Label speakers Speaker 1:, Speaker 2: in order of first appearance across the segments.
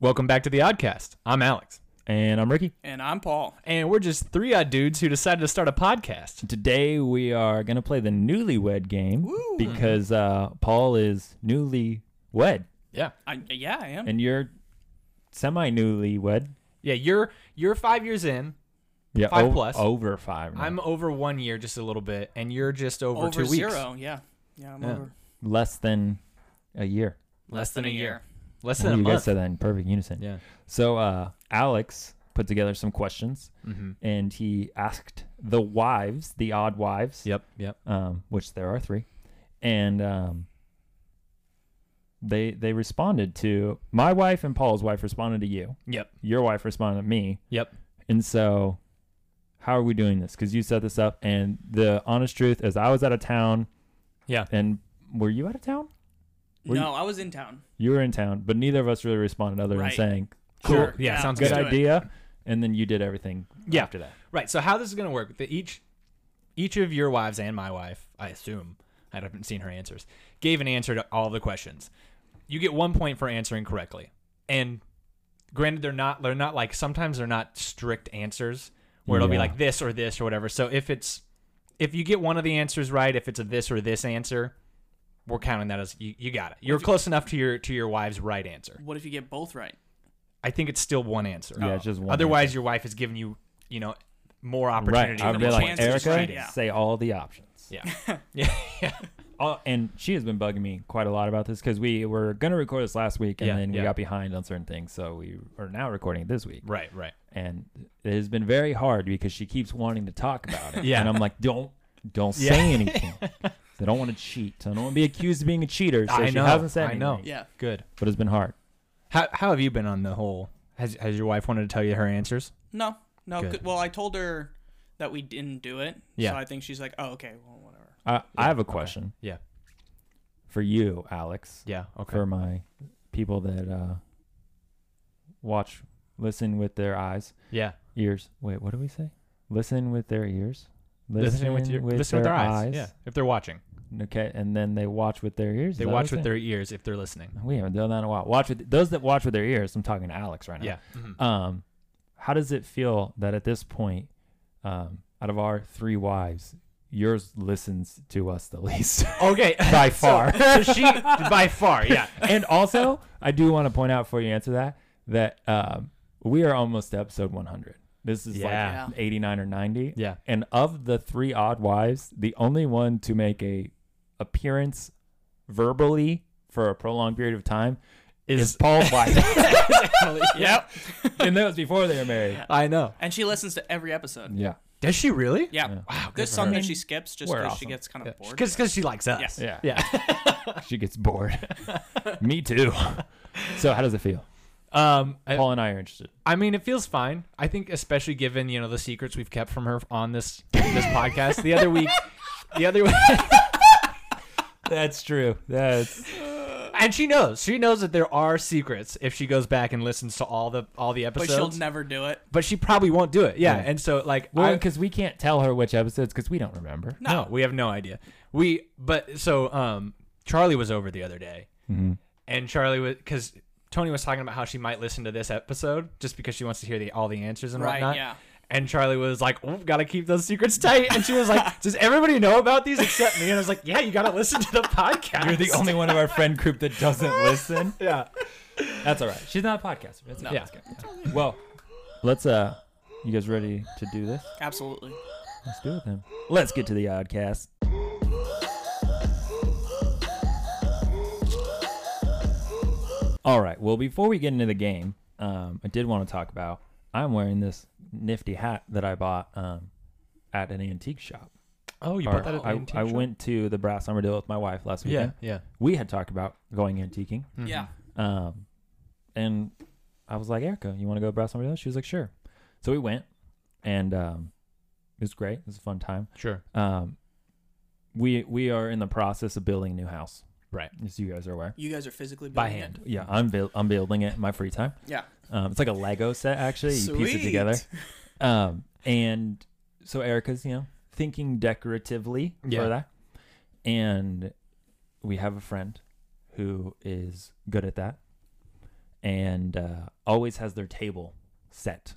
Speaker 1: Welcome back to the Oddcast. I'm Alex,
Speaker 2: And I'm Ricky.
Speaker 3: And I'm Paul.
Speaker 1: and we're just three odd dudes who decided to start a podcast.
Speaker 2: Today we are going to play the newlywed game
Speaker 3: Woo.
Speaker 2: because uh, Paul is newly wed
Speaker 1: Yeah,
Speaker 3: I, yeah, I am.
Speaker 2: and you're semi newlywed.
Speaker 1: yeah. You're you're five years in.
Speaker 2: Yeah,
Speaker 1: Five plus.
Speaker 2: Over five. now.
Speaker 1: I'm over one year, just a little bit, and you're just over,
Speaker 3: over
Speaker 1: two weeks.
Speaker 3: zero. Yeah. Yeah, I'm
Speaker 1: Yeah.
Speaker 3: over.
Speaker 2: less than a year.
Speaker 1: Less than a year. Less than
Speaker 2: you
Speaker 1: a
Speaker 2: guys
Speaker 1: month.
Speaker 2: said that in perfect unison.
Speaker 1: Yeah.
Speaker 2: So uh, Alex put together some questions
Speaker 1: Mm-hmm.
Speaker 2: and he asked the wives, the odd wives,
Speaker 1: Yep. Yep.
Speaker 2: um, which there are three, and um, they they responded to my wife and Paul's wife responded to you.
Speaker 1: Yep.
Speaker 2: Your wife responded to me.
Speaker 1: Yep.
Speaker 2: And so, how are we doing this? Because you set this up, and the honest truth is, I was out of town.
Speaker 1: Yeah.
Speaker 2: And were you out of town? Were you-
Speaker 3: No, I was in town.
Speaker 2: You were in town, but neither of us really responded other
Speaker 3: Right.
Speaker 2: than saying
Speaker 1: Cool.
Speaker 3: Sure.
Speaker 1: Yeah, sounds
Speaker 2: good
Speaker 3: let's do it.
Speaker 2: idea, and then you did everything
Speaker 1: Yeah.
Speaker 2: after that.
Speaker 1: Right. So how this is going to work? The, each each of your wives and my wife, I assume, I haven't seen her answers, gave an answer to all the questions. You get one point for answering correctly. And granted, they're not they're not like sometimes they're not strict answers where it'll be
Speaker 2: Yeah.
Speaker 1: like this or this or whatever. So if it's if you get one of the answers right, if it's a this or this answer, we're counting that as you, you got it. You're close enough to your to your wife's right answer.
Speaker 3: What if you get both right?
Speaker 1: I think it's still one answer.
Speaker 2: Yeah, it's just one.
Speaker 1: Oh. Otherwise, your wife has given you, you know, more
Speaker 2: right?
Speaker 1: opportunity.
Speaker 2: I'd
Speaker 1: than
Speaker 2: be
Speaker 1: one
Speaker 2: like
Speaker 1: chance to
Speaker 2: Erica,
Speaker 1: just
Speaker 3: right,
Speaker 1: cheat it.
Speaker 3: yeah.
Speaker 2: say all the options.
Speaker 1: Yeah. yeah. Yeah.
Speaker 2: Oh, and she has been bugging me quite a lot about this because we were gonna record this last week, and
Speaker 1: Yeah,
Speaker 2: then we
Speaker 1: yeah.
Speaker 2: got behind on certain things, so we are now recording it this week.
Speaker 1: Right, right.
Speaker 2: And it has been very hard because she keeps wanting to talk about it.
Speaker 1: Yeah.
Speaker 2: and I'm like, don't, don't
Speaker 1: Yeah.
Speaker 2: say anything. I don't want to cheat. I don't want to be accused of being a cheater. So
Speaker 1: I
Speaker 2: she
Speaker 1: know,
Speaker 2: hasn't said
Speaker 1: I know.
Speaker 2: anything,
Speaker 3: Yeah.
Speaker 1: Good.
Speaker 2: but it's been hard.
Speaker 1: How, how have you been on the whole? Has, has your wife wanted to tell you her answers?
Speaker 3: No, no.
Speaker 1: Good.
Speaker 3: c- Well, I told her that we didn't do it.
Speaker 1: Yeah.
Speaker 3: So I think she's like, oh, okay, well, whatever.
Speaker 2: I, I have a question
Speaker 1: Yeah.
Speaker 2: for you, Alex.
Speaker 1: Yeah. Okay.
Speaker 2: For my people that uh, watch, listen with their eyes,
Speaker 1: yeah.
Speaker 2: ears. Wait, what do we say? Listen with their ears.
Speaker 1: Listen with your listen with their eyes. Yeah. If they're watching,
Speaker 2: Okay, and then they watch with their ears. Is
Speaker 1: they
Speaker 2: that what
Speaker 1: watch
Speaker 2: I'm
Speaker 1: with their ears if they're listening.
Speaker 2: saying? We haven't done that in a while. Watch with those that watch with their ears. I'm talking to Alex right now.
Speaker 1: Yeah. Mhm.
Speaker 2: Um, how does it feel that at this point, um, out of our three wives, yours listens to us the least?
Speaker 1: Okay.
Speaker 2: By far.
Speaker 1: so, so she by far. Yeah.
Speaker 2: and also, I do want to point out before you answer that that um, we are almost to episode 100. This is
Speaker 1: Yeah.
Speaker 2: like 89 or 90.
Speaker 1: Yeah.
Speaker 2: And of the three odd wives, the only one to make a appearance verbally for a prolonged period of time is,
Speaker 1: Is-
Speaker 2: Paul White.
Speaker 3: yep.
Speaker 2: and that was before they were married.
Speaker 1: I know.
Speaker 3: And she listens to every episode.
Speaker 2: Yeah.
Speaker 1: Does she really?
Speaker 3: Yeah.
Speaker 1: Wow.
Speaker 3: There's some that she skips just
Speaker 2: We're
Speaker 3: because she
Speaker 2: awesome.
Speaker 3: gets kind of bored.
Speaker 1: Because she likes us.
Speaker 2: Yeah.
Speaker 1: Yeah.
Speaker 2: She gets bored. Me too. so how does it feel?
Speaker 1: Um. I-
Speaker 2: Paul and I are interested.
Speaker 1: I mean, it feels fine. I think, especially given you know the secrets we've kept from her on this this podcast. The other week, the other week,
Speaker 2: That's true. That's
Speaker 1: and she knows. She knows that there are secrets if she goes back and listens to all the all the
Speaker 3: But
Speaker 1: episodes.
Speaker 3: she'll never do it.
Speaker 1: But she probably won't do it. Yeah.
Speaker 2: Yeah.
Speaker 1: And so, like,
Speaker 2: well
Speaker 1: I-
Speaker 2: because we can't tell her which episodes because we don't remember.
Speaker 1: no. we have no idea. We but so um Charlie was over the other day, and Charlie was because Tony was talking about how she might listen to this episode just because she wants to hear the all the answers and
Speaker 3: Right,
Speaker 1: whatnot.
Speaker 3: yeah.
Speaker 1: And Charlie was like, "Oh, gotta keep those secrets tight." And she was like, "Does everybody know about these except me?" And I was like, "Yeah, you gotta listen to the podcast."
Speaker 2: You're the only one of our friend group that doesn't listen.
Speaker 1: Yeah.
Speaker 2: That's all right. She's not a podcaster. That's okay.
Speaker 1: Yeah.
Speaker 2: Well, let's uh, you guys ready to do this?
Speaker 3: Absolutely.
Speaker 2: Let's do it then. Let's get to the oddcast. All right. Well, before we get into the game, um, I did want to talk about. I'm wearing this nifty hat that I bought um, at an antique shop.
Speaker 1: Oh, you
Speaker 2: Or I, I went to the Brass Armadillo with my wife last
Speaker 1: Yeah,
Speaker 2: weekend.
Speaker 1: yeah. Mm-hmm.
Speaker 2: We had talked about going antiquing.
Speaker 3: Yeah.
Speaker 2: Um, and I was like, Erica, you want to go brass somebody else? She was like, sure. So we went, and um, it was great. It was a fun time.
Speaker 1: Sure.
Speaker 2: Um, we we are in the process of building a new house,
Speaker 1: Right.
Speaker 2: as you guys are aware.
Speaker 3: You guys are physically
Speaker 1: By
Speaker 3: building
Speaker 1: hand.
Speaker 3: It.
Speaker 2: Yeah, I'm buil- I'm building it in my free time.
Speaker 3: Yeah.
Speaker 2: Um, it's like a Lego set actually. You piece it together.
Speaker 3: Sweet.
Speaker 2: Um, and so Erica's, you know, thinking decoratively
Speaker 1: Yeah.
Speaker 2: for that. And we have a friend who is good at that. and uh, always has their table set.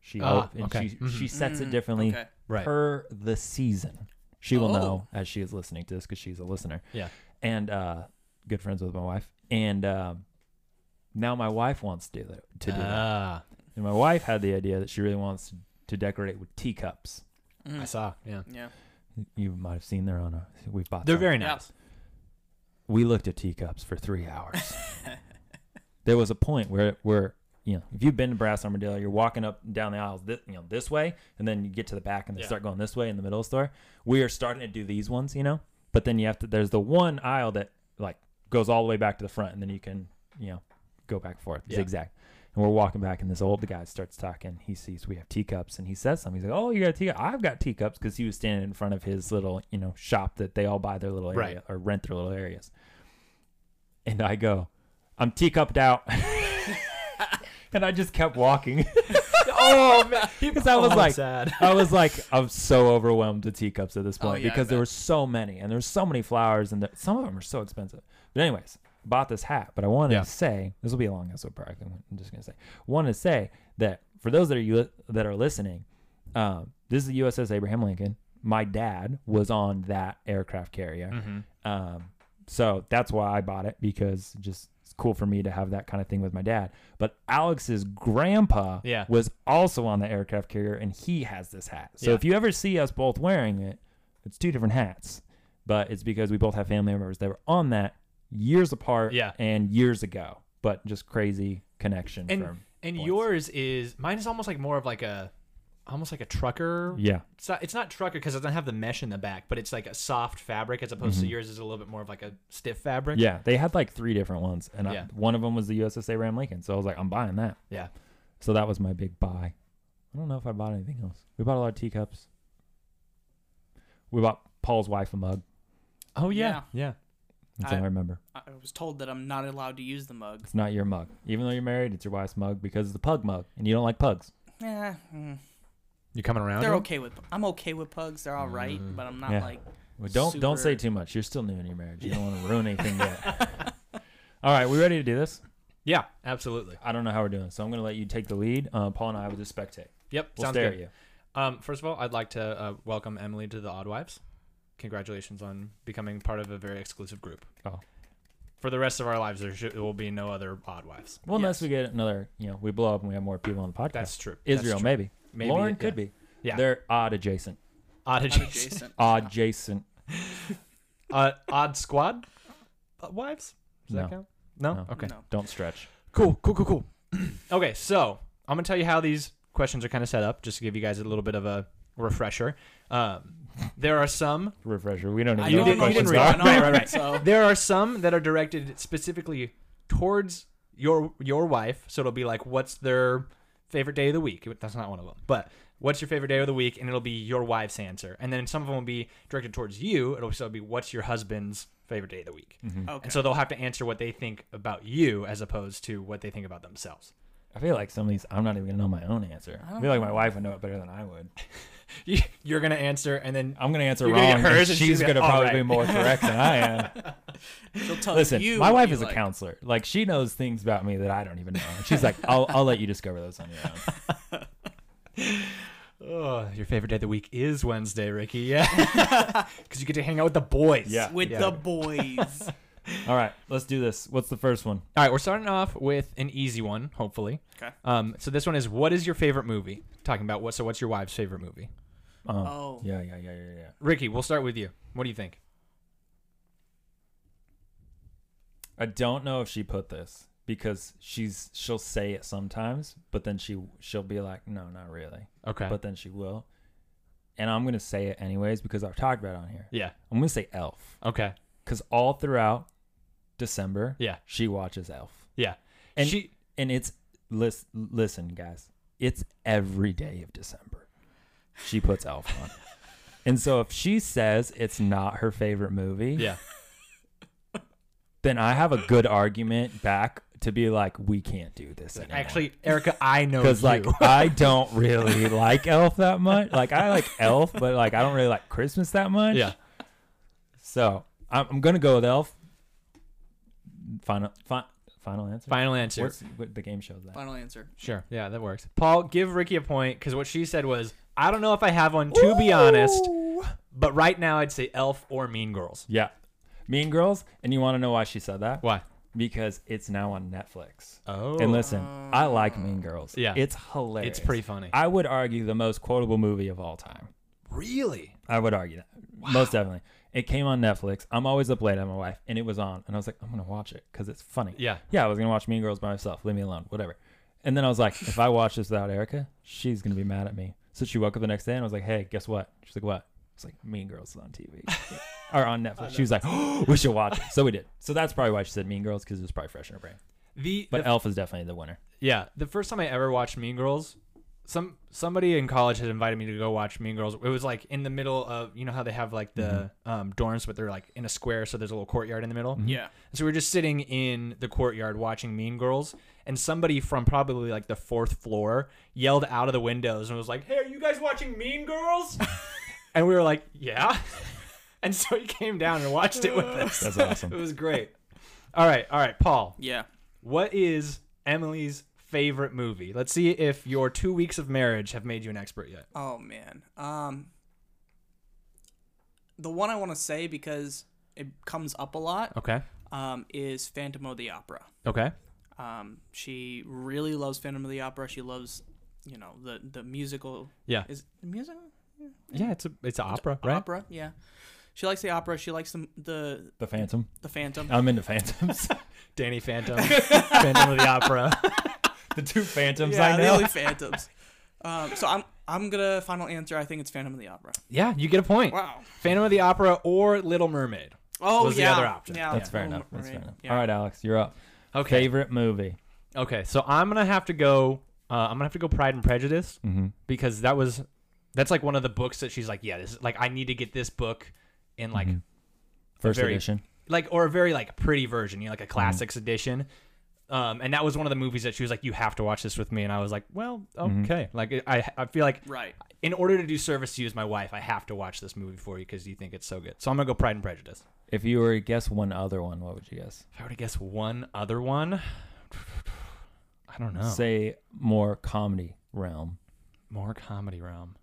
Speaker 2: She
Speaker 1: Ah,
Speaker 2: op- and
Speaker 1: okay.
Speaker 2: she,
Speaker 1: Mhm.
Speaker 2: she sets it
Speaker 3: Mm,
Speaker 2: differently
Speaker 3: okay.
Speaker 1: Right.
Speaker 2: per the season. She will
Speaker 3: Oh.
Speaker 2: know as she is listening to this because she's a listener.
Speaker 1: Yeah.
Speaker 2: and uh, good friends with my wife. And um, now my wife wants to do that. To do that.
Speaker 1: Ah,
Speaker 2: And my wife had the idea that she really wants to decorate with teacups.
Speaker 1: I saw. Yeah.
Speaker 3: Mm-hmm. Yeah.
Speaker 2: You might have seen there on a we bought.
Speaker 1: They're
Speaker 2: some.
Speaker 1: very
Speaker 3: Yeah.
Speaker 1: nice.
Speaker 2: We looked at teacups for three hours. there was a point where where you know if you've been to Brass Armadillo, you're walking up and down the aisles this you know this way, and then you get to the back and they
Speaker 1: Yeah.
Speaker 2: start going this way in the middle of the store. We are starting to do these ones, you know, but then you have to. There's the one aisle that like goes all the way back to the front, and then you can you know go back and forth
Speaker 1: Yeah.
Speaker 2: zigzag. And we're walking back, and this old guy starts talking. He sees we have teacups, and he says something. He's like, "Oh, you got a teacup? I've got teacups," because he was standing in front of his little, you know, shop that they all buy their little area
Speaker 1: Right.
Speaker 2: or rent their little areas. And I go, "I'm teacupped out," and I just kept walking.
Speaker 1: oh man,
Speaker 2: Because I was
Speaker 1: Oh,
Speaker 2: like-
Speaker 1: sad.
Speaker 2: I was like, I'm so overwhelmed with teacups at this
Speaker 3: Oh,
Speaker 2: point
Speaker 3: yeah, I
Speaker 2: because there
Speaker 3: bet.
Speaker 2: were so many, and there were so many flowers, and the, some of them are so expensive. But anyways, bought this hat. But I wanted
Speaker 1: Yeah.
Speaker 2: to say this will be a long episode, probably. I'm just gonna say, wanted to say that for those that are you that are listening, um, this is the USS Abraham Lincoln. My dad was on that aircraft carrier, um, so that's why I bought it because just it's cool for me to have that kind of thing with my dad. But Alex's grandpa
Speaker 1: Yeah.
Speaker 2: was also on the aircraft carrier and he has this hat. So
Speaker 1: Yeah.
Speaker 2: if you ever see us both wearing it, it's two different hats. But it's because we both have family members that were on that years apart
Speaker 1: Yeah.
Speaker 2: and years ago. But just crazy connection
Speaker 1: And
Speaker 2: from
Speaker 1: and
Speaker 2: points.
Speaker 1: yours is mine is almost like more of like a, almost like a trucker.
Speaker 2: Yeah.
Speaker 1: It's not, it's not trucker because it doesn't have the mesh in the back, but it's like a soft fabric as opposed to yours is a little bit more of like a stiff fabric.
Speaker 2: Yeah. They had like three different ones. And I,
Speaker 1: Yeah.
Speaker 2: one of them was the USS Abraham Lincoln. So I was like, I'm buying that.
Speaker 1: Yeah.
Speaker 2: So that was my big buy. I don't know if I bought anything else. We bought a lot of teacups. We bought Paul's wife a mug.
Speaker 1: Oh
Speaker 3: yeah.
Speaker 1: Yeah.
Speaker 2: That's all
Speaker 3: I-
Speaker 2: I remember.
Speaker 3: I I was told that I'm not allowed to use the mug.
Speaker 2: It's not your mug. Even though you're married, it's your wife's mug because it's the pug mug and you don't like pugs.
Speaker 3: Yeah. mm.
Speaker 1: You coming around?
Speaker 3: They're
Speaker 1: to it?
Speaker 3: okay with. I'm okay with pugs. They're all right, but I'm not
Speaker 2: Mm. Yeah.
Speaker 3: like.
Speaker 2: Well, don't don't say
Speaker 3: Super.
Speaker 2: too much. You're still new in your marriage. You don't want to ruin anything yet. all right, we ready to do this?
Speaker 1: Yeah, absolutely.
Speaker 2: I don't know how we're doing, so I'm going to let you take the lead. Uh, Paul and I will just spectate.
Speaker 1: Yep.
Speaker 2: We'll
Speaker 1: sounds
Speaker 2: stare
Speaker 1: good.
Speaker 2: at you.
Speaker 1: Um, first of all, I'd like to uh, welcome Emily to the Oddwives. Congratulations on becoming part of a very exclusive group.
Speaker 2: Oh.
Speaker 1: For the rest of our lives, there, should, there will be no other Oddwives.
Speaker 2: Well, unless
Speaker 3: Yes.
Speaker 2: we get another, you know, we blow up and we have more people on the podcast.
Speaker 1: That's true. That's
Speaker 2: Israel,
Speaker 1: true.
Speaker 2: maybe.
Speaker 1: Maybe,
Speaker 2: Lauren
Speaker 1: yeah.
Speaker 2: could be.
Speaker 1: Yeah.
Speaker 2: They're odd adjacent.
Speaker 1: Odd
Speaker 3: I'm
Speaker 1: adjacent.
Speaker 3: adjacent.
Speaker 2: Odd adjacent.
Speaker 1: uh, odd squad uh, wives? Does
Speaker 2: No.
Speaker 1: that count? No?
Speaker 2: No.
Speaker 1: Okay.
Speaker 3: No.
Speaker 2: Don't stretch.
Speaker 1: Cool, cool, cool, cool. okay, so I'm going to tell you how these questions are kind of set up, just to give you guys a little bit of a refresher. Um, there are some
Speaker 2: Refresher. We don't
Speaker 3: I
Speaker 2: even know
Speaker 3: don't
Speaker 2: what
Speaker 3: know
Speaker 2: questions
Speaker 3: what's
Speaker 1: didn't read
Speaker 2: are.
Speaker 1: it.
Speaker 3: going
Speaker 1: Right,
Speaker 3: on.
Speaker 1: right, right.
Speaker 3: So
Speaker 1: there are some that are directed specifically towards your your wife so it'll be like what's their favorite day of the week that's not one of them but what's your favorite day of the week and it'll be your wife's answer and then some of them will be directed towards you it'll still be what's your husband's favorite day of the week
Speaker 2: Mm-hmm.
Speaker 3: okay.
Speaker 1: and so they'll have to answer what they think about you as opposed to what they think about themselves
Speaker 2: I feel like some of these, I'm not even going to know my own answer. I, feel like my wife would know it better than I would.
Speaker 1: You- you're gonna answer and then
Speaker 2: I'm going to answer
Speaker 1: You're gonna
Speaker 2: wrong.
Speaker 1: get
Speaker 2: and
Speaker 1: hers and she's
Speaker 2: she's
Speaker 1: gonna-
Speaker 2: going to
Speaker 1: all
Speaker 2: probably
Speaker 1: right.
Speaker 2: be more correct than I am.
Speaker 3: She'll tell
Speaker 2: Listen,
Speaker 3: you
Speaker 2: my
Speaker 3: what
Speaker 2: wife
Speaker 3: you
Speaker 2: is a
Speaker 3: like.
Speaker 2: counselor. Like she knows things about me that I don't even know. And She's like, I'll, I'll let you discover those on your own.
Speaker 1: oh, your favorite day of the week is wednesday ricky yeah because you get to hang out with the boys
Speaker 2: Yeah.
Speaker 3: with
Speaker 1: Yeah.
Speaker 3: the boys.
Speaker 2: All right, let's do this. What's the first one?
Speaker 1: All right, we're starting off with an easy one, hopefully.
Speaker 3: Okay.
Speaker 1: Um, so this one is, what is your favorite movie? Talking about what? So what's your wife's favorite movie?
Speaker 2: Um,
Speaker 3: Oh.
Speaker 2: yeah, yeah, yeah, yeah, yeah.
Speaker 1: Ricky, we'll start with you. What do you think?
Speaker 2: I don't know if she put this because she's she'll say it sometimes, but then she she'll be like, no, not really.
Speaker 1: Okay.
Speaker 2: But then she will, and I'm gonna say it anyways because I've talked about it on here.
Speaker 1: yeah.
Speaker 2: I'm gonna say Elf
Speaker 1: Okay.
Speaker 2: because all throughout December,
Speaker 1: Yeah.
Speaker 2: she watches Elf.
Speaker 1: Yeah.
Speaker 2: And
Speaker 1: she.
Speaker 2: and it's lis- listen guys it's every day of december she puts elf on and so if she says it's not her favorite movie
Speaker 1: Yeah.
Speaker 2: then i have a good argument back to be like we can't do this anymore
Speaker 1: Actually, Erica, I know you.
Speaker 2: because like i don't really like elf that much like i like elf but like i don't really like christmas that much
Speaker 1: yeah.
Speaker 2: so i'm, I'm gonna go with elf final fi- Final answer.
Speaker 1: Final answer.
Speaker 2: What's- what- the game shows that.
Speaker 3: Final
Speaker 2: Mm-hmm.
Speaker 3: answer.
Speaker 1: Sure. Yeah, that works. Paul, give Ricky a point because what she said was, I don't know if I have one, to be honest, but right now I'd say Elf or Mean Girls.
Speaker 2: Yeah. Mean Girls, and you want to know why she said that?
Speaker 1: Why?
Speaker 2: Because it's now on Netflix.
Speaker 1: Oh.
Speaker 2: And listen, I like Mean Girls.
Speaker 1: Yeah.
Speaker 2: It's hilarious.
Speaker 1: it's pretty funny.
Speaker 2: I would argue the most quotable movie of all time.
Speaker 1: really?
Speaker 2: I would argue that. Most definitely. It came on Netflix. I'm always up late at my wife, and it was on. And I was like, I'm going to watch it because it's funny.
Speaker 1: Yeah.
Speaker 2: Yeah, I was going to watch Mean Girls by myself. Leave me alone. Whatever. And then I was like, if I watch this without Erica, she's going to be mad at me. So she woke up the next day and I was like, hey, guess what? She's like, what? It's like Mean Girls is on TV or on Netflix. She was like, oh, we should watch it. So we did. So that's probably why she said Mean Girls because it was probably fresh in her brain.
Speaker 1: The,
Speaker 2: But
Speaker 1: the-
Speaker 2: Elf is definitely the winner.
Speaker 1: yeah, the first time I ever watched Mean Girls, some somebody in college had invited me to go watch Mean Girls. It was like in the middle of you know how they have like the
Speaker 2: Mm-hmm.
Speaker 1: um, dorms, but they're like in a square, so there's a little courtyard in the middle.
Speaker 3: Yeah.
Speaker 1: So we were just sitting in the courtyard watching Mean Girls, and somebody from probably like the fourth floor yelled out of the windows and was like, "Hey, are you guys watching Mean Girls?" and we were like, "Yeah." And so he came down and watched it with us.
Speaker 2: That's
Speaker 1: It
Speaker 2: awesome.
Speaker 1: was great. All right, all right, Paul.
Speaker 3: Yeah.
Speaker 1: What is Emily's favorite movie? Let's see if your two weeks of marriage have made you an expert yet.
Speaker 3: Oh man. Um the one I want to say because it comes up a lot
Speaker 1: Okay.
Speaker 3: um, is Phantom of the Opera.
Speaker 1: Okay.
Speaker 3: Um, she really loves Phantom of the Opera. She loves, you know, the the musical.
Speaker 1: Yeah.
Speaker 3: Is the musical
Speaker 1: Yeah, it's a it's an opera, right?
Speaker 3: opera? Yeah. She likes the opera. She likes the the,
Speaker 2: The Phantom.
Speaker 3: the Phantom.
Speaker 2: I'm into Phantoms.
Speaker 1: Danny Phantom, Phantom of the Opera.
Speaker 2: the two Phantoms
Speaker 3: yeah,
Speaker 2: I
Speaker 3: the
Speaker 2: know.
Speaker 3: only Phantoms. Um, so I'm I'm gonna final answer. I think it's Phantom of the Opera.
Speaker 1: Yeah, you get a point.
Speaker 3: Wow.
Speaker 1: Phantom of the Opera or Little Mermaid.
Speaker 3: Oh
Speaker 1: Was the
Speaker 3: yeah.
Speaker 1: other option.
Speaker 3: Yeah.
Speaker 2: That's fair
Speaker 3: Oh,
Speaker 2: enough. That's
Speaker 3: right.
Speaker 2: fair enough.
Speaker 3: Yeah.
Speaker 2: All right, Alex, you're up.
Speaker 1: Okay.
Speaker 2: Favorite movie.
Speaker 1: Okay. So I'm gonna have to go. Uh, I'm gonna have to go Pride and Prejudice
Speaker 2: Mm-hmm.
Speaker 1: because that was that's like one of the books that she's like, yeah, this is, like I need to get this book in like
Speaker 2: First
Speaker 1: Very-
Speaker 2: edition.
Speaker 1: like or a very like pretty version, you know, like a classics edition. Um, and that was one of the movies that she was like, you have to watch this with me, and I was like, well, okay. Like I I feel like
Speaker 3: Right.
Speaker 1: in order to do service to you as my wife, I have to watch this movie for you because you think it's so good. So I'm gonna go Pride and Prejudice.
Speaker 2: If you were to guess one other one, what would you guess?
Speaker 1: If I were to guess one other one, I don't know.
Speaker 2: Say more comedy realm.
Speaker 1: more comedy realm.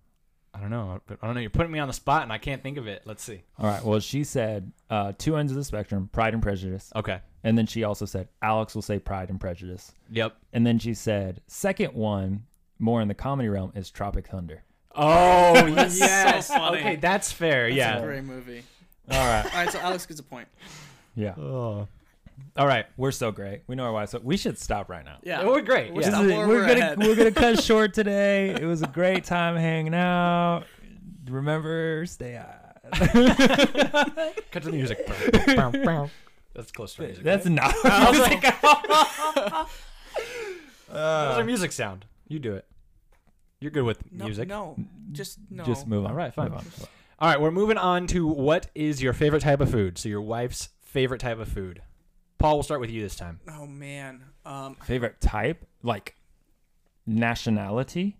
Speaker 1: I don't know. I don't know. You're putting me on the spot, and I can't think of it. Let's see.
Speaker 2: All right. Well, she said uh, two ends of the spectrum, Pride and Prejudice.
Speaker 1: Okay.
Speaker 2: And then she also said, Alex will say Pride and Prejudice.
Speaker 1: Yep.
Speaker 2: And then she said, second one, more in the comedy realm, is Tropic Thunder.
Speaker 1: Oh
Speaker 3: That's so yes. funny.
Speaker 1: Okay, that's fair.
Speaker 3: It's a
Speaker 1: yeah.
Speaker 3: great movie.
Speaker 2: All right.
Speaker 3: All right. So Alex gets a point.
Speaker 2: yeah.
Speaker 1: Oh. All right.
Speaker 2: We're so great. We know our why. So we should stop right now.
Speaker 3: Yeah.
Speaker 1: We're great.
Speaker 3: We're
Speaker 1: yeah.
Speaker 3: Stop
Speaker 2: This is-
Speaker 3: where
Speaker 2: we're
Speaker 3: we're
Speaker 2: gonna
Speaker 3: at.
Speaker 2: we're gonna cut short today. It was a great time hanging out. Remember, stay out.
Speaker 1: Cut to the music. that's close to our music.
Speaker 2: That's not.
Speaker 1: I was like, How's our music sound? You do it. You're good with
Speaker 3: No,
Speaker 1: music.
Speaker 3: No. Just no.
Speaker 2: Mm, Just move on.
Speaker 1: All right, fine.
Speaker 2: Move on.
Speaker 1: All right, we're moving on to what is your favorite type of food? So your wife's favorite type of food. Paul, we'll start with you this time.
Speaker 3: Oh man. Um.
Speaker 2: Favorite type, like nationality.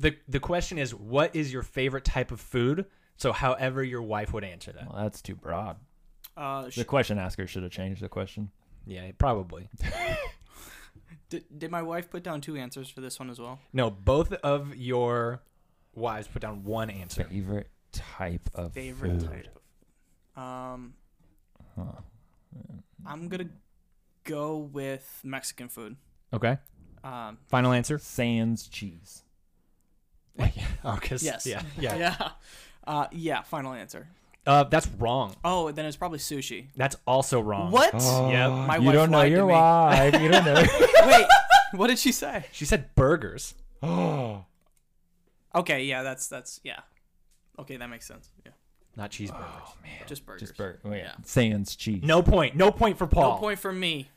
Speaker 1: the the question is what is your favorite type of food so however your wife would answer that
Speaker 2: Well, that's too broad.
Speaker 3: Uh. Sh-
Speaker 2: The question asker should have changed the question.
Speaker 1: yeah probably
Speaker 3: did, did my wife put down two answers for this one as well?
Speaker 1: no both of your wives put down one answer
Speaker 2: Favorite type of
Speaker 3: Favorite
Speaker 2: food.
Speaker 3: type. of- Um.
Speaker 2: Huh.
Speaker 3: I'm gonna go with Mexican food.
Speaker 1: okay
Speaker 3: Um.
Speaker 1: final answer
Speaker 2: Sans cheese.
Speaker 1: oh, 'cause-
Speaker 3: Yes.
Speaker 1: yeah yeah
Speaker 3: Yeah. Uh. Yeah. Final answer.
Speaker 1: uh, that's wrong
Speaker 3: Oh, then it's probably sushi.
Speaker 1: that's also wrong
Speaker 3: What?
Speaker 2: Oh.
Speaker 1: Yep.
Speaker 3: My
Speaker 2: you
Speaker 3: wife
Speaker 2: don't know
Speaker 3: lied to
Speaker 2: your
Speaker 3: me.
Speaker 2: wife. You don't know.
Speaker 3: Wait, what did she say?
Speaker 1: she said burgers
Speaker 2: oh,
Speaker 3: Okay, yeah, that's that's yeah. Okay, that makes sense. Yeah,
Speaker 1: not cheeseburgers
Speaker 3: just burgers.
Speaker 2: just burger. Wait,
Speaker 3: Yeah.
Speaker 2: Sans cheese.
Speaker 1: Oh, no point no point for paul
Speaker 3: No point for me.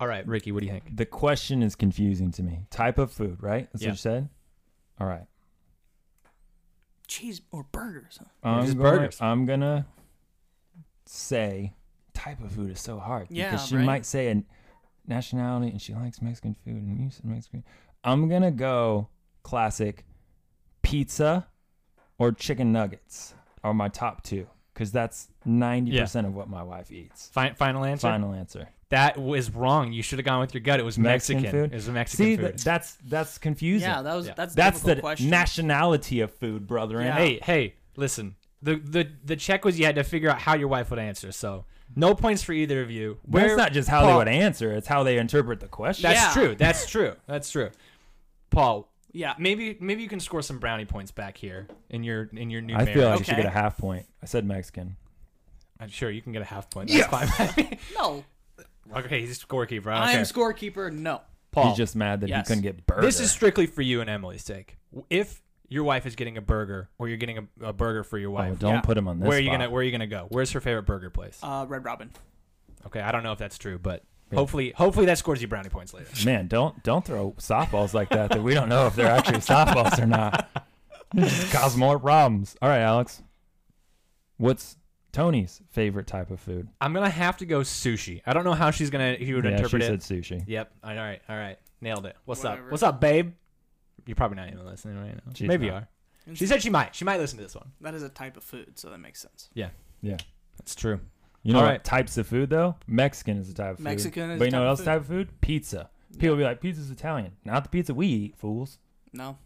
Speaker 1: all right ricky what do you think
Speaker 2: The question is confusing to me. Type of food, right? That's
Speaker 1: Yeah.
Speaker 2: what you said. All right.
Speaker 3: Cheese or burgers? Huh?
Speaker 2: I'm
Speaker 1: just
Speaker 2: gonna,
Speaker 1: burgers.
Speaker 2: I'm gonna say type of food is so hard
Speaker 3: Yeah,
Speaker 2: because she
Speaker 3: right.
Speaker 2: might say a nationality and she likes Mexican food and you said Mexican. I'm gonna go classic pizza or chicken nuggets are my top two because that's ninety percent of what my wife eats.
Speaker 1: Fi- final answer
Speaker 2: Final answer.
Speaker 1: That was wrong. You should have gone with your gut. It was
Speaker 2: Mexican
Speaker 1: Mexican.
Speaker 2: food?
Speaker 1: It was Mexican
Speaker 2: See,
Speaker 1: food.
Speaker 2: th- that's that's confusing.
Speaker 3: Yeah, that was
Speaker 1: Yeah.
Speaker 3: that's a
Speaker 2: that's
Speaker 3: difficult
Speaker 2: the
Speaker 3: question.
Speaker 2: nationality of food, brethren.
Speaker 3: Yeah.
Speaker 1: hey, hey, listen. The, the the check was you had to figure out how your wife would answer. So no points for either of you.
Speaker 2: Well,
Speaker 1: Where-
Speaker 2: it's not just how they
Speaker 1: Paul-
Speaker 2: would answer; it's how they interpret the question.
Speaker 1: That's
Speaker 3: Yeah.
Speaker 1: true. That's true. That's true. Paul,
Speaker 3: yeah,
Speaker 1: maybe maybe you can score some brownie points back here in your in your new.
Speaker 2: I feel like
Speaker 1: marriage.
Speaker 2: you should
Speaker 3: Okay.
Speaker 2: get a half point. I said Mexican.
Speaker 1: I'm sure you can get a half point. That's fine.
Speaker 3: no,
Speaker 1: okay, he's scorekeeper. I
Speaker 3: I
Speaker 1: don't
Speaker 3: am
Speaker 1: care.
Speaker 3: scorekeeper. No,
Speaker 1: Paul,
Speaker 2: He's just mad that
Speaker 3: Yes.
Speaker 2: he couldn't get burger.
Speaker 1: this is strictly for you and Emily's sake. If your wife is getting a burger, or you're getting a, a burger for your wife,
Speaker 2: Oh, don't
Speaker 3: yeah.
Speaker 2: put him on this.
Speaker 1: where are you
Speaker 2: spot.
Speaker 1: gonna Where are you gonna go? Where's her favorite burger place?
Speaker 3: uh, Red Robin.
Speaker 1: Okay, I don't know if that's true, but
Speaker 2: Yeah.
Speaker 1: hopefully, hopefully that scores you brownie points later.
Speaker 2: Man, don't don't throw softballs like that that we don't know if they're actually softballs or not. It just cause more problems. All right, Alex. What's Tony's favorite type of food?
Speaker 1: I'm gonna have to go sushi. I don't know how she's gonna he would
Speaker 2: yeah,
Speaker 1: interpret
Speaker 2: she
Speaker 1: it.
Speaker 2: said sushi.
Speaker 1: Yep. All right. All right. Nailed it. What's
Speaker 3: Whatever.
Speaker 1: up? What's up, babe? You're probably not even listening right now.
Speaker 2: She's
Speaker 1: Maybe
Speaker 2: not.
Speaker 1: you are. She said she might. She might listen to this one.
Speaker 3: That is a type of food, so that makes sense.
Speaker 2: Yeah.
Speaker 1: That's true.
Speaker 2: You know
Speaker 1: All
Speaker 2: what
Speaker 1: right.
Speaker 2: types of food though? Mexican is a type of food.
Speaker 3: Mexican is
Speaker 2: But
Speaker 3: a
Speaker 2: you know
Speaker 3: type
Speaker 2: what
Speaker 3: of
Speaker 2: else
Speaker 3: food.
Speaker 2: type of food? Pizza. People be like, pizza's Italian. Not the pizza we eat, fools.
Speaker 3: No,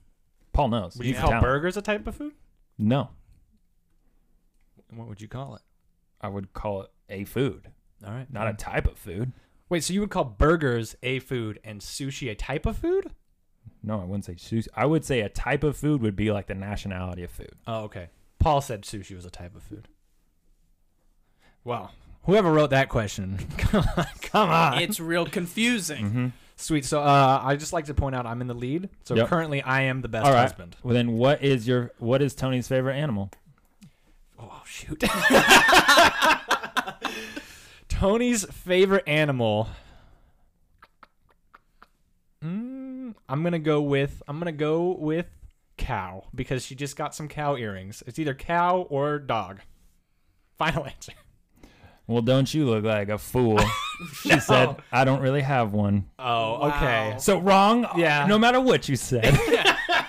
Speaker 2: Paul knows.
Speaker 1: Would
Speaker 2: He's
Speaker 1: you call
Speaker 2: Italian.
Speaker 1: burgers a type of food?
Speaker 2: No.
Speaker 1: And What would you call it?
Speaker 2: I would call it a food.
Speaker 1: All right.
Speaker 2: Not a type of food.
Speaker 1: Wait, so you would call burgers a food and sushi a type of food?
Speaker 2: No, I wouldn't say sushi. I would say a type of food would be like the nationality of food.
Speaker 1: Oh, okay. Paul said sushi was a type of food. Wow. Whoever wrote that question, come on, come on.
Speaker 3: it's real confusing.
Speaker 2: Mm-hmm.
Speaker 1: Sweet. So uh, I just like to point out I'm in the lead. So
Speaker 2: Yep.
Speaker 1: currently I am the best
Speaker 2: All right.
Speaker 1: husband.
Speaker 2: Well, then what is your what is Tony's favorite animal?
Speaker 1: Oh shoot. Tony's favorite animal. Mm, I'm gonna go with I'm gonna go with cow because she just got some cow earrings. It's either cow or dog. Final answer.
Speaker 2: Well, don't you look like a fool? She said, "I don't really have one."
Speaker 1: Oh,
Speaker 3: Wow.
Speaker 1: okay.
Speaker 2: So wrong.
Speaker 1: Yeah.
Speaker 2: No matter what you said.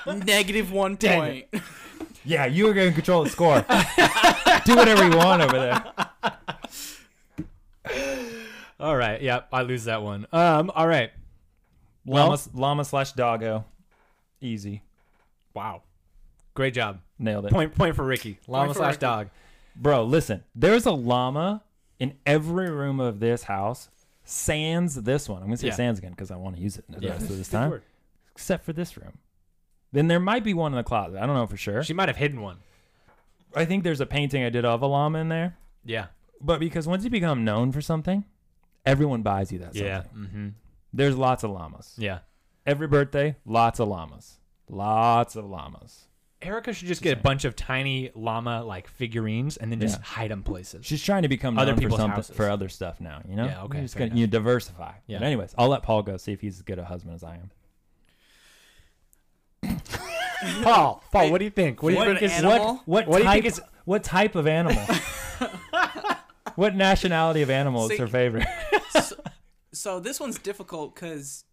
Speaker 3: Negative one
Speaker 1: Dang
Speaker 3: point.
Speaker 2: yeah, you were gonna control the score. Do whatever you want over there.
Speaker 1: All right. Yep. I lose that one. Um. All right. Well-
Speaker 2: llama, llama slash doggo. Easy.
Speaker 1: Wow. Great job.
Speaker 2: Nailed it.
Speaker 1: Point point for Ricky. Llama
Speaker 3: for
Speaker 1: slash
Speaker 3: Ricky.
Speaker 1: dog.
Speaker 2: Bro, listen. There's a llama in every room of this house. Sans this one. I'm gonna say
Speaker 1: Yeah.
Speaker 2: sans again because I want to use it the
Speaker 1: Yeah.
Speaker 2: rest of this
Speaker 1: Good
Speaker 2: time.
Speaker 1: word.
Speaker 2: Except for this room. Then there might be one in the closet. I don't know for sure.
Speaker 1: She might have hidden one.
Speaker 2: I think there's a painting I did of a llama in there.
Speaker 1: Yeah.
Speaker 2: But because once you become known for something, everyone buys you that something.
Speaker 1: Yeah. Mm-hmm.
Speaker 2: There's lots of llamas.
Speaker 1: Yeah.
Speaker 2: Every birthday, lots of llamas. Lots of llamas.
Speaker 1: Erica should just get a bunch of tiny llama like figurines and then just
Speaker 2: Yeah.
Speaker 1: hide them places.
Speaker 2: She's trying to become known
Speaker 1: Other
Speaker 2: for
Speaker 1: people's
Speaker 2: something
Speaker 1: houses.
Speaker 2: for other stuff now, you know?
Speaker 1: Yeah, okay,
Speaker 2: You, just
Speaker 1: fair
Speaker 2: gotta- you diversify.
Speaker 1: Yeah.
Speaker 2: But anyways, I'll let Paul go see if he's as good a husband as I am.
Speaker 1: Paul, Paul, what do you think? What do you
Speaker 3: Favorite
Speaker 1: think is
Speaker 3: animal?
Speaker 1: what? What, do you
Speaker 2: type,
Speaker 1: think is?
Speaker 2: what type of animal? what nationality of animal is
Speaker 3: See-
Speaker 2: her favorite?
Speaker 3: so this one's difficult because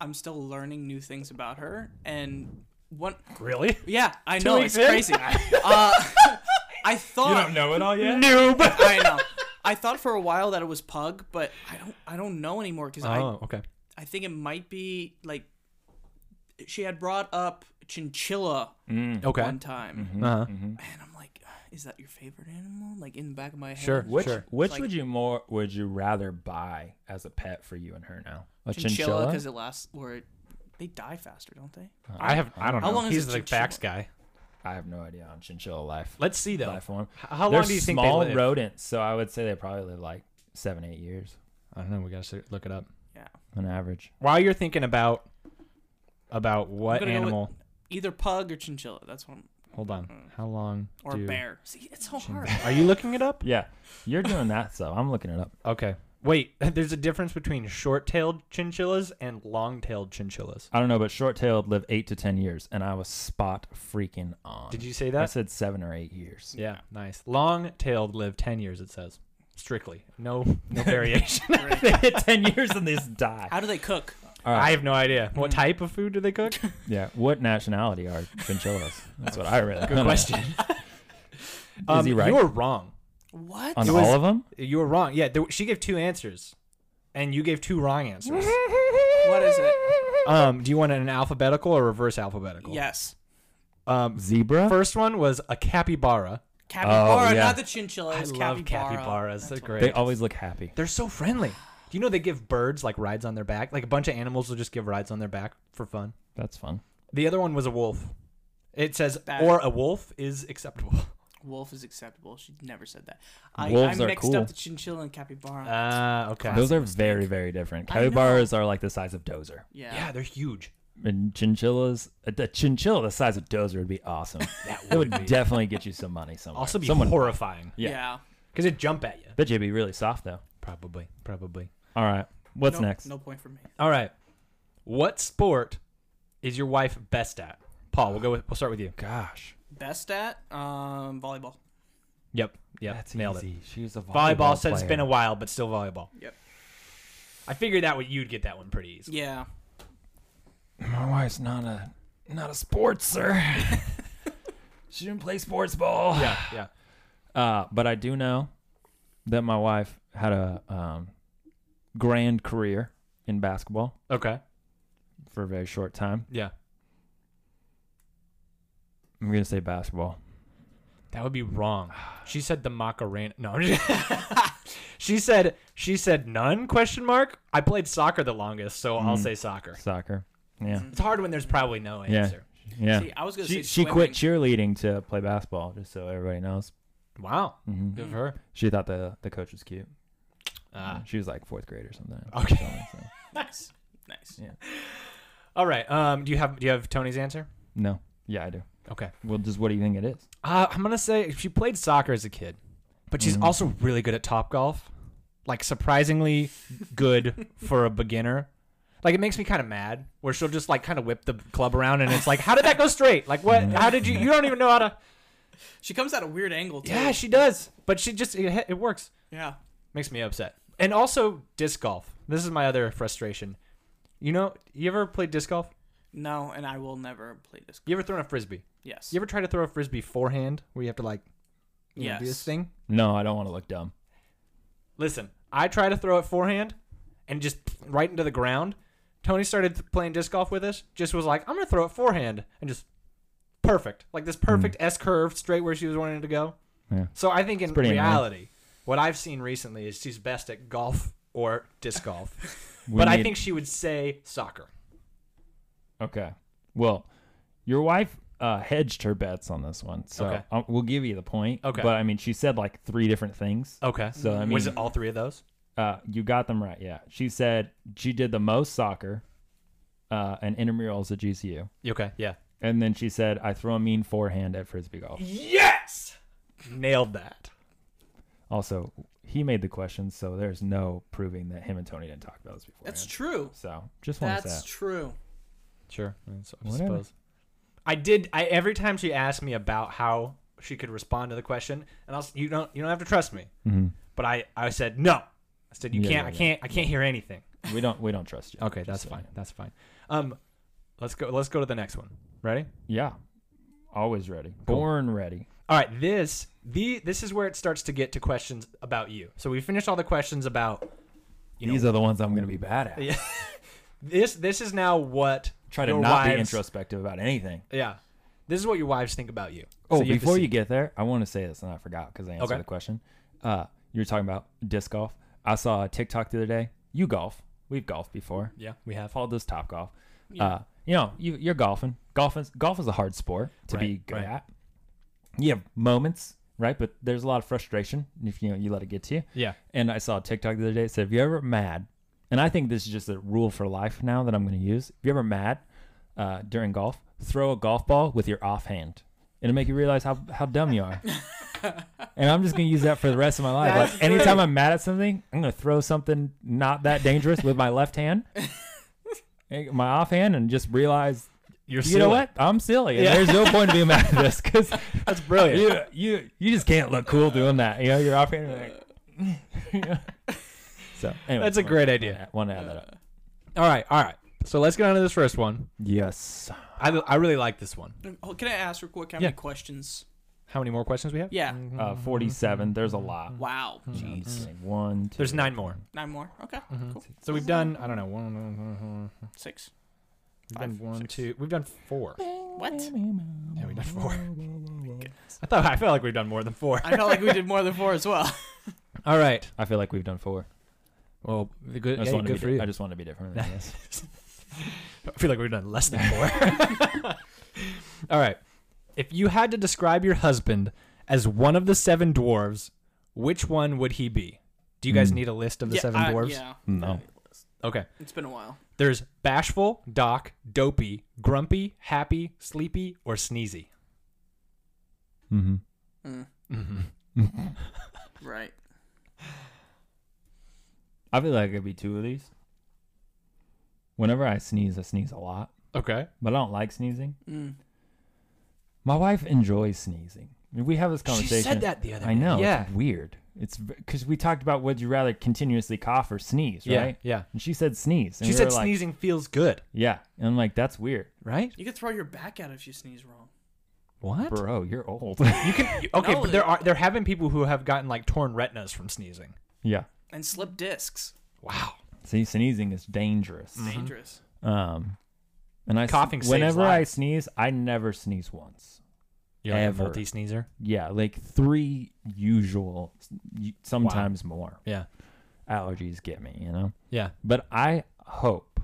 Speaker 3: I'm still learning new things about her, and one.
Speaker 1: Really?
Speaker 3: Yeah, I know
Speaker 1: weeks
Speaker 3: it's
Speaker 1: in?
Speaker 3: crazy. uh, I thought
Speaker 2: know it all yet?
Speaker 1: Noob.
Speaker 3: I know. I thought for a while that it was pug, but I don't. I don't know anymore because
Speaker 1: Oh, okay.
Speaker 3: I. I think it might be like. She had brought up chinchilla
Speaker 1: Okay.
Speaker 3: one time,
Speaker 1: Uh-huh.
Speaker 3: and I'm like, is that your favorite animal? Like in the back of my head.
Speaker 1: Sure.
Speaker 2: Which
Speaker 1: Sure.
Speaker 2: which
Speaker 3: Like-
Speaker 2: would you more would you rather buy as a pet for you and her now? A
Speaker 3: Chinchilla
Speaker 2: chinchilla? Oh.
Speaker 3: because it lasts, or it, they die faster, don't they?
Speaker 1: I have. I don't know.
Speaker 3: How long is
Speaker 1: He's
Speaker 3: a
Speaker 1: the
Speaker 3: chinchilla?
Speaker 1: facts guy.
Speaker 2: I have no idea on chinchilla life.
Speaker 1: Let's see though.
Speaker 2: life form.
Speaker 1: H- How
Speaker 2: They're
Speaker 1: long do you think they
Speaker 2: small
Speaker 1: live?
Speaker 2: rodents, so I would say they probably live like seven eight years
Speaker 1: I don't know. We gotta s- look it up.
Speaker 3: Yeah.
Speaker 2: on average.
Speaker 1: While you're thinking about about what
Speaker 3: gonna go with-
Speaker 1: animal?
Speaker 3: Either pug or chinchilla. That's what I'm.
Speaker 1: Hold on. How long?
Speaker 3: Or
Speaker 1: do-
Speaker 3: bear. See, it's so hard.
Speaker 1: Are you looking it up?
Speaker 2: Yeah, you're doing that, so I'm looking it up.
Speaker 1: Okay. Wait, there's a difference between short-tailed chinchillas and long-tailed chinchillas.
Speaker 2: I don't know, but short tailed live eight to ten years, and I was spot freaking on.
Speaker 1: Did you say
Speaker 2: I
Speaker 1: that?
Speaker 2: said seven or eight years.
Speaker 1: Yeah, nice. Long-tailed live 10 years it says. Strictly. No no variation.
Speaker 2: they hit ten years and they just die.
Speaker 3: How do they cook?
Speaker 2: All right.
Speaker 1: I have no idea. What type of food do they cook?
Speaker 2: yeah. What nationality are chinchillas? That's what I really.
Speaker 1: Good question.
Speaker 2: he right?
Speaker 1: Um, You're wrong.
Speaker 3: What?
Speaker 2: on
Speaker 1: It was-
Speaker 2: all of them.
Speaker 1: You were wrong. Yeah, there, she gave two answers, and you gave two wrong answers.
Speaker 3: What is it?
Speaker 1: um, do you want an alphabetical or reverse alphabetical?
Speaker 3: Yes.
Speaker 1: Um,
Speaker 2: Zebra.
Speaker 1: first one was a capybara.
Speaker 3: Capybara,
Speaker 2: Oh, yeah.
Speaker 3: not the chinchilla. It's capybara.
Speaker 1: They're great.
Speaker 2: they always look happy.
Speaker 1: They're so friendly. Do you know they give birds like rides on their back? Like a bunch of animals will just give rides on their back for fun.
Speaker 2: That's fun.
Speaker 1: The other one was a wolf. It says
Speaker 3: That-
Speaker 1: or a wolf is acceptable.
Speaker 3: Wolf is acceptable. She never said that. I,
Speaker 2: Wolves
Speaker 3: I
Speaker 2: are
Speaker 3: mixed
Speaker 2: cool. Uh,
Speaker 3: up the chinchilla and capybara.
Speaker 1: Ah, okay.
Speaker 2: Those are very very different.
Speaker 3: I know.
Speaker 2: Capybaras are like the size of Dozer,
Speaker 3: yeah.
Speaker 1: yeah, they're huge.
Speaker 2: and chinchillas. A, a chinchilla the size of Dozer would be awesome. that would, definitely get you some money somewhere.
Speaker 1: Also, be
Speaker 2: Someone,
Speaker 1: horrifying
Speaker 2: yeah.
Speaker 3: Yeah.
Speaker 1: because it jump at you.
Speaker 2: bet you'd be really soft though.
Speaker 1: Probably, probably.
Speaker 2: All right. What's
Speaker 3: no,
Speaker 2: next?
Speaker 3: No point for me.
Speaker 1: All right. What sport is your wife best at? Paul, we'll go. With, we'll start with you.
Speaker 2: Gosh,
Speaker 3: Best at um volleyball.
Speaker 1: Yep. Yep. nailed it.
Speaker 2: She was a
Speaker 1: Volleyball, said it's been a while, but still volleyball.
Speaker 3: Yep.
Speaker 1: I figured that would you'd get that one pretty easy.
Speaker 3: Yeah.
Speaker 2: My wife's not a not a sports sir. she didn't play sports ball.
Speaker 1: Yeah. Yeah.
Speaker 2: Uh, but I do know that my wife had a um, grand career in basketball
Speaker 1: Okay.
Speaker 2: for a very short time.
Speaker 1: Yeah.
Speaker 2: I'm gonna say basketball.
Speaker 1: That would be wrong. She said the Macarena. No, I'm just- she said she said none? Question mark. I played soccer the longest, so I'll
Speaker 2: Mm.
Speaker 1: say soccer.
Speaker 2: Soccer. Yeah.
Speaker 1: It's hard when there's probably no
Speaker 2: Yeah.
Speaker 1: answer.
Speaker 2: Yeah.
Speaker 3: See, I was gonna
Speaker 2: She,
Speaker 3: say
Speaker 2: she quit
Speaker 3: swimming.
Speaker 2: cheerleading to play basketball, just so everybody knows.
Speaker 1: Wow,
Speaker 2: hmm
Speaker 1: good for her.
Speaker 2: She thought the, the coach was cute.
Speaker 1: Ah.
Speaker 2: she was like fourth grade or something.
Speaker 1: Okay.
Speaker 2: So-
Speaker 3: nice. Nice.
Speaker 1: All right. Um. Do you have Do you have Tony's answer?
Speaker 2: no. Yeah, I do.
Speaker 1: Okay.
Speaker 2: Well, just what do you think it is?
Speaker 1: Uh, I'm gonna say she played soccer as a kid, but she's
Speaker 2: Mhm.
Speaker 1: also really good at top golf. Like surprisingly good for a beginner. Like it makes me kind of mad where she'll just like kind of whip the club around and it's like, how did that go straight? Like what? How did you? You don't even know how to.
Speaker 3: She comes at a weird angle too.
Speaker 1: Yeah, she does. But she just it, it works.
Speaker 3: yeah.
Speaker 1: Makes me upset. And also disc golf. This is my other frustration. You know, you ever played disc golf?
Speaker 3: No, and I will never play this.
Speaker 1: You ever thrown a frisbee?
Speaker 3: Yes.
Speaker 1: You ever try to throw a frisbee forehand where you have to like, you know, do this
Speaker 3: Yes.
Speaker 1: thing?
Speaker 2: No, I don't want to look dumb.
Speaker 1: Listen, I try to throw it forehand and just right into the ground. Tony started th- playing disc golf with us, just was like, I'm going to throw it forehand and just perfect. Like this perfect S curve straight where she was wanting it to go.
Speaker 2: Mm. Yeah.
Speaker 1: So I think in
Speaker 2: pretty annoying.
Speaker 1: reality, what I've seen recently is she's best at golf or disc golf.
Speaker 2: We
Speaker 1: but I
Speaker 2: need-
Speaker 1: think she would say soccer.
Speaker 2: Okay. Well, your wife uh, hedged her bets on this one, so
Speaker 1: Okay.
Speaker 2: I'll- we'll give you the point.
Speaker 1: Okay. Uh,
Speaker 2: But I mean, she said like three different things.
Speaker 1: Okay.
Speaker 2: So I mean,
Speaker 1: was it all three of those?
Speaker 2: uh, you got them right. Yeah. She said she did the most soccer, uh, and intramurals at GCU,
Speaker 1: Okay. Yeah.
Speaker 2: and then she said I throw a mean forehand at frisbee golf.
Speaker 1: Yes! Nailed that.
Speaker 2: Also, he made the questions, so there's no proving that him and Tony didn't talk about this before.
Speaker 3: That's true.
Speaker 2: So just want to
Speaker 3: That's
Speaker 2: say.
Speaker 3: true.
Speaker 1: Sure. I
Speaker 2: Whatever.
Speaker 1: suppose. I did. I every time she asked me about how she could respond to the question, and I was, you don't you don't have to trust me,
Speaker 2: Mhm.
Speaker 1: but I I said no. I said you
Speaker 2: Yeah,
Speaker 1: can't.
Speaker 2: yeah,
Speaker 1: I
Speaker 2: yeah.
Speaker 1: can't. I can't hear anything.
Speaker 2: We don't. We don't trust you.
Speaker 1: Okay,
Speaker 2: Just
Speaker 1: that's
Speaker 2: so you
Speaker 1: fine.
Speaker 2: know.
Speaker 1: That's fine. Um, let's go. Let's go to the next one. Ready?
Speaker 2: Yeah. Always ready.
Speaker 1: Cool.
Speaker 2: Born ready.
Speaker 1: All right. This the this is where it starts to get to questions about you. So we finished all the questions about you know
Speaker 2: These are the ones I'm gonna be bad at.
Speaker 1: this. This is now what
Speaker 2: Try to
Speaker 1: your
Speaker 2: not be
Speaker 1: wives-
Speaker 2: introspective about anything.
Speaker 1: Yeah. This is what your wives think about you.
Speaker 2: Oh,
Speaker 1: So have to
Speaker 2: before
Speaker 1: see-
Speaker 2: you get there, I want to say this, and I forgot because I answered
Speaker 1: Okay.
Speaker 2: the question. Uh, you were talking about disc golf. I saw a TikTok the other day. You golf. We've golfed before.
Speaker 1: Yeah, we have.
Speaker 2: Followed this top golf. Uh, you know, you, you're golfing. Golfing. Golf is a hard sport to be
Speaker 1: Right,
Speaker 2: good
Speaker 1: right.
Speaker 2: at. You have moments, right? But there's a lot of frustration if you know you let it get to you.
Speaker 1: Yeah.
Speaker 2: And I saw a TikTok the other day. It said, if you're ever mad, and I think this is just a rule for life now that I'm going to use. If you're ever mad uh, during golf, throw a golf ball with your offhand. It'll make you realize how, how dumb you are. and I'm just going to use that for the rest of my life.
Speaker 1: That's
Speaker 2: Like, anytime I'm mad at something, I'm going to throw something not that dangerous with my left hand, eh, my offhand, and just realize,
Speaker 1: You're
Speaker 2: you know what? I'm silly. And
Speaker 1: Yeah.
Speaker 2: there's no point to being mad at this because
Speaker 1: That's brilliant.
Speaker 2: you, you, you just can't look cool doing that. You know, you're offhand. You're like, so, anyway,
Speaker 1: That's a great idea.
Speaker 2: Want to add that up?
Speaker 1: All right, all right. So let's get on to this first one.
Speaker 2: Yes.
Speaker 1: I, I really like this one.
Speaker 3: Oh, Can I ask real quick how
Speaker 2: Yeah.
Speaker 3: many questions?
Speaker 1: How many more questions we have?
Speaker 3: Yeah.
Speaker 2: Uh, 47. There's a lot.
Speaker 3: Wow.
Speaker 2: Hmm.
Speaker 3: Jeez.
Speaker 2: Like, One, two.
Speaker 1: There's nine more.
Speaker 3: Nine more. Okay. Cool.
Speaker 1: Mm-hmm. So we've done I don't know one.
Speaker 3: Six.
Speaker 1: We've
Speaker 3: Five,
Speaker 1: done one,
Speaker 3: six.
Speaker 1: two. We've done four.
Speaker 3: What?
Speaker 1: Yeah, we've done four. I thought I felt like we've done more than four.
Speaker 3: I felt like we did more than four as well.
Speaker 1: All right.
Speaker 2: I feel like we've done four.
Speaker 1: Well, the good.
Speaker 2: I just,
Speaker 1: yeah,
Speaker 2: want, to
Speaker 1: good
Speaker 2: be
Speaker 1: for
Speaker 2: di-
Speaker 1: you.
Speaker 2: I just want to be different. Than this.
Speaker 1: I feel like we've done less than four. All right. If you had to describe your husband as one of the seven dwarves, which one would he be? Do you guys
Speaker 2: Hmm.
Speaker 1: need a list of the
Speaker 3: yeah,
Speaker 1: seven
Speaker 3: I-
Speaker 1: dwarves?
Speaker 3: Yeah.
Speaker 2: No.
Speaker 1: Okay.
Speaker 3: It's been a while.
Speaker 1: There's bashful, doc, dopey, grumpy, happy, sleepy, or sneezy.
Speaker 2: mm-hmm.
Speaker 3: Mm,
Speaker 1: Mm-hmm.
Speaker 3: right.
Speaker 2: I feel like it'd be two of these. Whenever I sneeze, I sneeze a lot,
Speaker 1: Okay.
Speaker 2: but I don't like sneezing.
Speaker 3: Mm.
Speaker 2: My wife enjoys sneezing. We have this conversation.
Speaker 1: She said that the other
Speaker 2: I know.
Speaker 1: Day. Yeah.
Speaker 2: It's weird. It's because we talked about would you rather continuously cough or sneeze,
Speaker 1: Yeah.
Speaker 2: right?
Speaker 1: Yeah.
Speaker 2: And she said sneeze. And
Speaker 1: She
Speaker 2: we
Speaker 1: said
Speaker 2: were like,
Speaker 1: sneezing feels good,
Speaker 2: Yeah. And I'm like, that's weird.
Speaker 1: right?
Speaker 3: You could throw your back out if you sneeze wrong.
Speaker 1: What?
Speaker 2: Bro, you're old.
Speaker 1: You can you- okay,
Speaker 3: No,
Speaker 1: but there are there have been people who have gotten like torn retinas from sneezing.
Speaker 2: yeah.
Speaker 3: And slip discs.
Speaker 1: Wow.
Speaker 2: See, sneezing is dangerous.
Speaker 3: Dangerous.
Speaker 2: Um, and I
Speaker 1: Mm. Coughing saves
Speaker 2: Whenever I
Speaker 1: lives.
Speaker 2: sneeze, I never sneeze once.
Speaker 1: You're like a
Speaker 2: Ever.
Speaker 1: multi sneezer.
Speaker 2: Yeah, like three usual, y- sometimes more
Speaker 1: Yeah.
Speaker 2: allergies get me, you know.
Speaker 1: Yeah.
Speaker 2: But I hope,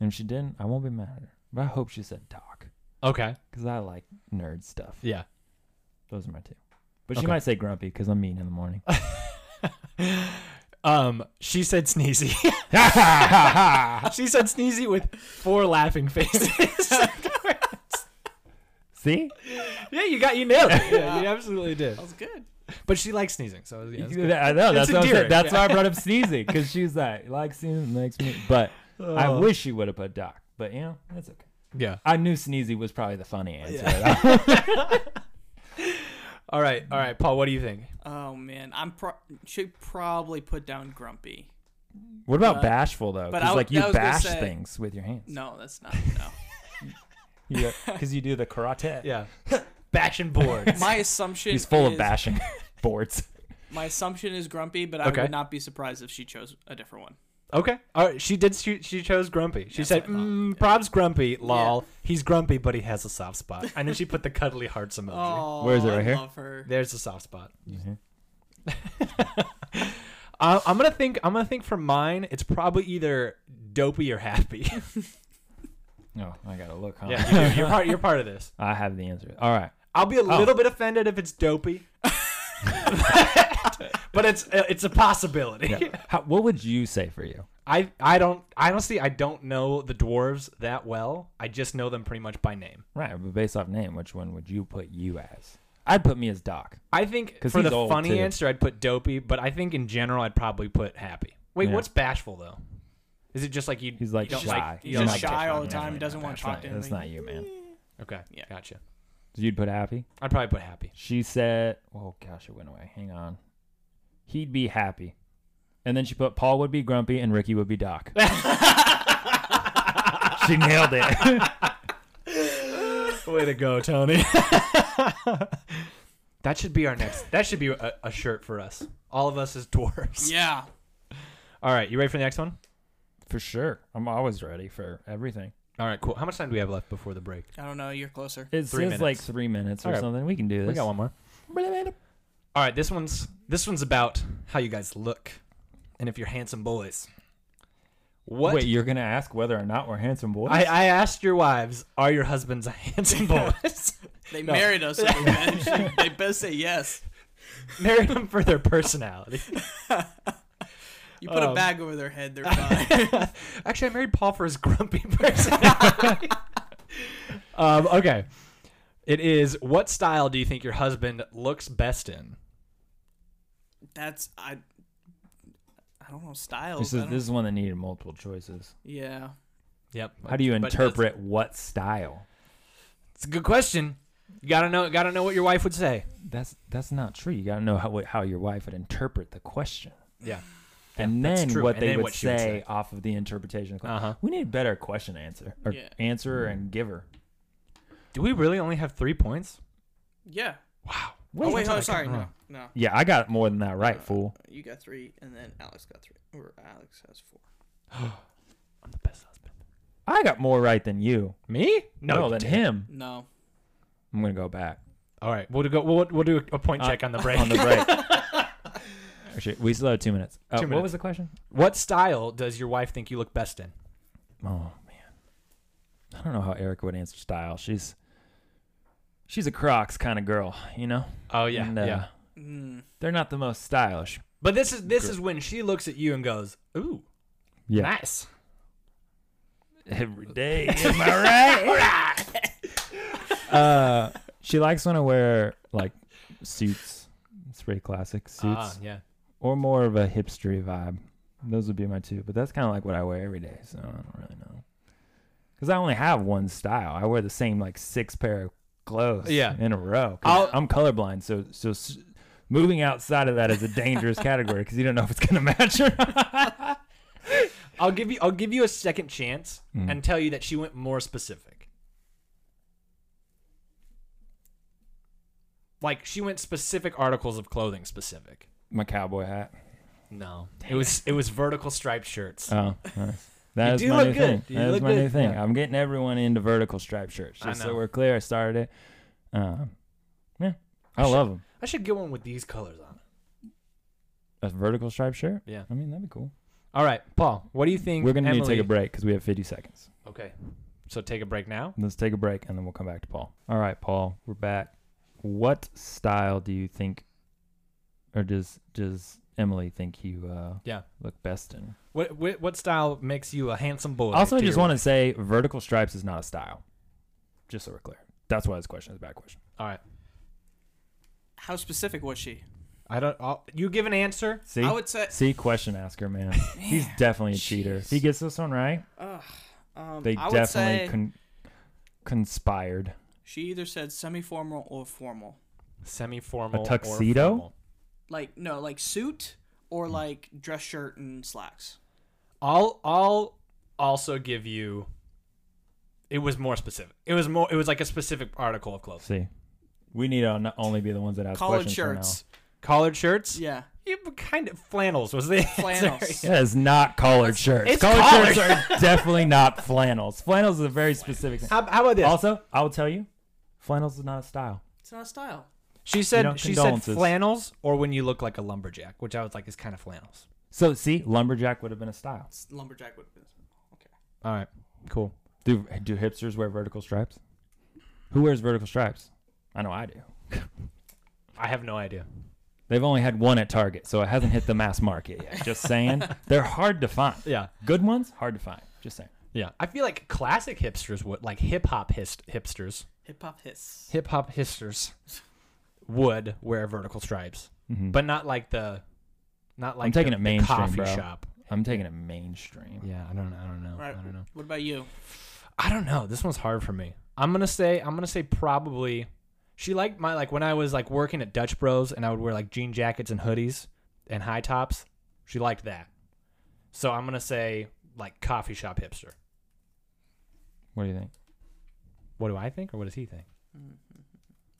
Speaker 2: and if she didn't, I won't be mad at her. But I hope she said doc
Speaker 1: Okay.
Speaker 2: because I like nerd stuff.
Speaker 1: Yeah.
Speaker 2: Those are my two. But
Speaker 1: Okay.
Speaker 2: she might say grumpy because I'm mean in the morning.
Speaker 1: Um, she said sneezy. she said sneezy with four laughing faces.
Speaker 2: See,
Speaker 1: yeah, you got you nailed it. Yeah, you absolutely did.
Speaker 3: That was good.
Speaker 1: But she likes sneezing, so yeah, that's good.
Speaker 2: I know that's
Speaker 1: It's
Speaker 2: what I'm saying.
Speaker 1: endearing,
Speaker 2: That's why I brought up sneezing because she's like like sneezing makes me. But I
Speaker 1: Oh.
Speaker 2: wish she would have put doc. But you know that's okay.
Speaker 1: yeah.
Speaker 2: I knew sneezy was probably the funny answer.
Speaker 1: All right, all right, Paul. What do you think?
Speaker 3: Oh man, I'm pro- should probably put down grumpy.
Speaker 2: What about
Speaker 3: But-
Speaker 2: bashful though?
Speaker 3: but
Speaker 2: Because
Speaker 3: I
Speaker 2: like
Speaker 3: was-
Speaker 2: you
Speaker 3: I was gonna
Speaker 2: bash
Speaker 3: say-
Speaker 2: things with your hands.
Speaker 3: No, that's not no.
Speaker 2: Because you do the karate.
Speaker 1: Yeah, bashing boards.
Speaker 3: My assumption
Speaker 2: He's full
Speaker 3: is-
Speaker 2: of bashing boards.
Speaker 3: My assumption is grumpy, but
Speaker 1: Okay.
Speaker 3: I would not be surprised if she chose a different one.
Speaker 1: okay, all right. She did. She, she chose grumpy. She
Speaker 3: That's
Speaker 1: said,
Speaker 3: what I thought.
Speaker 1: mm, "Prob's grumpy, lol. He's grumpy, but he has a soft spot." And then she put the cuddly hearts emoji.
Speaker 3: Oh,
Speaker 2: Where is it, right
Speaker 3: I
Speaker 2: here?
Speaker 3: Love her.
Speaker 1: There's the soft spot. I, I'm gonna think. I'm gonna think for mine. It's probably either dopey or happy.
Speaker 2: Oh, I gotta look. Huh?
Speaker 1: yeah, you do. you're part. You're part of this.
Speaker 2: I have the answer. All right.
Speaker 1: I'll be a little bit offended if it's dopey, but it's it's a possibility.
Speaker 2: Yeah. How, what would you say for you?
Speaker 1: I I don't I honestly I don't know the dwarves that well. I just know them pretty much by name.
Speaker 2: Right, but based off name, which one would you put you as? I'd put me as Doc.
Speaker 1: I think
Speaker 2: 'Cause
Speaker 1: for
Speaker 2: he's
Speaker 1: the
Speaker 2: old,
Speaker 1: funny
Speaker 2: too.
Speaker 1: answer I'd put dopey, but I think in general I'd probably put happy. Wait,
Speaker 2: Yeah.
Speaker 1: what's bashful though? Is it just like you?
Speaker 2: He's like
Speaker 1: you don't
Speaker 2: shy.
Speaker 1: you
Speaker 2: He's
Speaker 1: don't
Speaker 3: just
Speaker 1: like
Speaker 3: shy
Speaker 1: to-
Speaker 3: all the
Speaker 1: yeah.
Speaker 3: time, doesn't wanna
Speaker 2: That's
Speaker 3: talk
Speaker 2: not-
Speaker 3: to
Speaker 2: That's not
Speaker 3: anybody.
Speaker 2: you, man.
Speaker 1: Okay,
Speaker 3: Yeah.
Speaker 1: gotcha.
Speaker 2: So you'd put Happy.
Speaker 1: I'd probably put happy.
Speaker 2: She said, "Oh gosh, it went away. Hang on. He'd be happy." And then she put Paul would be grumpy and Ricky would be Doc. she nailed it.
Speaker 1: Way to go, Tony. that should be our next. That should be a, a shirt for us. All of us as dwarves.
Speaker 3: Yeah.
Speaker 1: All right, you ready for the next one?
Speaker 2: for sure. I'm always ready for everything.
Speaker 1: All right, cool. How much time do we have left before the break?
Speaker 3: I don't know. You're closer.
Speaker 2: It
Speaker 1: Three
Speaker 2: says like
Speaker 1: minutes.
Speaker 2: three minutes or
Speaker 1: All right.
Speaker 2: something. We can do this.
Speaker 1: We got one more. All right, this one's this one's about how you guys look, and if you're handsome boys. What?
Speaker 2: Wait, you're gonna ask whether or not we're handsome boys?
Speaker 1: I, I asked your wives, are your husbands handsome boys?
Speaker 3: They
Speaker 1: No.
Speaker 3: married us. So they, better, they best say yes.
Speaker 1: Marry them for their personality.
Speaker 3: You put
Speaker 1: Um,
Speaker 3: a bag over their head, they're fine.
Speaker 1: Actually, I married Paul for his grumpy personality. um, okay. It is what style do you think your husband looks best in?
Speaker 3: That's I. I don't know
Speaker 1: Oh,
Speaker 3: styles.
Speaker 2: this
Speaker 3: I
Speaker 2: is
Speaker 3: don't-
Speaker 2: this is one that needed multiple choices.
Speaker 3: yeah.
Speaker 1: Yep.
Speaker 2: How do you
Speaker 1: But
Speaker 2: interpret what style?
Speaker 1: It's a good question. You gotta know. Gotta know what your wife would say.
Speaker 2: That's that's not true. You gotta know how what- how your wife would interpret the question,
Speaker 1: Yeah.
Speaker 2: and
Speaker 1: that's
Speaker 2: then
Speaker 1: true.
Speaker 2: what
Speaker 1: And
Speaker 2: they
Speaker 1: then
Speaker 2: would,
Speaker 1: what she
Speaker 2: say
Speaker 1: would say.
Speaker 2: off of the interpretation. Of the question.
Speaker 1: Uh-huh.
Speaker 2: We need a better question answer or
Speaker 3: Yeah.
Speaker 1: Oh,
Speaker 2: answerer and giver.
Speaker 1: Do we really only have three points?
Speaker 3: Yeah.
Speaker 1: Wow.
Speaker 3: Oh,
Speaker 2: Wait,
Speaker 3: wait,
Speaker 1: I
Speaker 3: oh,
Speaker 1: got
Speaker 3: sorry.
Speaker 1: it
Speaker 3: No,
Speaker 1: wrong.
Speaker 3: no. Uh,
Speaker 2: Yeah, I got more than that
Speaker 1: Uh,
Speaker 2: right, fool.
Speaker 3: You got three, and then Alex got three, or Alex has four.
Speaker 1: I'm the best husband.
Speaker 2: I got more right than you.
Speaker 1: Me?
Speaker 2: No,
Speaker 1: you
Speaker 2: than
Speaker 1: didn't.
Speaker 2: him.
Speaker 3: No.
Speaker 2: I'm gonna go back
Speaker 1: All right, we'll do go. We'll, we'll do a point
Speaker 2: Uh,
Speaker 1: check on the break.
Speaker 2: on the break. Actually, we still have two minutes. Uh,
Speaker 1: Two
Speaker 2: What
Speaker 1: minutes.
Speaker 2: was the question?
Speaker 1: what style does your wife think you look best in?
Speaker 2: Oh man, I don't know how Erica would answer style. She's she's a Crocs kind of girl, you know.
Speaker 1: Oh yeah,
Speaker 2: And, uh,
Speaker 1: yeah.
Speaker 3: Mm.
Speaker 2: They're not the most stylish.
Speaker 1: But this is this is when she looks at you and goes, "Ooh,
Speaker 2: Yeah.
Speaker 1: nice."
Speaker 2: Every day, am I right? uh, she likes when I wear like suits. It's pretty classic suits,
Speaker 1: Ah, yeah.
Speaker 2: or more of a hipstery vibe. Those would be my two. But that's kind of like what I wear every day, so I don't really know. Because I only have one style. I wear the same like six pair of clothes
Speaker 1: Yeah.
Speaker 2: in a row. 'Cause
Speaker 1: I'll-
Speaker 2: I'm colorblind, so so s- moving outside of that is a dangerous category because you don't know if it's gonna match or not.
Speaker 1: I'll give you I'll give you a second chance
Speaker 2: Mm.
Speaker 1: and tell you that she went more specific. Like she went specific articles of clothing specific.
Speaker 2: My cowboy hat.
Speaker 1: No. It was it was vertical striped shirts.
Speaker 2: Oh, nice. That
Speaker 1: You
Speaker 2: is
Speaker 1: do
Speaker 2: my
Speaker 1: look
Speaker 2: new
Speaker 1: good.
Speaker 2: thing.
Speaker 1: You
Speaker 2: That is
Speaker 1: look
Speaker 2: my new
Speaker 1: good.
Speaker 2: thing.
Speaker 1: Yeah.
Speaker 2: I'm getting everyone into vertical striped shirts.
Speaker 1: I
Speaker 2: Just
Speaker 1: know.
Speaker 2: so we're clear, I started it. Uh, yeah, I love them.
Speaker 1: I should get one with these colors on it.
Speaker 2: A vertical striped shirt.
Speaker 1: Yeah.
Speaker 2: I mean, that'd be cool.
Speaker 1: All right, Paul, what do you think
Speaker 2: We're gonna need to take a
Speaker 1: Emily-
Speaker 2: break because we have 50 seconds.
Speaker 1: Okay. So take a break now.
Speaker 2: Let's take a break and then we'll come back to Paul. All right, Paul, we're back. What style do you think, or does does Emily think you uh,
Speaker 1: Yeah.
Speaker 2: look best in?
Speaker 1: What what, what style makes you a handsome boy?
Speaker 2: also, I
Speaker 1: to
Speaker 2: just
Speaker 1: your-
Speaker 2: want to say vertical stripes is not a style. Just so we're clear, that's why this question is a bad question.
Speaker 1: All right.
Speaker 3: How specific was she?
Speaker 1: I don't I'll, you give an answer.
Speaker 2: See,
Speaker 3: I would say.
Speaker 2: See, question asker, man. He's definitely a cheater. If he gets this one right,
Speaker 3: Ugh, um,
Speaker 2: they
Speaker 3: I would
Speaker 2: definitely
Speaker 3: say
Speaker 2: con- conspired.
Speaker 3: she either said semi-formal or formal.
Speaker 1: Semi formal.
Speaker 2: tuxedo?
Speaker 3: Like no, like suit
Speaker 2: Hmm.
Speaker 3: or like dress shirt and slacks.
Speaker 1: I'll I'll also give you. It was more specific. It was more. It was like a specific article of clothing.
Speaker 2: See, we need to not only be the ones that ask
Speaker 3: Collared
Speaker 2: questions
Speaker 3: shirts.
Speaker 1: Collared shirts.
Speaker 3: Yeah.
Speaker 1: You were kind of flannels was the answer.
Speaker 3: Flannels.
Speaker 2: For now. That is not collared shirts.
Speaker 1: it's
Speaker 2: collared, shirts are definitely not flannels. Flannels is a very specific. Thing.
Speaker 1: How, how about this?
Speaker 2: Also, I will tell you, flannels is not a style.
Speaker 3: It's not a style.
Speaker 1: she
Speaker 2: You
Speaker 1: said
Speaker 2: know,
Speaker 1: she said
Speaker 2: condolences.
Speaker 1: flannels or when you look like a lumberjack, which I was like is kind of flannels.
Speaker 2: So, see, lumberjack would have been a style.
Speaker 3: It's lumberjack would. Okay.
Speaker 1: All right, cool.
Speaker 2: Do do hipsters wear vertical stripes? Who wears vertical stripes? I know I do.
Speaker 1: I have no idea.
Speaker 2: They've only had one at Target, so it hasn't hit the mass market yet. Just saying. They're hard to find.
Speaker 1: Yeah,
Speaker 2: Good ones, hard to find. Just saying.
Speaker 1: yeah. I feel like classic hipsters would like hip hop hist- hipsters.
Speaker 3: Hip hop hiss.
Speaker 1: Hip hop hipsters would wear vertical stripes,
Speaker 2: Mhm.
Speaker 1: but not like the, not like
Speaker 2: taking
Speaker 1: the,
Speaker 2: it
Speaker 1: the
Speaker 2: mainstream,
Speaker 1: coffee
Speaker 2: bro.
Speaker 1: shop.
Speaker 2: I'm taking it mainstream.
Speaker 1: Yeah, I don't, I don't know,
Speaker 3: Right.
Speaker 1: I don't know.
Speaker 3: What about you?
Speaker 1: I don't know. This one's hard for me. I'm gonna say I'm gonna say probably she liked my like when I was like working at Dutch Bros and I would wear like jean jackets and hoodies and high tops. She liked that. So I'm gonna say like coffee shop hipster.
Speaker 2: What do you think?
Speaker 1: What do I think or what does he think?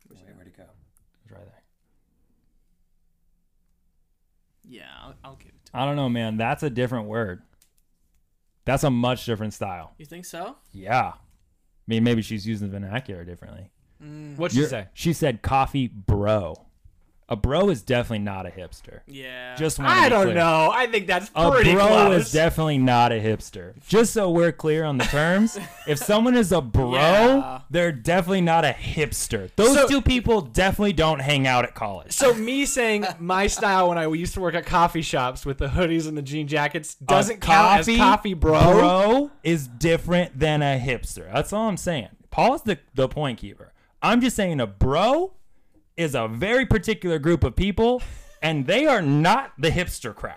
Speaker 2: Where'd it go? It's right there.
Speaker 3: Yeah, I'll, I'll give it. to
Speaker 2: I don't know, man. That's a different word. That's a much different style.
Speaker 3: You think so?
Speaker 2: Yeah. I mean, maybe she's using the vernacular differently.
Speaker 3: Mm.
Speaker 1: What'd she
Speaker 2: You're-
Speaker 1: say?
Speaker 2: She said coffee bro. A bro is definitely not a hipster.
Speaker 3: Yeah.
Speaker 2: Just wanna
Speaker 1: I
Speaker 2: be
Speaker 1: don't
Speaker 2: clear.
Speaker 1: know. I think that's
Speaker 2: A
Speaker 1: pretty
Speaker 2: bro
Speaker 1: close.
Speaker 2: is definitely not a hipster. Just so we're clear on the terms, if someone is a bro,
Speaker 3: Yeah.
Speaker 2: they're definitely not a hipster. Those
Speaker 1: So-
Speaker 2: two people definitely don't hang out at college.
Speaker 1: so me saying my style when I used to work at coffee shops with the hoodies and the jean jackets doesn't
Speaker 2: A
Speaker 1: count as coffee,
Speaker 2: Bro is different than a hipster. That's all I'm saying. Paul's the, the point keeper. I'm just saying a bro is a very particular group of people, and they are not the hipster crowd.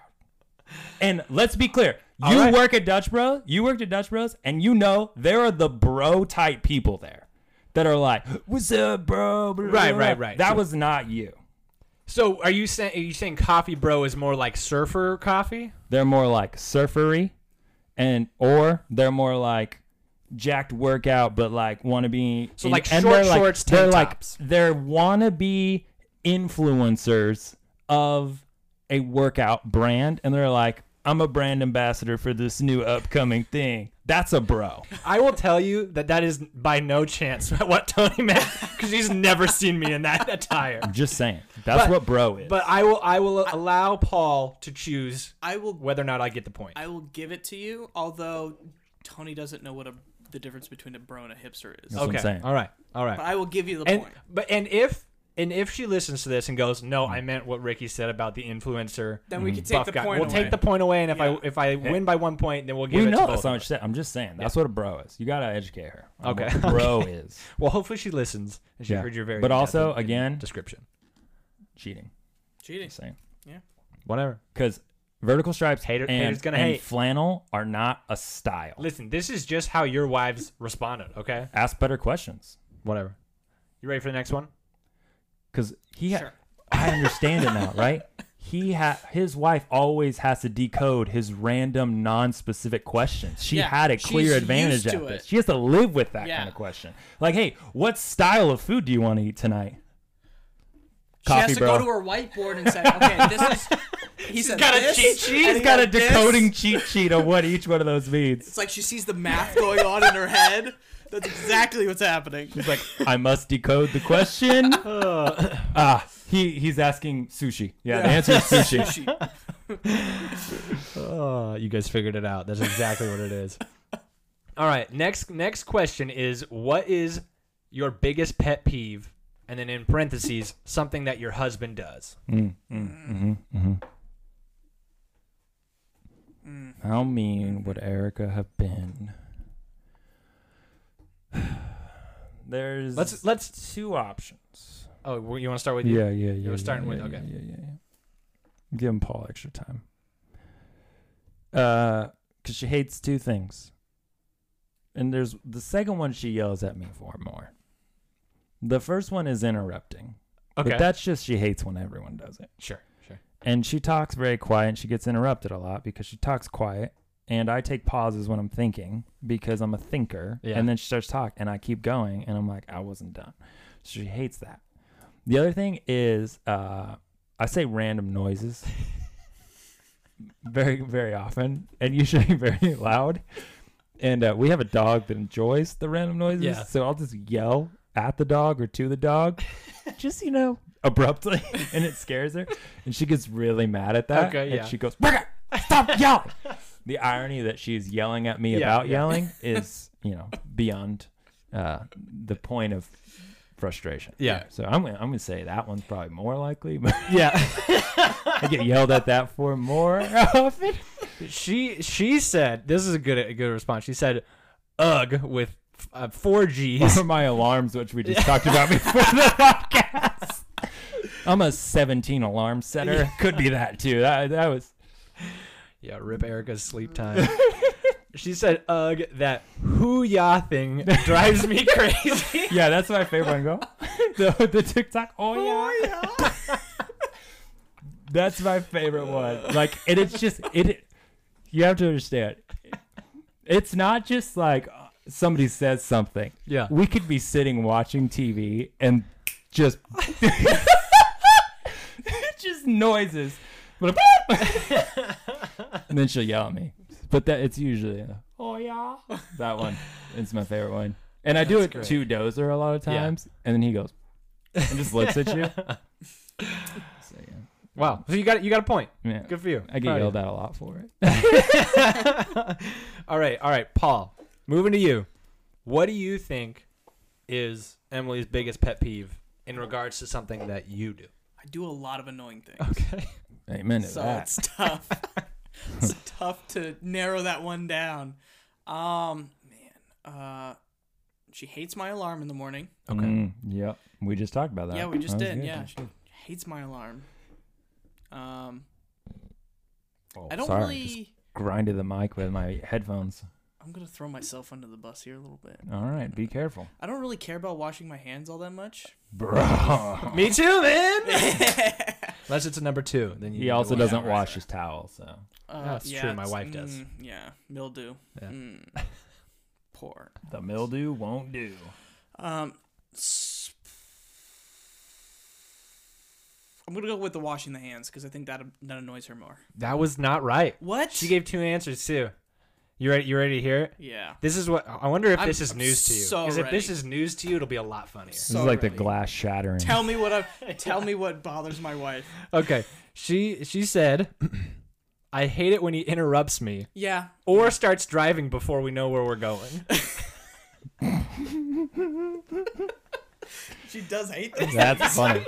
Speaker 2: And let's be clear. You
Speaker 1: right.
Speaker 2: work at Dutch Bros. You worked at Dutch Bros. And you know there are the bro type people there that are like, "What's up, bro?" Blah,
Speaker 1: Right,
Speaker 2: blah,
Speaker 1: right,
Speaker 2: blah.
Speaker 1: right.
Speaker 2: That was not you.
Speaker 1: So are you saying are you saying coffee bro is more like surfer coffee?
Speaker 2: They're more like surfery, and or they're more like jacked workout, but like wanna be. So
Speaker 1: like short shorts, tank
Speaker 2: they're
Speaker 1: tops.
Speaker 2: like they're wanna be influencers of a workout brand and they're like, I'm a brand ambassador for this new upcoming thing. That's a bro.
Speaker 1: I will tell you that that is by no chance what Tony meant because he's never seen me in that attire.
Speaker 2: I'm just saying. That's
Speaker 1: But-
Speaker 2: what bro is.
Speaker 1: But I will I will allow Paul to choose
Speaker 3: I will
Speaker 1: whether or not I get the point.
Speaker 3: I will give it to you, although Tony doesn't know what a, the difference between a bro and a hipster is.
Speaker 2: That's what I'm saying.
Speaker 1: All right. All right.
Speaker 3: But I will give you the
Speaker 1: and
Speaker 3: point. Hmm.
Speaker 1: but and if and if she listens to this and goes, no, I meant what Ricky said about the influencer.
Speaker 3: Then
Speaker 2: Mm,
Speaker 3: we can take
Speaker 1: buff
Speaker 3: the
Speaker 1: guy.
Speaker 3: point.
Speaker 1: We'll
Speaker 3: away.
Speaker 1: take the point away, and if
Speaker 3: Yeah.
Speaker 1: I if I win by one point, then we'll give
Speaker 2: we
Speaker 1: it
Speaker 2: know
Speaker 1: to
Speaker 2: that's
Speaker 1: both. of
Speaker 2: not what
Speaker 1: us.
Speaker 2: she said. I'm just saying. That's what a bro is. You got to educate her. on
Speaker 1: Okay.
Speaker 2: what a bro is
Speaker 1: Well, hopefully she listens and she
Speaker 2: Yeah.
Speaker 1: heard your very.
Speaker 2: But
Speaker 1: in-depth
Speaker 2: also,
Speaker 1: in- in
Speaker 2: again-
Speaker 1: description,
Speaker 2: cheating.
Speaker 3: Cheating.
Speaker 2: Just saying.
Speaker 1: whatever.
Speaker 2: Because vertical stripes
Speaker 1: Hater-
Speaker 2: and,
Speaker 1: haters gonna
Speaker 2: and
Speaker 1: hate.
Speaker 2: flannel are not a style.
Speaker 1: Listen, this is just how your wives responded. Okay,
Speaker 2: Ask better questions.
Speaker 1: whatever. You ready for the next one?
Speaker 2: Because he, ha-
Speaker 3: Sure.
Speaker 2: I understand it now, right? He ha- his wife always has to decode his random, non-specific questions. She
Speaker 3: Yeah,
Speaker 2: had a
Speaker 3: she's
Speaker 2: clear advantage
Speaker 3: used to
Speaker 2: at this.
Speaker 3: it.
Speaker 2: She has to live with that
Speaker 3: Yeah.
Speaker 2: kind of question. Like, hey, what style of food do you want to eat tonight?
Speaker 3: she
Speaker 2: Coffee,
Speaker 3: has to
Speaker 2: bro.
Speaker 3: go to her whiteboard and say, "Okay, this is." He said
Speaker 1: got a
Speaker 3: this,
Speaker 1: cheat sheet.
Speaker 3: and
Speaker 2: She's
Speaker 3: he
Speaker 2: got a
Speaker 3: this.
Speaker 2: decoding cheat sheet of what each one of those means.
Speaker 3: It's like she sees the math going on in her head. That's exactly what's happening.
Speaker 2: She's like, I must decode the question. ah, he he's asking sushi. Yeah, the
Speaker 3: Yeah.
Speaker 2: answer is sushi.
Speaker 3: She-
Speaker 1: Oh, you guys figured it out. That's exactly what it is. All right, next next question is what is your biggest pet peeve? And then in parentheses, something that your husband does. mm, mm-hmm,
Speaker 2: How mean would Erica have been? There's
Speaker 1: Let's- let's-
Speaker 2: two options.
Speaker 1: Oh, well, you want to start with you?
Speaker 2: Yeah, yeah, yeah.
Speaker 1: were
Speaker 2: yeah,
Speaker 1: starting
Speaker 2: yeah,
Speaker 1: with-
Speaker 2: yeah,
Speaker 1: okay.
Speaker 2: Yeah, yeah, yeah. Give him Paul extra time. Uh, cause she hates two things, and there's the second one she yells at me for more. The first one is interrupting,
Speaker 1: Okay.
Speaker 2: but that's just she hates when everyone does it.
Speaker 1: sure, sure.
Speaker 2: And she talks very quiet, and she gets interrupted a lot because she talks quiet. And I take pauses when I'm thinking because I'm a thinker.
Speaker 1: Yeah.
Speaker 2: And then she starts talking, and I keep going, and I'm like, I wasn't done. So she hates that. The other thing is, uh, I say random noises very, very often, and usually very loud. And uh, we have a dog that enjoys the random noises,
Speaker 1: Yeah.
Speaker 2: so I'll just yell at the dog or to the dog, just you know, abruptly, and it scares her, and she gets really mad at that.
Speaker 1: Okay,
Speaker 2: and
Speaker 1: yeah.
Speaker 2: She goes, "Waka, "Stop yelling!" the irony that she's yelling at me
Speaker 1: Yeah,
Speaker 2: about
Speaker 1: yeah.
Speaker 2: yelling is, you know, beyond uh, the point of frustration.
Speaker 1: Yeah.
Speaker 2: So I'm gonna, I'm gonna say that one's probably more likely, but
Speaker 1: Yeah.
Speaker 2: I get yelled at that for more often.
Speaker 1: she she said, this is a good a good response. She said, ugh, with uh, four G's.
Speaker 2: Or my alarms, which we just talked about before the podcast. I'm a 17 alarm setter. Could be that too. That, that was
Speaker 1: yeah, rip Erica's sleep time. she said, ugh, that hoo ya thing drives me crazy.
Speaker 2: yeah. That's my favorite one. Go the, the TikTok. Oh yeah. That's my favorite one. Like, and it's just it. You have to understand. It's not just like uh, somebody says something.
Speaker 1: Yeah.
Speaker 2: We could be sitting watching TV and just just noises, but and then she'll yell at me. But that it's usually uh, oh yeah that one. It's my favorite one, and I do
Speaker 1: That's
Speaker 2: it
Speaker 1: great.
Speaker 2: to Dozer a lot of
Speaker 1: Yeah.
Speaker 2: times, and then he goes and just looks at you. So, yeah.
Speaker 1: Wow. So you got you got a point.
Speaker 2: Yeah.
Speaker 1: Good for you.
Speaker 2: I get
Speaker 1: Proud of you.
Speaker 2: yelled at a lot for it.
Speaker 1: all right, all right, Paul. Moving to you. What do you think is Emily's biggest pet peeve in regards to something that you do?
Speaker 3: I do a lot of annoying things,
Speaker 1: Okay.
Speaker 2: Amen to
Speaker 3: so
Speaker 2: that.
Speaker 3: it's tough. it's tough to narrow that one down. Um, man, uh, she hates my alarm in the morning.
Speaker 1: Okay.
Speaker 2: Mm, yep. We just talked about that.
Speaker 3: Yeah, we just
Speaker 2: That was
Speaker 3: did.
Speaker 2: good.
Speaker 3: Yeah, she hates my alarm. Um,
Speaker 2: Oh,
Speaker 3: I don't
Speaker 2: sorry,
Speaker 3: really.
Speaker 2: Just grinded the mic with my headphones.
Speaker 3: I'm gonna throw myself under the bus here a little bit.
Speaker 2: All right. Be careful,
Speaker 3: I don't really care about washing my hands all that much. Uh,
Speaker 2: bro.
Speaker 1: Me too, man. Unless it's a number two, then you.
Speaker 2: He also
Speaker 1: Yeah,
Speaker 2: doesn't
Speaker 1: right.
Speaker 2: wash his towel, so
Speaker 3: Uh,
Speaker 1: That's true, my
Speaker 3: it's-
Speaker 1: wife does.
Speaker 3: mm, yeah, mildew.
Speaker 1: Yeah.
Speaker 3: Mm. Poor.
Speaker 2: the mildew won't do.
Speaker 3: Um, s- I'm gonna go with the washing the hands because I think that that annoys her more.
Speaker 1: That was not right.
Speaker 3: What?
Speaker 1: She gave two answers too. You ready? You ready to hear it?
Speaker 3: yeah.
Speaker 1: This is what I wonder if
Speaker 3: I'm-
Speaker 1: this is
Speaker 3: I'm
Speaker 1: news to you.
Speaker 3: so
Speaker 1: Because if this
Speaker 3: ready.
Speaker 1: is news to you, it'll be a lot funnier.
Speaker 2: This is like the glass shattering.
Speaker 3: Tell me what I tell me what bothers my wife.
Speaker 1: Okay, she she said, "I hate it when he interrupts me
Speaker 3: Yeah.
Speaker 1: or starts driving before we know where we're going."
Speaker 3: She does hate this.
Speaker 2: That's funny.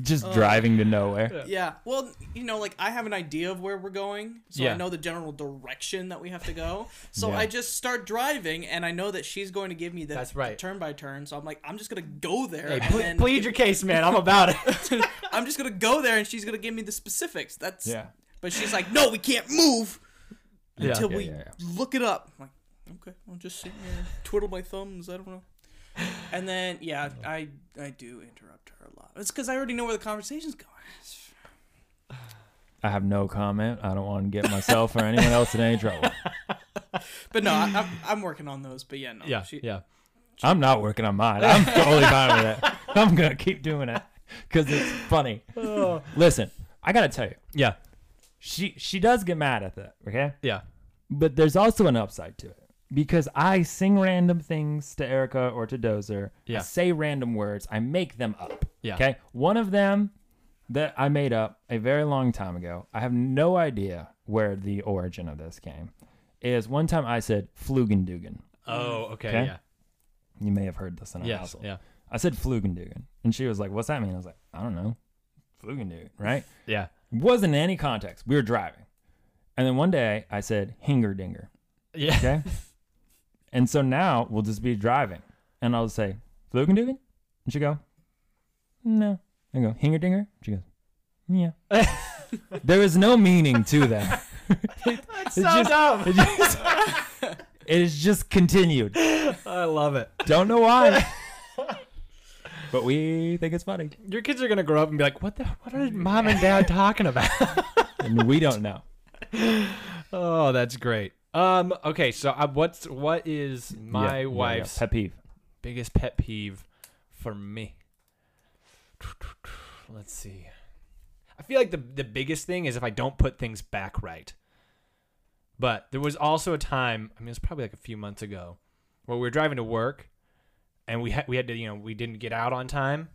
Speaker 2: Just driving to nowhere.
Speaker 3: Yeah. Well, you know, like I have an idea of where we're going, so
Speaker 1: Yeah.
Speaker 3: I know the general direction that we have to go. So
Speaker 2: Yeah.
Speaker 3: I just start driving, and I know that she's going to give me the,
Speaker 1: That's right.
Speaker 3: the turn by turn. So I'm like, I'm just gonna go there,
Speaker 1: Hey,
Speaker 3: and
Speaker 1: ple-
Speaker 3: then
Speaker 1: plead your case, man. I'm about it.
Speaker 3: I'm just gonna go there, and she's gonna give me the specifics. That's
Speaker 2: Yeah.
Speaker 3: But she's like, no, we can't move
Speaker 1: Yeah.
Speaker 3: until
Speaker 2: Yeah,
Speaker 3: we
Speaker 2: yeah,
Speaker 3: look it up. I'm like, okay, I'll just sit here, twiddle my thumbs. I don't know. And then yeah, I I do interrupt her a lot. It's because I already know where the conversation's going.
Speaker 2: I have no comment. I don't want to get myself or anyone else in any trouble.
Speaker 3: But no, I, I'm, I'm working on those. But yeah, no,
Speaker 1: yeah,
Speaker 3: she,
Speaker 1: yeah.
Speaker 2: I'm not working on mine. I'm totally fine with it. I'm gonna keep doing it because it's funny. Listen, I gotta tell you,
Speaker 1: Yeah,
Speaker 2: she she does get mad at that. Okay.
Speaker 1: yeah.
Speaker 2: but there's also an upside to it because I sing random things to Erica or to Dozer.
Speaker 1: Yeah.
Speaker 2: I say random words. I make them up.
Speaker 1: Yeah.
Speaker 2: Okay. One of them that I made up a very long time ago. I have no idea where the origin of this came. Is one time I said Flugendugen.
Speaker 1: Oh, okay.
Speaker 2: Okay.
Speaker 1: Yeah.
Speaker 2: You may have heard this in our
Speaker 1: Yes.
Speaker 2: household.
Speaker 1: Yeah.
Speaker 2: I said Flugendugen, and she was like, "What's that mean?" I was like, "I don't know." Flugendugen, right?
Speaker 1: Yeah.
Speaker 2: Wasn't in any context. We were driving, and then one day I said Hingerdinger.
Speaker 1: Yeah.
Speaker 2: Okay. and so now we'll just be driving. And I'll say, Flugendugen? And she go, No. I go, Hingerdinger? She goes, Yeah. there is no meaning to that.
Speaker 1: That's so
Speaker 2: just-
Speaker 1: dumb.
Speaker 2: It, just, it is just continued.
Speaker 1: I love it.
Speaker 2: Don't know why. but we think it's funny.
Speaker 1: Your kids are gonna grow up and be like, "What the? What are mom and dad talking about?"
Speaker 2: And we don't know.
Speaker 1: oh, that's great. Um. Okay. So, uh, what's what is my wife's
Speaker 2: pet peeve.
Speaker 1: biggest pet peeve for me? Let's see. I feel like the the biggest thing is if I don't put things back right. But there was also a time, I mean, it was probably like a few months ago, where we were driving to work, and we had we had to, you know, we didn't get out on time,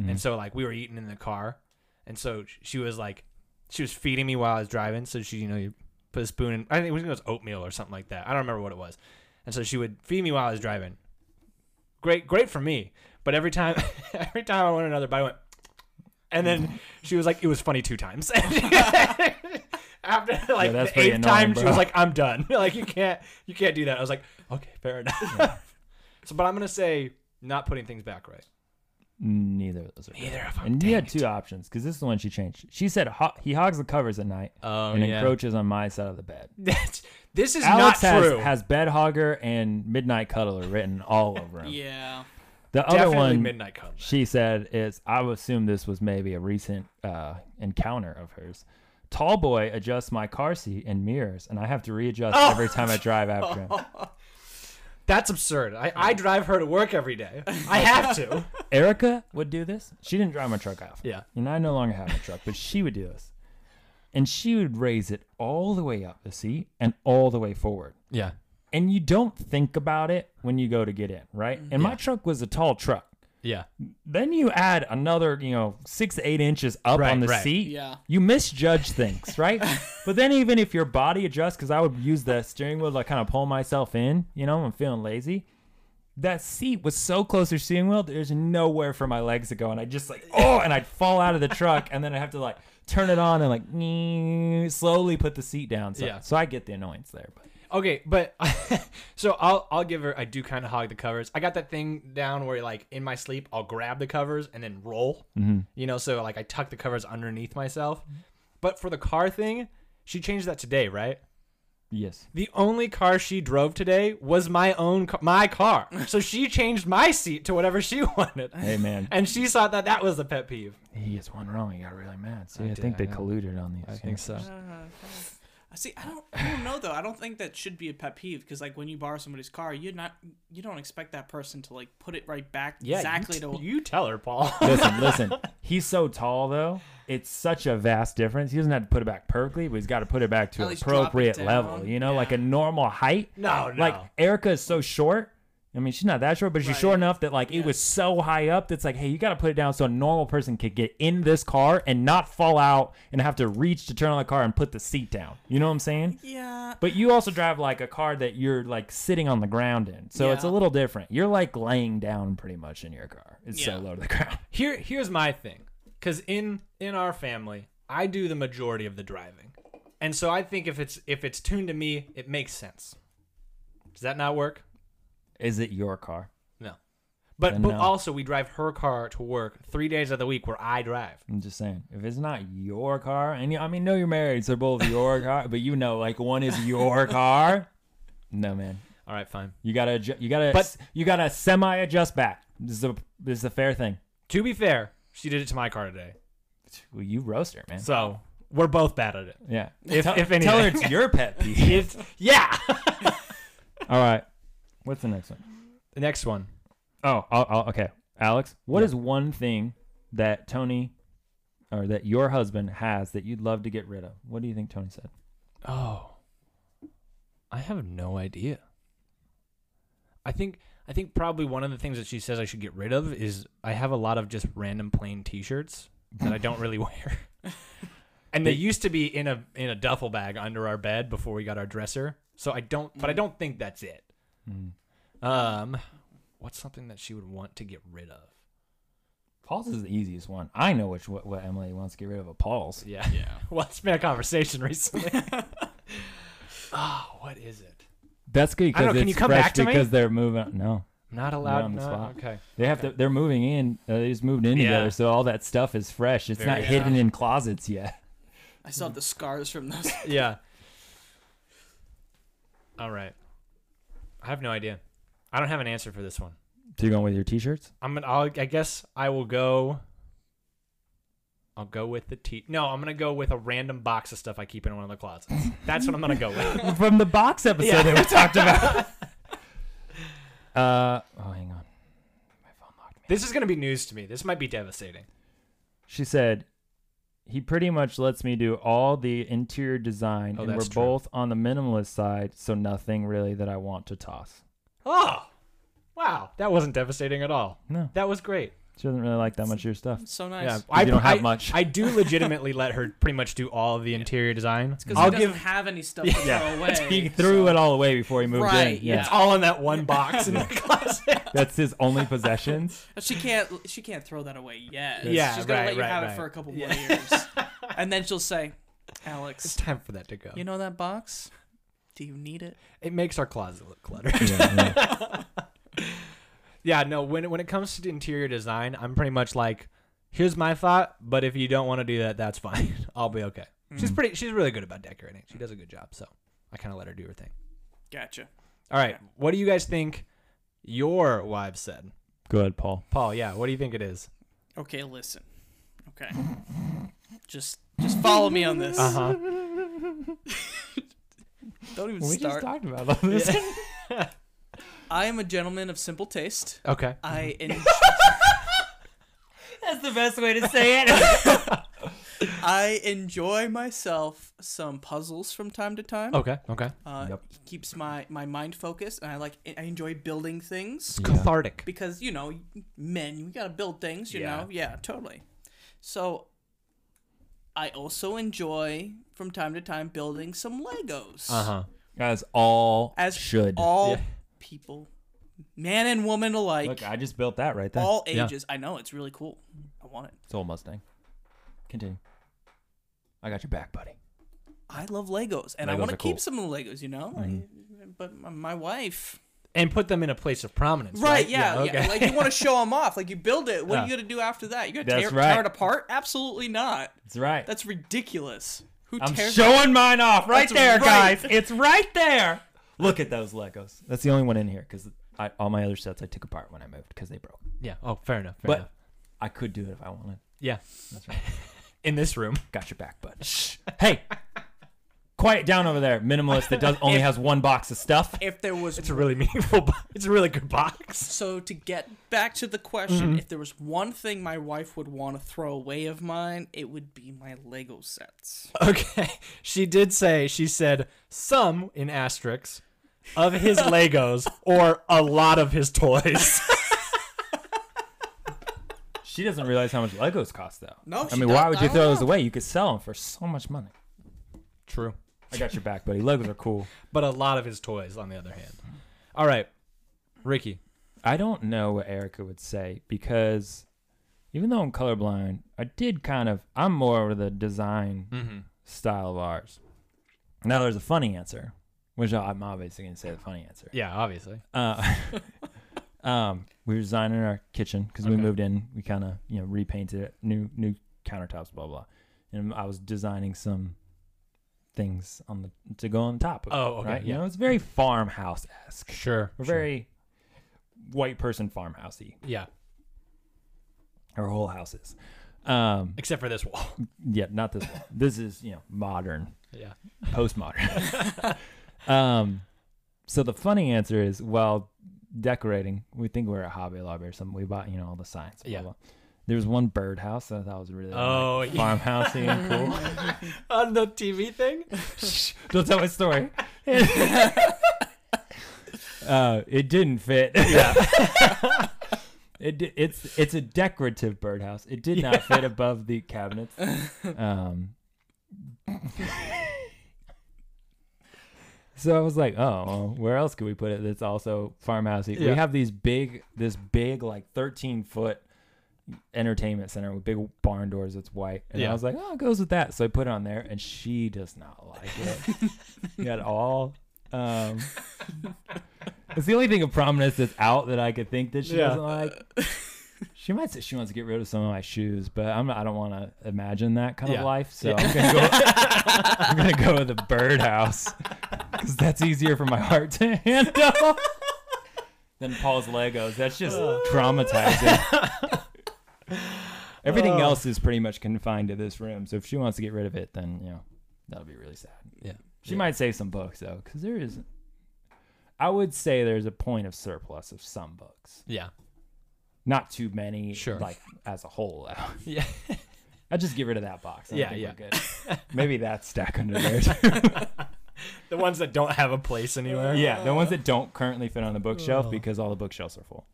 Speaker 2: Mm.
Speaker 1: and so like we were eating in the car, and so sh- she was like, she was feeding me while I was driving, so she, you know, you put a spoon in, I think it was, it was oatmeal or something like that. I don't remember what it was, and so she would feed me while I was driving. Great, great for me. But every time, every time I wanted another bite, I went. And then she was like, "It was funny two times." After like
Speaker 2: that's
Speaker 1: the
Speaker 2: pretty
Speaker 1: eighth
Speaker 2: annoying,
Speaker 1: time, she
Speaker 2: bro.
Speaker 1: was like, "I'm done. like you can't, you can't do that." I was like, "Okay, fair enough." so, but I'm gonna say not putting things back right.
Speaker 2: Neither of those are. good.
Speaker 1: Neither of them.
Speaker 2: And you had
Speaker 1: Dang
Speaker 2: two options because this is the one she changed. She said ho- he hogs the covers at night
Speaker 1: Oh,
Speaker 2: and
Speaker 1: yeah.
Speaker 2: encroaches on my side of the bed.
Speaker 1: it. this is
Speaker 2: Alex
Speaker 1: not
Speaker 2: has,
Speaker 1: true.
Speaker 2: has bed hogger and midnight cuddler written all over him.
Speaker 3: Yeah.
Speaker 2: The other
Speaker 1: Definitely
Speaker 2: one
Speaker 1: midnight comes.
Speaker 2: she said is I would assume this was maybe a recent uh, encounter of hers. Tall boy adjusts my car seat and mirrors, and I have to readjust
Speaker 1: Oh,
Speaker 2: every time I drive after him.
Speaker 1: That's absurd. I, I drive her to work every day. I have to.
Speaker 2: Erica would do this. She didn't drive my truck off.
Speaker 1: Yeah.
Speaker 2: And I no longer have a truck, but she would do this. And she would raise it all the way up the seat and all the way forward.
Speaker 1: Yeah.
Speaker 2: And you don't think about it when you go to get in, right? And my truck was a tall truck.
Speaker 1: Yeah.
Speaker 2: then you add another, you know, six to eight inches up
Speaker 1: Right,
Speaker 2: on the
Speaker 1: right.
Speaker 2: seat.
Speaker 3: Yeah.
Speaker 2: You misjudge things, right? but then even if your body adjusts, because I would use the steering wheel to like kind of pull myself in, you know, I'm feeling lazy. That seat was so close to the steering wheel, there's nowhere for my legs to go. And I just like, oh, and I'd fall out of the truck. And then I have to like turn it on and like nee, slowly put the seat down. So,
Speaker 1: Yeah.
Speaker 2: so I get the annoyance there. But
Speaker 1: Okay, but so I'll I'll give her. I do kind of hog the covers. I got that thing down where like in my sleep I'll grab the covers and then roll. Mm-hmm. You know, so like I tuck the covers underneath myself. But for the car thing, she changed that today, right?
Speaker 2: yes.
Speaker 1: The only car she drove today was my own ca- my car. So she changed my seat to whatever she wanted.
Speaker 2: Hey, man.
Speaker 1: And she thought that that was a pet peeve.
Speaker 2: He gets one wrong. He got really mad. See, I,
Speaker 1: did,
Speaker 2: think
Speaker 1: I
Speaker 2: they
Speaker 1: know.
Speaker 2: colluded on these.
Speaker 1: I think so.
Speaker 3: I see. I don't. I don't know though. I don't think that should be a pet peeve because like when you borrow somebody's car, you're not. You don't expect that person to like put it right back exactly
Speaker 1: You,
Speaker 3: to.
Speaker 1: you tell her, Paul.
Speaker 2: Listen, listen. He's so tall though. It's such a vast difference. He doesn't have to put it back perfectly, but he's got to put it back to
Speaker 3: At
Speaker 2: an
Speaker 3: least drop it
Speaker 2: appropriate
Speaker 3: down.
Speaker 2: level. You know,
Speaker 3: Yeah.
Speaker 2: like a normal height.
Speaker 1: No, no.
Speaker 2: Like Erica is so short. I mean, she's not that short, but she's
Speaker 3: Right.
Speaker 2: short enough that like
Speaker 3: Yeah.
Speaker 2: it was so high up that's like, hey, you got to put it down so a normal person could get in this car and not fall out and have to reach to turn on the car and put the seat down. You know what I'm saying?
Speaker 3: yeah.
Speaker 2: But you also drive like a car that you're like sitting on the ground in, so it's a
Speaker 3: Yeah.
Speaker 2: little different. You're like laying down pretty much in your car. It's
Speaker 3: Yeah.
Speaker 2: so low to the ground.
Speaker 1: Here, here's my thing, because in in our family, I do the majority of the driving, and so I think if it's if it's tuned to me, it makes sense. Does that not work?
Speaker 2: Is it your car?
Speaker 1: No. But
Speaker 2: Then
Speaker 1: but
Speaker 2: no.
Speaker 1: also we drive her car to work three days of the week where I drive.
Speaker 2: I'm just saying, if it's not your car, and you, I mean, no, you're married, so both your car, but you know, like one is your car. No, man,
Speaker 1: All right, fine.
Speaker 2: you gotta, adju- you gotta,
Speaker 1: But-
Speaker 2: you gotta semi adjust back. This is a, this is a fair thing.
Speaker 1: To be fair, she did it to my car today,
Speaker 2: Well, you roast her, man.
Speaker 1: so we're both bad at it.
Speaker 2: yeah.
Speaker 1: If
Speaker 2: tell,
Speaker 1: if
Speaker 2: tell her
Speaker 1: anything,
Speaker 2: it's your pet peeve.
Speaker 1: it's, yeah.
Speaker 2: All right. What's the next one?
Speaker 1: the next one.
Speaker 2: Oh, I'll, I'll, okay. Alex, What is one thing that Tony or that your husband has that you'd love to get rid of? What do you think Tony said?
Speaker 1: Oh, I have no idea. I think I think probably one of the things that she says I should get rid of is I have a lot of just random plain T-shirts that I don't really wear. And they used to be in a in a duffel bag under our bed before we got our dresser. So I don't, but I
Speaker 2: Mm.
Speaker 1: don't think that's it.
Speaker 2: Hmm.
Speaker 1: Um, what's something that she would want to get rid of?
Speaker 2: Paul's is the easiest one. I know which what, what Emily wants to get rid of. A Paul's.
Speaker 1: Yeah.
Speaker 3: Yeah.
Speaker 1: Well, it's been a conversation recently. oh, what is it?
Speaker 2: That's good
Speaker 1: I don't
Speaker 2: because
Speaker 1: know, can
Speaker 2: it's
Speaker 1: you come
Speaker 2: fresh
Speaker 1: back to me?
Speaker 2: because they're moving. No,
Speaker 1: Not allowed.
Speaker 2: on the
Speaker 1: not-
Speaker 2: spot.
Speaker 1: Okay.
Speaker 2: they have to. They're moving in. Uh, they just moved in
Speaker 1: Yeah.
Speaker 2: together, so all that stuff is fresh. It's
Speaker 1: Very
Speaker 2: not
Speaker 1: good.
Speaker 2: hidden in closets yet.
Speaker 3: I still have the scars from those.
Speaker 1: yeah. All right. I have no idea. I don't have an answer for this one.
Speaker 2: So you're going with your t-shirts?
Speaker 1: I'm gonna. I'll, I guess I will go. I'll go with the t. No, I'm gonna go with a random box of stuff I keep in one of the closets. That's what I'm gonna go with.
Speaker 2: From the box episode
Speaker 1: Yeah.
Speaker 2: that we talked about. uh oh, hang on. My phone locked me.
Speaker 1: This is gonna be news to me. This might be devastating.
Speaker 2: She said, "He pretty much lets me do all the interior design,
Speaker 1: Oh,
Speaker 2: and we're
Speaker 1: that's true.
Speaker 2: both on the minimalist side, so nothing really that I want to toss.
Speaker 1: Oh, wow. That wasn't devastating at all.
Speaker 2: No,
Speaker 1: That was great.
Speaker 2: she doesn't really like that much of your stuff.
Speaker 3: So nice.
Speaker 1: Yeah,
Speaker 2: You don't have
Speaker 1: I,
Speaker 2: much.
Speaker 1: I do legitimately let her pretty much do all of the interior design.
Speaker 3: Because he
Speaker 1: I'll
Speaker 3: doesn't
Speaker 1: give.
Speaker 3: have any stuff to throw away.
Speaker 2: He threw it all away before he moved
Speaker 3: Right,
Speaker 2: in. Yeah,
Speaker 1: It's all in that one box in the closet.
Speaker 2: that's his only possessions.
Speaker 3: But She can't. She can't throw that away yet.
Speaker 1: Yeah,
Speaker 3: she's gonna
Speaker 1: right,
Speaker 3: let you
Speaker 1: right,
Speaker 3: have
Speaker 1: right.
Speaker 3: it for a couple
Speaker 1: Yeah.
Speaker 3: more years, and then she'll say,
Speaker 1: It's
Speaker 3: "Alex,
Speaker 1: time for that to go.
Speaker 3: you know that box? Do you need it?"
Speaker 1: it makes our closet look cluttered. yeah, no, when when it comes to interior design, I'm pretty much like, here's my thought, but if you don't want to do that, that's fine. I'll be okay. She's
Speaker 3: Hmm.
Speaker 1: pretty she's really good about decorating. She does a good job, so I kind of let her do her thing.
Speaker 3: Gotcha.
Speaker 1: All right, what do you guys think your wives said?
Speaker 2: Go ahead, Paul.
Speaker 1: Paul, yeah, what do you think it is?
Speaker 3: Okay, listen. Okay, just just follow me on this.
Speaker 1: Uh-huh.
Speaker 3: Don't even
Speaker 2: We
Speaker 3: start.
Speaker 2: just talked about all this.
Speaker 3: I am a gentleman of simple taste.
Speaker 1: Okay.
Speaker 3: I en-
Speaker 2: That's the best way to say it.
Speaker 3: I enjoy myself some puzzles from time to time.
Speaker 1: Okay. Okay.
Speaker 3: Uh,
Speaker 2: Yep.
Speaker 3: Keeps my my mind focused, and I like I enjoy building things.
Speaker 1: Cathartic.
Speaker 3: because you know men we gotta build things you
Speaker 1: Yeah.
Speaker 3: know yeah totally so i also enjoy from time to time building some legos
Speaker 1: Uh-huh.
Speaker 2: As all
Speaker 3: as
Speaker 2: should.
Speaker 3: all
Speaker 1: Yeah.
Speaker 3: people man and woman alike
Speaker 2: Look, I just built that right there.
Speaker 3: all
Speaker 1: Yeah.
Speaker 3: ages i know it's really cool i want it
Speaker 2: it's old Mustang. Continue. I got your back, buddy.
Speaker 3: i love legos and i
Speaker 2: Legos
Speaker 3: want
Speaker 2: are
Speaker 3: to
Speaker 2: cool.
Speaker 3: keep some of the legos you know I- but my- my wife
Speaker 1: And put them in a place of prominence.
Speaker 3: Right,
Speaker 1: Right.
Speaker 3: yeah, yeah, Like you want to show them off. Like you build it. What are you
Speaker 1: Yeah.
Speaker 3: gonna do after that? You gonna
Speaker 2: That's
Speaker 3: tear,
Speaker 2: right.
Speaker 3: tear it apart? Absolutely not.
Speaker 2: That's right.
Speaker 3: That's ridiculous. Who
Speaker 2: I'm
Speaker 3: tears
Speaker 2: showing mine off right
Speaker 3: That's
Speaker 2: there,
Speaker 3: right.
Speaker 2: guys. It's right there. Look at those Legos. That's the only one in here because all my other sets I took apart when I moved because they broke.
Speaker 1: yeah. Oh, fair enough. Fair
Speaker 2: but
Speaker 1: enough.
Speaker 2: I could do it if I wanted.
Speaker 1: Yeah.
Speaker 2: That's right.
Speaker 1: In this room.
Speaker 2: Got your back, bud. hey, quiet down over there, minimalist that does only has one box of stuff.
Speaker 3: If there was
Speaker 1: It's a really meaningful. Bo- it's a really good box.
Speaker 3: So to get back to the question, if there was one thing my wife would want to throw away of mine, it would be my Lego sets.
Speaker 1: Okay. She did say, she said, some in asterisks of his Legos or a lot of his toys.
Speaker 2: She doesn't realize how much Legos cost though.
Speaker 3: No,
Speaker 2: I
Speaker 3: she
Speaker 2: mean, why
Speaker 3: don't-
Speaker 2: would
Speaker 3: I
Speaker 2: you
Speaker 3: don't
Speaker 2: throw
Speaker 3: know.
Speaker 2: those away? You could sell them for so much money.
Speaker 1: True.
Speaker 2: I got your back, buddy. Legos are cool.
Speaker 1: But a lot of his toys, on the other hand. All right. Ricky.
Speaker 2: I don't know what Erica would say because even though I'm colorblind, I did kind of I'm more over the design
Speaker 1: Mm-hmm.
Speaker 2: style of ours. Now there's a funny answer, which I'm obviously gonna say the funny answer.
Speaker 1: Yeah, obviously.
Speaker 2: Uh, um, we were designing our kitchen because we
Speaker 1: Okay.
Speaker 2: moved in. We kind of you know repainted it, new new countertops, blah blah. And I was designing some things on the to go on top. Of it,
Speaker 1: Oh, okay,
Speaker 2: right?
Speaker 1: yeah.
Speaker 2: You know, it's very farmhouse esque.
Speaker 1: Sure.
Speaker 2: We're
Speaker 1: sure.
Speaker 2: very white person farmhousey.
Speaker 1: Yeah.
Speaker 2: Our whole house is. Um,
Speaker 1: Except for this wall.
Speaker 2: yeah, not this one. This is you know modern
Speaker 1: Yeah.
Speaker 2: postmodern. um, so the funny answer is, well, decorating. We think we're at Hobby Lobby or something. We bought, you know, all the signs. Blah,
Speaker 1: Yeah.
Speaker 2: Blah. There was one birdhouse that I thought was really
Speaker 1: Oh,
Speaker 2: like,
Speaker 1: yeah.
Speaker 2: farmhousey and cool.
Speaker 1: On the TV thing?
Speaker 2: Don't tell my story. uh, it didn't fit. it di- it's it's a decorative birdhouse. It did not fit above the cabinets. Um, so I was like, oh, well, where else could we put it? That's also farmhousey.
Speaker 1: Yeah.
Speaker 2: We have these big, this big like thirteen foot entertainment center with big barn doors that's white. And
Speaker 1: Yeah.
Speaker 2: I was like, oh, it goes with that. So I put it on there, and she does not like it at all. Um, it's the only thing of prominence that's out that I could think that she
Speaker 1: Yeah.
Speaker 2: doesn't like. She might say she wants to get rid of some of my shoes, but I'm not, I don't want to imagine that kind
Speaker 1: Yeah.
Speaker 2: of life. So I'm gonna go. I'm gonna go with a birdhouse because that's easier for my heart to handle than Paul's Legos. That's just traumatizing. Uh. Everything
Speaker 1: Oh.
Speaker 2: else is pretty much confined to this room. So if she wants to get rid of it, then you know that'll be really sad.
Speaker 1: Yeah.
Speaker 2: She might save some books though, because there is. I would say there's a point of surplus of some books,
Speaker 1: Yeah.
Speaker 2: not too many,
Speaker 1: Sure.
Speaker 2: like as a whole. Though.
Speaker 1: Yeah.
Speaker 2: I'd just get rid of that box. I
Speaker 1: Yeah,
Speaker 2: think
Speaker 1: yeah.
Speaker 2: we're good. Maybe that stack under there.
Speaker 1: The ones that don't have a place anywhere.
Speaker 2: yeah, the ones that don't currently fit on the bookshelf because all the bookshelves are full.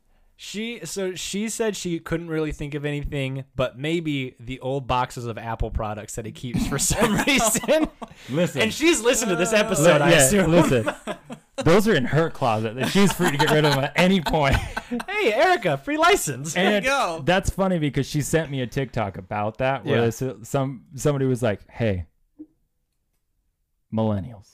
Speaker 1: She so she said she couldn't really think of anything, but maybe the old boxes of Apple products that he keeps for some reason.
Speaker 2: Listen,
Speaker 1: And she's listened to this episode,
Speaker 2: li-
Speaker 1: I
Speaker 2: yeah,
Speaker 1: assume.
Speaker 2: listen, those are in her closet that she's free to get rid of at any point.
Speaker 1: Hey, Erica, free license.
Speaker 3: you
Speaker 2: And
Speaker 3: go.
Speaker 2: that's funny because she sent me a TikTok about that where
Speaker 1: Yeah.
Speaker 2: this, some somebody was like, "Hey, millennials,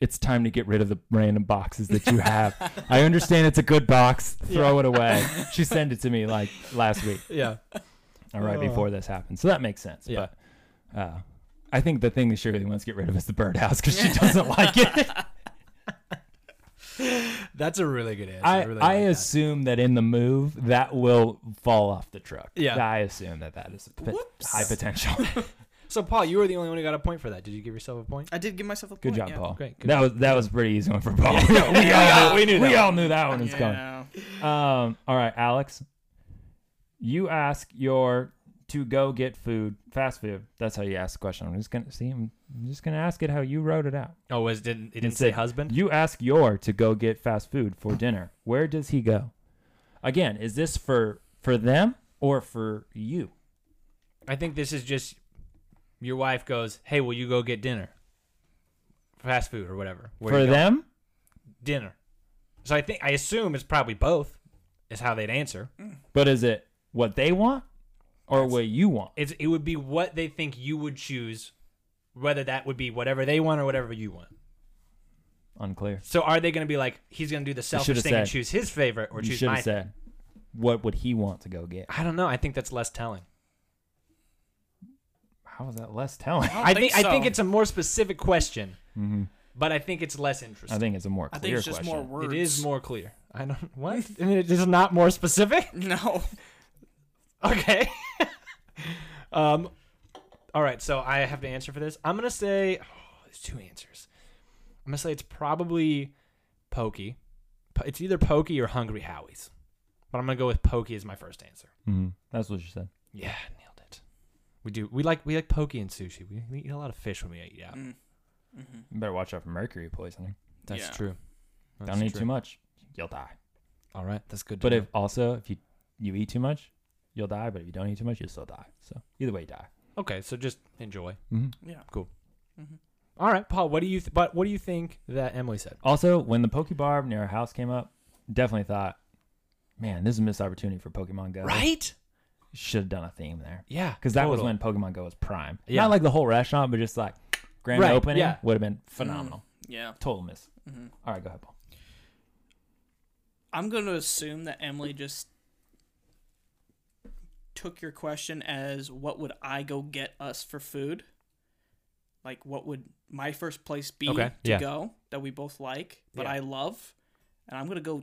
Speaker 2: it's time to get rid of the random boxes that you have. I understand it's a good box. Throw it away." She sent it to me like last week.
Speaker 1: yeah.
Speaker 2: or right
Speaker 1: Oh.
Speaker 2: before this happened. So that makes sense.
Speaker 1: Yeah.
Speaker 2: But uh, I think the thing that she really wants to get rid of is the birdhouse because she doesn't like it.
Speaker 1: That's a really good answer.
Speaker 2: I,
Speaker 1: really
Speaker 2: I
Speaker 1: like that.
Speaker 2: assume that. in the move that will fall off the truck.
Speaker 1: Yeah.
Speaker 2: I assume that that is a pot-
Speaker 3: Whoops.
Speaker 2: high potential.
Speaker 1: So, Paul, you were the only one who got a point for that. Did you give yourself a point?
Speaker 3: I did give myself a point.
Speaker 2: Good job,
Speaker 3: yeah.
Speaker 2: Paul.
Speaker 1: Great, good
Speaker 2: that was that was a pretty easy one for Paul. we all, knew, we, all knew that one was
Speaker 3: Oh, Yeah.
Speaker 2: going. Um, all right, Alex, you ask your to go get food, fast food. That's how you ask the question. I'm just gonna see. I'm I'm just gonna ask it how you wrote it out.
Speaker 1: Oh, was didn't it didn't
Speaker 2: say
Speaker 1: say husband?
Speaker 2: You ask Yor to go get fast food for dinner. Where does he go? Again, is this for for them or for you?
Speaker 1: I think this is just your wife goes, "Hey, will you go get dinner? Fast food or whatever." Where
Speaker 2: for
Speaker 1: you go?
Speaker 2: them?
Speaker 1: dinner. So I think I assume it's probably both. Is how they'd answer.
Speaker 2: But is it what they want or what you want?
Speaker 1: It's it would be what they think you would choose, whether that would be whatever they want or whatever you want.
Speaker 2: Unclear.
Speaker 1: So are they going to be like he's going to do the selfish
Speaker 2: should've
Speaker 1: thing and
Speaker 2: said.
Speaker 1: choose his favorite or
Speaker 2: you
Speaker 1: choose
Speaker 2: should
Speaker 1: my?
Speaker 2: have said what would he want to go get?
Speaker 1: I don't know. I think that's less telling.
Speaker 2: How is that less telling?
Speaker 3: I, don't
Speaker 1: I think, I
Speaker 3: so.
Speaker 1: think it's a more specific question,
Speaker 2: Mhm.
Speaker 1: but I think it's less interesting.
Speaker 2: I think it's a more
Speaker 3: I
Speaker 2: clear
Speaker 3: think it's just
Speaker 2: question.
Speaker 3: more words.
Speaker 1: It is more clear. I don't what? I mean, it is not more specific.
Speaker 3: No.
Speaker 1: Okay. um. All right. So I have to answer for this. I'm gonna say. There's two answers. I'm gonna say it's probably Pokey. Po- It's either Pokey or Hungry Howie's, but I'm gonna go with Pokey as my first answer.
Speaker 2: Mm-hmm. That's what you said.
Speaker 1: Yeah, nailed it. We do. We like we like Pokey and sushi. We, we eat a lot of fish when we eat out.
Speaker 3: Mm. Mm-hmm.
Speaker 2: You better watch out for mercury poisoning.
Speaker 1: That's
Speaker 3: Yeah.
Speaker 1: true. That's
Speaker 2: Don't eat
Speaker 1: true.
Speaker 2: too much. You'll die.
Speaker 1: All right, that's good. to
Speaker 2: But
Speaker 1: know.
Speaker 2: if also if you you eat too much, you'll die. But if you don't eat too much, you'll still die. So either way, you die.
Speaker 1: okay, so just enjoy.
Speaker 2: Mm-hmm.
Speaker 3: Yeah.
Speaker 1: Cool.
Speaker 3: Mhm.
Speaker 1: All right, Paul. What do you? Th- but what do you think that Emily said?
Speaker 2: Also, when the Pokebarb near our house came up, definitely thought, man, this is a missed opportunity for Pokemon Go.
Speaker 1: Right?
Speaker 2: Should have done a theme there
Speaker 1: Yeah.
Speaker 2: because that
Speaker 1: total.
Speaker 2: was when Pokemon Go was prime.
Speaker 1: Yeah.
Speaker 2: Not like the whole restaurant, but just like grand
Speaker 1: Right,
Speaker 2: opening
Speaker 1: yeah. Mm.
Speaker 2: would have been phenomenal.
Speaker 3: Mm. Yeah.
Speaker 2: Total miss.
Speaker 3: Mm-hmm.
Speaker 2: All right, go ahead, Paul.
Speaker 3: I'm going to assume that Emily just took your question as what would I go get us for food? Like, what would my first place be
Speaker 1: Okay,
Speaker 3: to
Speaker 1: yeah.
Speaker 3: go that we both like, but
Speaker 1: Yeah.
Speaker 3: I love? And I'm going to go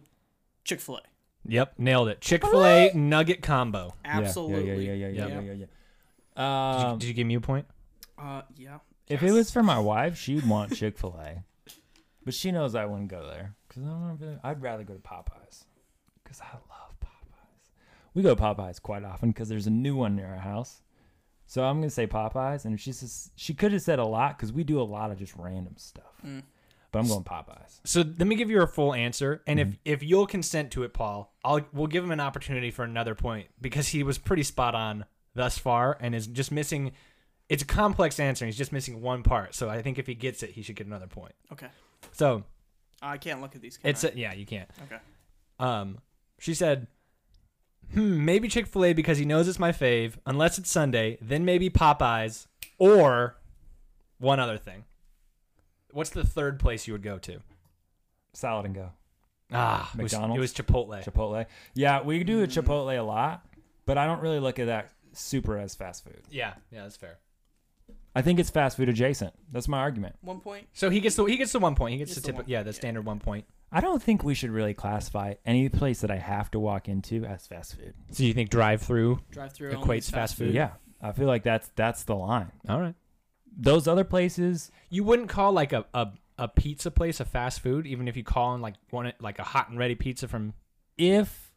Speaker 3: Chick fil A.
Speaker 1: Yep, nailed it. Chick Fil A nugget combo.
Speaker 3: Absolutely.
Speaker 2: Yeah, yeah, yeah, yeah, yeah, yeah,
Speaker 3: Yeah.
Speaker 2: yeah.
Speaker 1: Did,
Speaker 2: yeah.
Speaker 1: you,
Speaker 2: Um,
Speaker 1: did you give me a point?
Speaker 3: Uh, yeah.
Speaker 2: If it was for my wife, she'd want Chick Fil A, but she knows I wouldn't go there because I don't really, I'd rather go to Popeyes because I love Popeyes. We go to Popeyes quite often because there's a new one near our house, so I'm gonna say Popeyes. And she says she could have said a lot because we do a lot of just random stuff,
Speaker 3: Mm.
Speaker 2: but I'm going Popeyes.
Speaker 1: So let me give you a full answer, and if if you'll consent to it, Paul, I'll we'll give him an opportunity for another point because he was pretty spot on thus far, and is just missing. It's a complex answer. And he's just missing one part, so I think if he gets it, he should get another point.
Speaker 3: Okay.
Speaker 1: So
Speaker 3: I can't look at these. can
Speaker 1: it's
Speaker 3: I?
Speaker 1: a, yeah, you can't.
Speaker 3: Okay.
Speaker 1: Um, she said, "Hmm, maybe Chick Fil A because he knows it's my fave. Unless it's Sunday, then maybe Popeyes or one other thing. What's the third place you would go to?
Speaker 2: Salad and go.
Speaker 1: Ah, it was-
Speaker 2: McDonald's?
Speaker 1: It was, Chipotle.
Speaker 2: Chipotle. Yeah, we do a
Speaker 1: Mm.
Speaker 2: Chipotle a lot, but I don't really look at that super as fast food.
Speaker 1: yeah, yeah, that's fair.
Speaker 2: I think it's fast food adjacent. That's my argument.
Speaker 3: One point.
Speaker 1: So he gets the he gets the one point. He gets
Speaker 3: Gets
Speaker 1: the
Speaker 3: the
Speaker 1: tip.
Speaker 3: one-
Speaker 1: Yeah, the
Speaker 3: yeah.
Speaker 1: standard one point.
Speaker 2: I don't think we should really classify any place that I have to walk into as fast food.
Speaker 1: So you think drive through?
Speaker 3: Drive through
Speaker 1: Equates fast food.
Speaker 2: Yeah, I feel like that's that's the line.
Speaker 1: All right.
Speaker 2: Those other places,
Speaker 1: You wouldn't call like a, a a pizza place a fast food, even if you call in like one like a hot and ready pizza from.
Speaker 2: if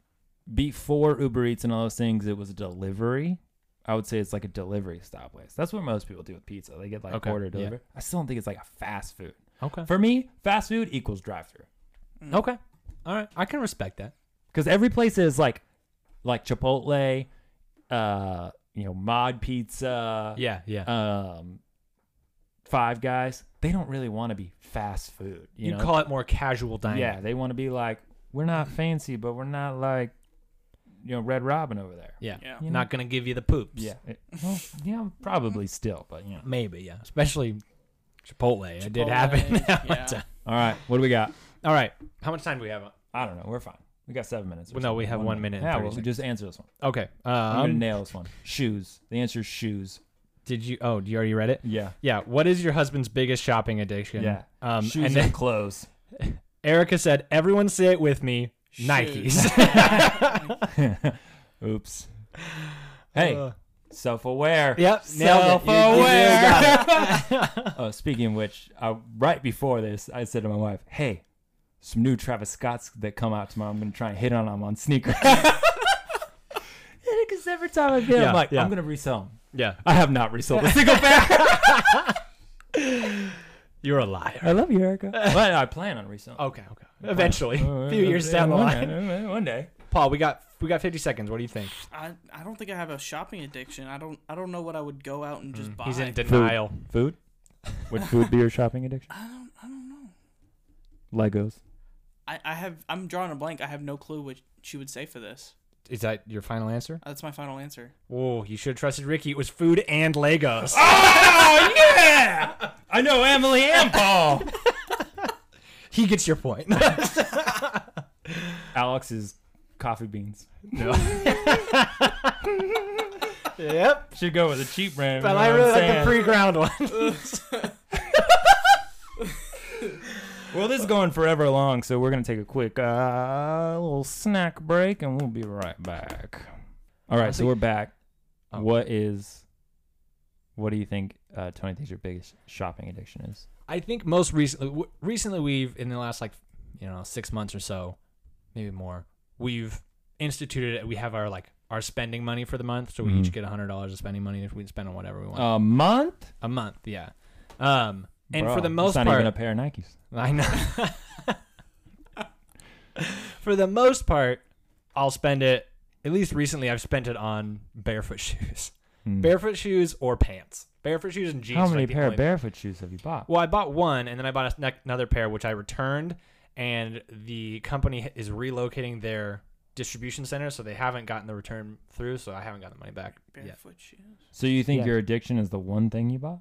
Speaker 2: before Uber Eats and all those things, it was delivery, I would say it's like a delivery style place. That's what most people do with pizza. They get like
Speaker 1: Okay,
Speaker 2: order
Speaker 1: yeah.
Speaker 2: delivery. I still don't think it's like a fast food.
Speaker 1: Okay.
Speaker 2: For me, fast food equals drive through
Speaker 1: Okay. All right. I can respect that.
Speaker 2: because every place is like like Chipotle, uh, you know, Mod Pizza,
Speaker 1: Yeah. Yeah.
Speaker 2: um five guys they don't really want to be fast food you,
Speaker 1: you
Speaker 2: know
Speaker 1: call it more casual dining.
Speaker 2: yeah they want to be like we're not fancy but we're not like you know red robin over there
Speaker 1: Yeah.
Speaker 3: Yeah.
Speaker 2: You know?
Speaker 1: Not gonna give you the poops.
Speaker 2: yeah it- well, yeah probably still but you know
Speaker 1: Maybe, yeah. Especially Chipotle. It did
Speaker 3: Chipotle,
Speaker 1: happen. at one
Speaker 3: yeah.
Speaker 1: time.
Speaker 2: all right what do we got
Speaker 1: All right. How much time do we have?
Speaker 2: i don't know we're fine we got seven minutes or
Speaker 1: Well, no, we
Speaker 2: something.
Speaker 1: have one minute and
Speaker 2: yeah
Speaker 1: 30
Speaker 2: we'll
Speaker 1: seconds.
Speaker 2: just answer this one
Speaker 1: Okay.
Speaker 2: i'm gonna
Speaker 1: Um,
Speaker 2: nail this one shoes the answer is shoes
Speaker 1: did you oh, you already read it?
Speaker 2: yeah
Speaker 1: Yeah. What is your husband's biggest shopping addiction?
Speaker 2: Yeah.
Speaker 1: Um
Speaker 2: shoes
Speaker 1: and
Speaker 2: and
Speaker 1: then
Speaker 2: clothes
Speaker 1: Erica said, Everyone say it with me. Nikes.
Speaker 2: oops hey
Speaker 1: Uh,
Speaker 2: self-aware
Speaker 1: yep. Nailed it. You- you really
Speaker 2: Self-aware.
Speaker 1: got it.
Speaker 2: Oh, speaking of which, uh, right before this, I said to my wife, "Hey, some new Travis Scotts that come out tomorrow. I'm gonna try and hit on them on sneakers." Because every time I get,
Speaker 1: Yeah,
Speaker 2: I'm like,
Speaker 1: yeah.
Speaker 2: "I'm gonna resell them."
Speaker 1: yeah.
Speaker 2: I have not resold a single pair.
Speaker 1: You're a liar.
Speaker 2: I love you, Erica. But I plan on reselling.
Speaker 1: Okay, okay. Eventually.
Speaker 2: Uh,
Speaker 1: A few years down the
Speaker 2: one
Speaker 1: line.
Speaker 2: day, one day.
Speaker 1: Paul, we got we got fifty seconds. What do you think?
Speaker 3: I, I don't think I have a shopping addiction. I don't I don't know what I would go out and just buy.
Speaker 1: Mm. He's in denial.
Speaker 2: Food. Would food be your shopping addiction?
Speaker 3: I don't I don't know.
Speaker 2: Legos.
Speaker 3: I, I have I'm drawing a blank. I have no clue what she would say for this.
Speaker 1: Is that your final answer?
Speaker 3: That's my final answer.
Speaker 1: Oh, you should have trusted Ricky. It was food and Legos.
Speaker 2: Oh yeah! I know Emily and Paul.
Speaker 1: He gets your point.
Speaker 2: Alex's coffee beans
Speaker 1: yep.
Speaker 2: should go with a cheap brand.
Speaker 1: But
Speaker 2: you know
Speaker 1: I
Speaker 2: what I'm
Speaker 1: really like
Speaker 2: saying?
Speaker 1: the pre-ground one.
Speaker 2: Well, this is going forever long, so we're going to take a quick uh, little snack break and we'll be right back. All right, so
Speaker 1: Honestly-
Speaker 2: we're back.
Speaker 1: Oh.
Speaker 2: What is, what do you think uh, Tony thinks your biggest shopping addiction is?
Speaker 1: I think most recently, w- recently we've in the last like you know six months or so, maybe more, we've instituted it. We have our like our spending money for the month, so we
Speaker 2: Mm-hmm.
Speaker 1: each get hundred dollars of spending money if we spend on whatever we want
Speaker 2: A month?
Speaker 1: a month. Yeah, um, and
Speaker 2: Bro,
Speaker 1: for the
Speaker 2: that's
Speaker 1: most
Speaker 2: not
Speaker 1: part,
Speaker 2: even a pair of Nikes.
Speaker 1: I know. For the most part, I'll spend it. At least recently, I've spent it on barefoot shoes,
Speaker 2: Hmm.
Speaker 1: barefoot shoes or pants, barefoot shoes and jeans.
Speaker 2: How
Speaker 1: is,
Speaker 2: many
Speaker 1: like, the
Speaker 2: pair of
Speaker 1: only-
Speaker 2: barefoot shoes have you bought?
Speaker 1: Well, I bought one, and then I bought a sne- another pair, which I returned. And the company is relocating their distribution center, so they haven't gotten the return through. So I haven't gotten the money back yet.
Speaker 3: Barefoot shoes.
Speaker 2: So you think
Speaker 1: Yeah.
Speaker 2: your addiction is the one thing you bought?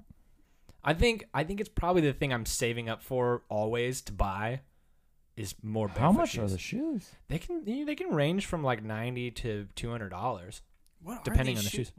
Speaker 1: I think I think it's probably the thing I'm saving up for always to buy is more.
Speaker 2: How
Speaker 1: barefoot
Speaker 2: much
Speaker 1: shoes.
Speaker 2: are the shoes?
Speaker 1: They can you know, they can range from like ninety to two hundred dollars
Speaker 3: What are
Speaker 1: depending on
Speaker 3: these
Speaker 1: the shoes.